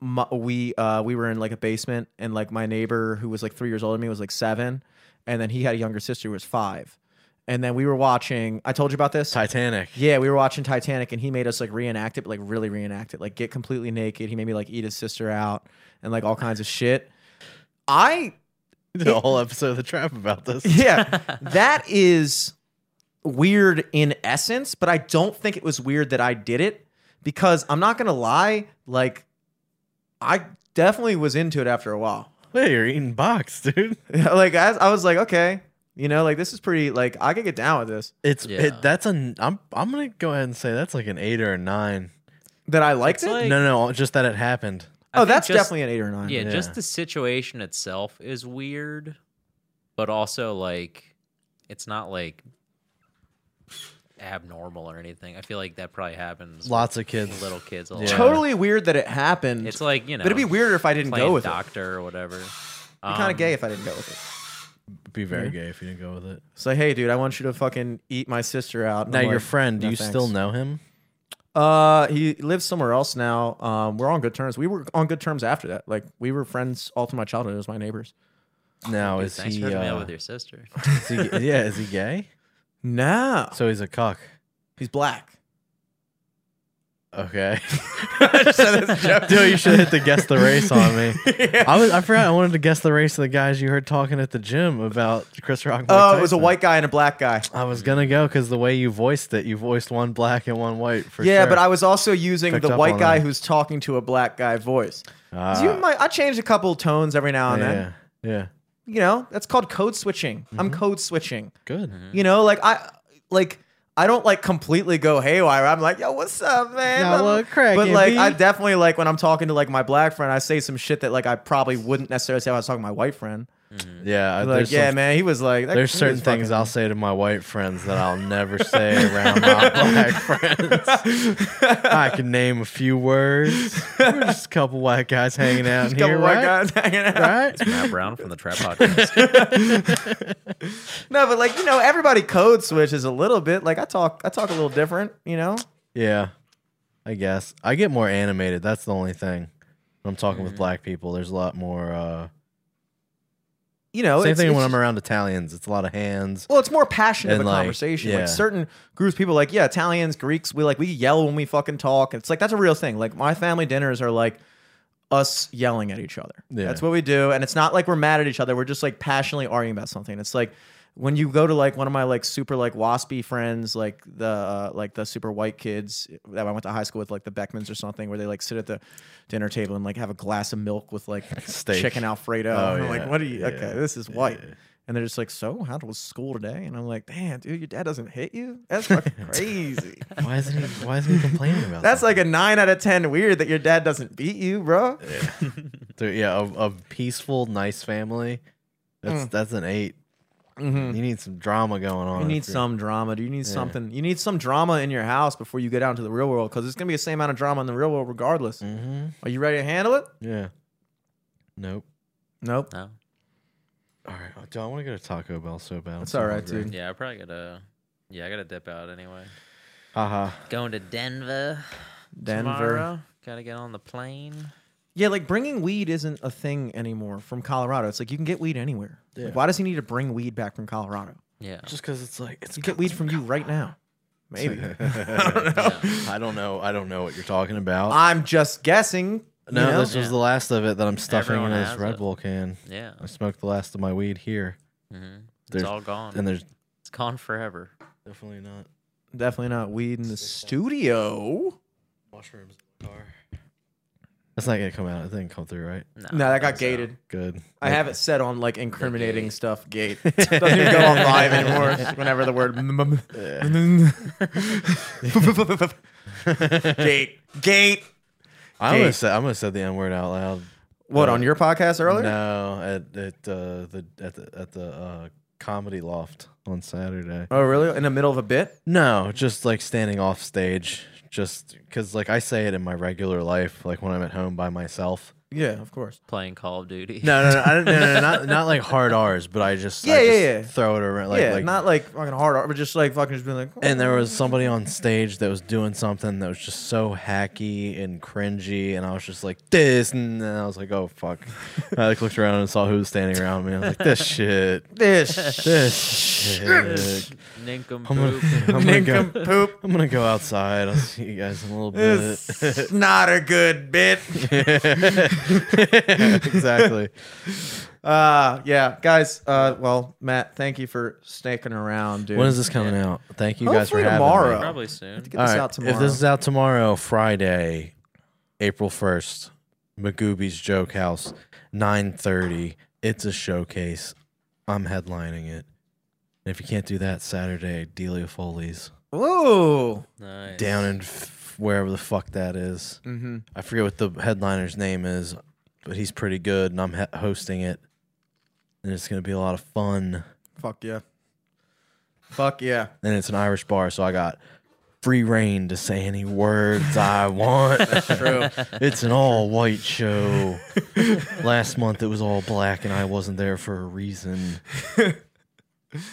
my, we uh, we were in like a basement, and like my neighbor who was like three years older than me was like seven, and then he had a younger sister who was five, and then we were watching. I told you about this.
Titanic. *laughs*
Yeah, we were watching Titanic, and he made us like reenact it, but, like really reenact it, like get completely naked. He made me like eat his sister out and like all kinds of shit. I *laughs*
We did a whole episode of the trap about this. *laughs*
*laughs*
yeah, that is weird in essence, but I don't think it was weird that I did it because I'm not gonna lie, like I definitely was into it after a while. *laughs*
Hey, you're eating box, dude.
like I, I was like, okay, you know, like this is pretty, like I could get down with this.
It's
Yeah.
it, that's an. I'm I'm gonna go ahead and say that's like an eight or a nine.
That I liked
It's
it.
like-
no, no, just that it happened.
I
oh,
think
that's
just-
definitely an eight or nine.
Yeah,
Yeah.
just the situation itself is weird, but also like it's not like abnormal or anything. I feel like that probably happens. with
Lots of kids.
little kids. A
Yeah.
lot.
Totally weird that it happened.
It's like you know.
but it'd be weirder if I didn't
playing
go with it.
doctor or whatever. Um,
Be kind of
um,
gay if I didn't go with it.
Be very gay if you didn't go with it.
It's like, hey, dude, I want you to fucking eat my sister out. And
Now
I'm
your
like,
friend, do
"No,
you
thanks."
still know him?
Uh, he lives somewhere else now. Um, we're on good terms. We were on good terms after that. Like we were friends all through my childhood. It was my neighbors.
Now
Oh, Dude,
is
thanks
he?
for hooking me up
Uh,
with your
*laughs*
sister.
is he?
*laughs*
Yeah, is he gay?
No,
So he's a cuck.
he's black.
Okay.
*laughs*
*laughs*
said that's a joke.
Dude, you should hit the guess the race
*laughs*
on me. I was I forgot I wanted to guess the race of the guys you heard talking at the gym about Chris Rock. and Mike
Oh, it was a
Tyson.
white guy and a black guy.
I was gonna go because the way you voiced it, you voiced one black and one white for
yeah,
sure.
but I was also using
Picked
the
up
white
on
guy
that.
who's talking to a black guy voice.
Ah,
So you might, I changed a couple tones every now and
yeah,
then.
yeah, Mm-hmm.
You know, that's called code switching. I'm code switching.
good.
Mm-hmm. You know, like I like I don't like completely go haywire. I'm like, yo, what's up, man?
Nah, what crackin',
but like I
B?
definitely like when I'm talking to like my black friend, I say some shit that like I probably wouldn't necessarily say if I was talking to my white friend.
Yeah, I-
Like,
there's
yeah,
some-
man, he was like, that-
There's
he
certain
was
things I'll say to my white friends that I'll never
*laughs*
say around my black friends. I can name a few words. We're just a couple white guys *laughs* hanging out in
fucking- couple
here,
white
right?
guys hanging out. *laughs*
Right?
Matt Brown from the Trap Podcast.
*laughs* No, but like you know, everybody code switches a little bit. Like I talk, I talk a little different. You know,
Yeah, I guess I get more animated. That's the only thing. When I'm talking
Mm.
with black people, there's a lot more. Uh,
you
same
know. Oh, it's-
thing
it's
when I'm
just-
around Italians. It's a lot of hands.
Well, it's more passionate of
And,
a
like,
conversation.
yeah.
Like certain groups of people, like yeah, Italians, Greeks, we like we yell when we fucking talk. It's like that's a real thing. Like my family dinners are like us yelling at each other.
Yeah.
That's what we do. And it's not like we're mad at each other. We're just like passionately arguing about something. It's like when you go to like one of my like super like waspy friends, like the uh, like the super white kids that I went to high school with, like the Beckmans or something, where they like sit at the dinner table and like have a glass of milk with like
*laughs* Steak.
chicken alfredo.
Oh,
and I'm
yeah.
like, what are you? Okay,
Yeah.
this is white. And they're just like, so how was school today? And I'm like, damn, dude, your dad doesn't hit you?
*laughs*
That's fucking crazy.
Why isn't he? Why isn't he complaining about
That's
that?
like a nine out of ten weird that your dad doesn't beat you, bro. *laughs*
Dude, yeah, a, a peaceful, nice family. That's
Mm.
that's an 8 You need some drama going on.
Mm-hmm. You Mm. need
if you're-
some drama. Do you need something? You need some drama in your house before you get out into the real world because it's gonna be the same amount of drama in the real world regardless.
Mm.
Are you ready to handle it?
Mm-hmm. Yeah. Nope.
Nope.
No.
All right. Oh, dude, I want to go to Taco Bell so bad. I'm
That's
so
all right,
hungry.
dude.
Yeah, I probably gotta. Yeah, I gotta dip out anyway.
Haha.
Going to Denver.
Denver.
Tomorrow. Gotta get on the plane.
Yeah, like bringing weed isn't a thing anymore from Colorado. It's like you can get weed anywhere. Like, why does he need to bring weed back from Colorado?
Yeah.
Just because it's like it's
You get weed from you right now.
*laughs*
Maybe. *laughs*
I don't know. I don't know what you're talking about.
I'm just guessing. you
Oh. no,
know?
this was the last of it that I'm stuffing
Everyone
in this
has
Red
it.
Bull can.
Yeah.
I smoked the last of my weed here,
Mhm. It's
There's-
all gone.
and there's
it's gone forever.
definitely not
definitely not weed in the studio.
Oh, mushrooms. Are. That's not gonna come out. It didn't come through, right?
No, that
uh,
got gated.
Good.
I have *laughs* it set on like incriminating stuff gate.
*laughs*
Doesn't even go on live anymore. It's Whenever the word m- m- m- gate gate.
I almost said I almost said the N word out loud.
What on your podcast earlier?
No, at at uh, the at the at the uh, comedy loft on Saturday.
Oh really? In the middle of a bit?
No, just like standing off stage, just because like I say it in my regular life, like when I'm at home by myself.
Yeah, of course.
Playing Call of Duty. *laughs*
No, no, no, I don't, no, no, not not like hard R's, but I just I
Yeah, yeah,
just
yeah.
throw it around like
yeah,
like.
not like fucking hard, art, but just like fucking just being like.
and there was somebody on stage that was doing something that was just so hacky and cringy, and I was just like this, and then I was like, oh fuck. I like, looked around and saw who was standing around me. I was like, this shit, *laughs*
this
this shit.
Nincompoop.
I'm gonna go.
nincompoop.
*laughs* I'm gonna go outside. I'll see you guys in a little bit. *laughs*
It's not a good bit.
exactly.
*laughs* Uh, yeah, guys. Uh, well, Matt, thank you for snaking around, dude.
When is this coming out? Thank you guys for
Hopefully
having
tomorrow.
me.
*laughs* Probably soon.
Get this
All right,
out tomorrow.
If this is out tomorrow, Friday, April first, Magooby's Joke House, nine thirty. It's a showcase. I'm headlining it. And if you can't do that, Saturday, Delia Foley's
Whoa.
Nice.
down in f- wherever the fuck that is.
Mm-hmm.
I forget what the headliner's name is, but he's pretty good, and I'm he- hosting it. And it's gonna be a lot of fun.
Fuck yeah. Fuck yeah.
and it's an Irish bar, so I got free reign to say any words I
*laughs*
want.
True.
*laughs* it's an all white show. Last month it was all black, and I wasn't there for a reason.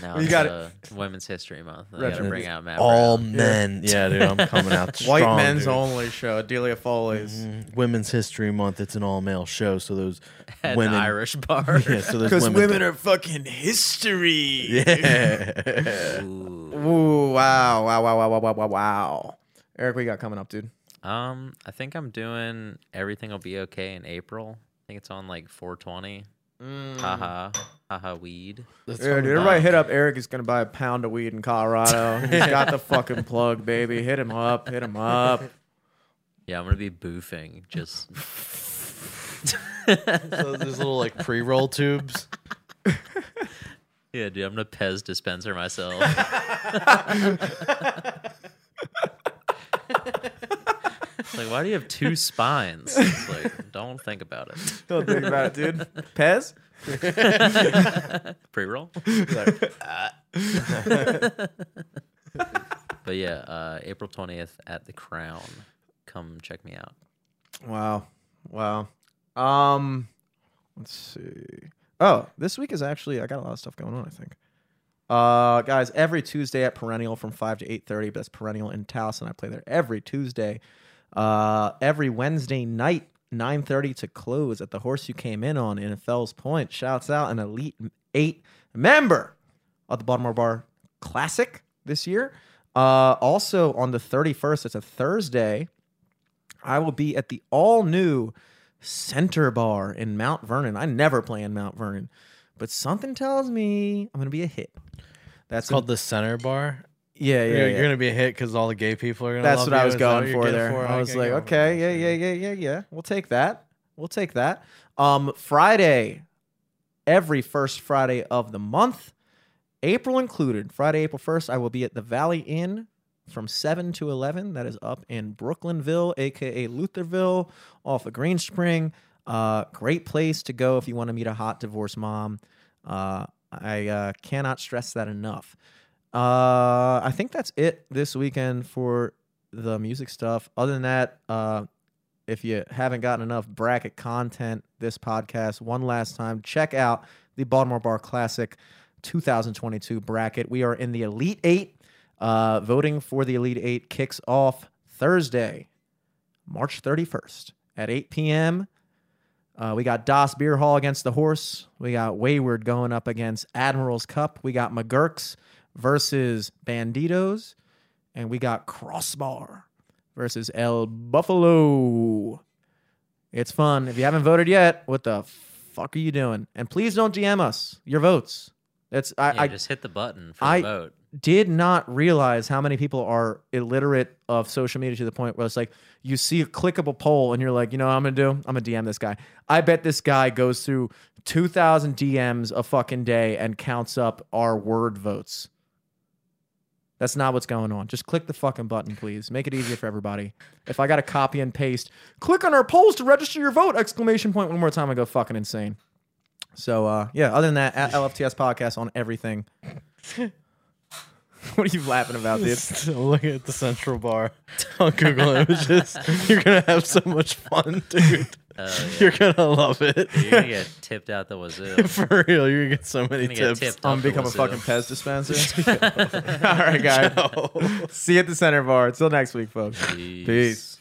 Now
You
it's
got it.
uh, Women's History Month. I
Retro-
gotta bring out Matt.
all
Brown.
men, yeah. dude, I'm coming out *laughs*
White
strong,
men's
dude.
only show. Delia Foley's.
Mm, Women's History Month. It's an all male show, so *laughs* those
At an
women, *laughs*
Irish bar.
yeah, so those
*laughs* Because
women,
women are fucking history. *laughs*
yeah.
Ooh.
Ooh, wow, wow, wow, wow, wow, wow, wow, wow. Eric, we got coming up, dude.
Um, I think I'm doing everything will be okay in April. I think it's on like 420.
Mm.
Haha, haha, weed.
That's
Yeah,
what
dude,
I'm
everybody hit up Eric. He's going to buy a pound of weed
*laughs*
in Colorado. He's got the fucking plug, baby. Hit him up. Hit
*laughs*
him up.
Yeah, I'm gonna be boofing. Just
about. So there's little like pre-roll tubes.
yeah, dude. I'm gonna Pez dispenser myself. It's like, why do you have two spines? It's like, don't think about it.
Don't think about it, dude. Pez?
Pre roll. but yeah, uh, April 20th at the Crown. Come check me out.
Wow. Wow. Um let's see. Oh, this week is actually I got a lot of stuff going on, I think. Uh guys, every Tuesday at Perennial from 5 to 8:30, but that's Perennial in Towson. I play there every Tuesday. Uh every Wednesday night 9:30 to close at the horse you came in on in Fells Point. Shouts out an elite 8 member at the Baltimore Bar Classic this year. Uh also on the 31st, it's a Thursday. I will be at the all new Center Bar in Mount Vernon. I never play in Mount Vernon, but something tells me I'm gonna be a hit. That's
It's called the Center Bar.
a, yeah, yeah.
You're,
yeah.
you're gonna be a hit because all the gay people are gonna.
That's
love
what I
you.
was
Is that what
going
you're
for
getting
there. I was
Okay,
like,
go on.
okay, yeah, yeah, yeah, yeah, yeah. We'll take that. We'll take that. Um, Friday, every first Friday of the month, April included. Friday, April first, I will be at the Valley Inn from seven to eleven. That is up in Brooklynville, aka Lutherville, off of Green Spring. Uh, great place to go if you want to meet a hot divorced mom. Uh, I uh, cannot stress that enough. Uh, I think that's it this weekend for the music stuff. Other than that, uh, if you haven't gotten enough bracket content this podcast, one last time, check out the Baltimore Bar Classic 2022 bracket. We are in the Elite Eight. Uh, voting for the Elite Eight kicks off Thursday, March 31st at 8 p.m. Uh, we got Das Beer Hall against the Horse. We got Wayward going up against Admiral's Cup. We got McGurk's versus Banditos. And we got Crossbar versus El Buffalo. It's fun. If you haven't voted yet, what the fuck are you doing? And please don't DM us your votes. That's I,
Yeah,
I
just hit the button for
I-
the vote.
did not realize how many people are illiterate of social media to the point where it's like you see a clickable poll and you're like, you know what I'm gonna do? I'm gonna DM this guy. I bet this guy goes through 2,000 DMs a fucking day and counts up our word votes. That's not what's going on. Just click the fucking button, please. Make it easier for everybody. If I got to copy and paste, click on our polls to register your vote! Exclamation point one more time. I go fucking insane. So uh, yeah. Other than that, at LFTS podcast on everything. *laughs* what are you laughing about,
*laughs*
*laughs*
dude?
Still looking at the Central Bar on Google Images. You're gonna have so much fun, *laughs* dude. You're gonna love it.
Oh, You're gonna get *laughs* tipped out the
*laughs*
wazoo.
For real, you're gonna get so many
You're gonna get
tips.
tipped
I'm
out the
Um, become a
wazoo.
fucking Pez dispenser.
*laughs*
*laughs*
*laughs* All right, guys. See you at the center bar. Till next week, folks. Peace.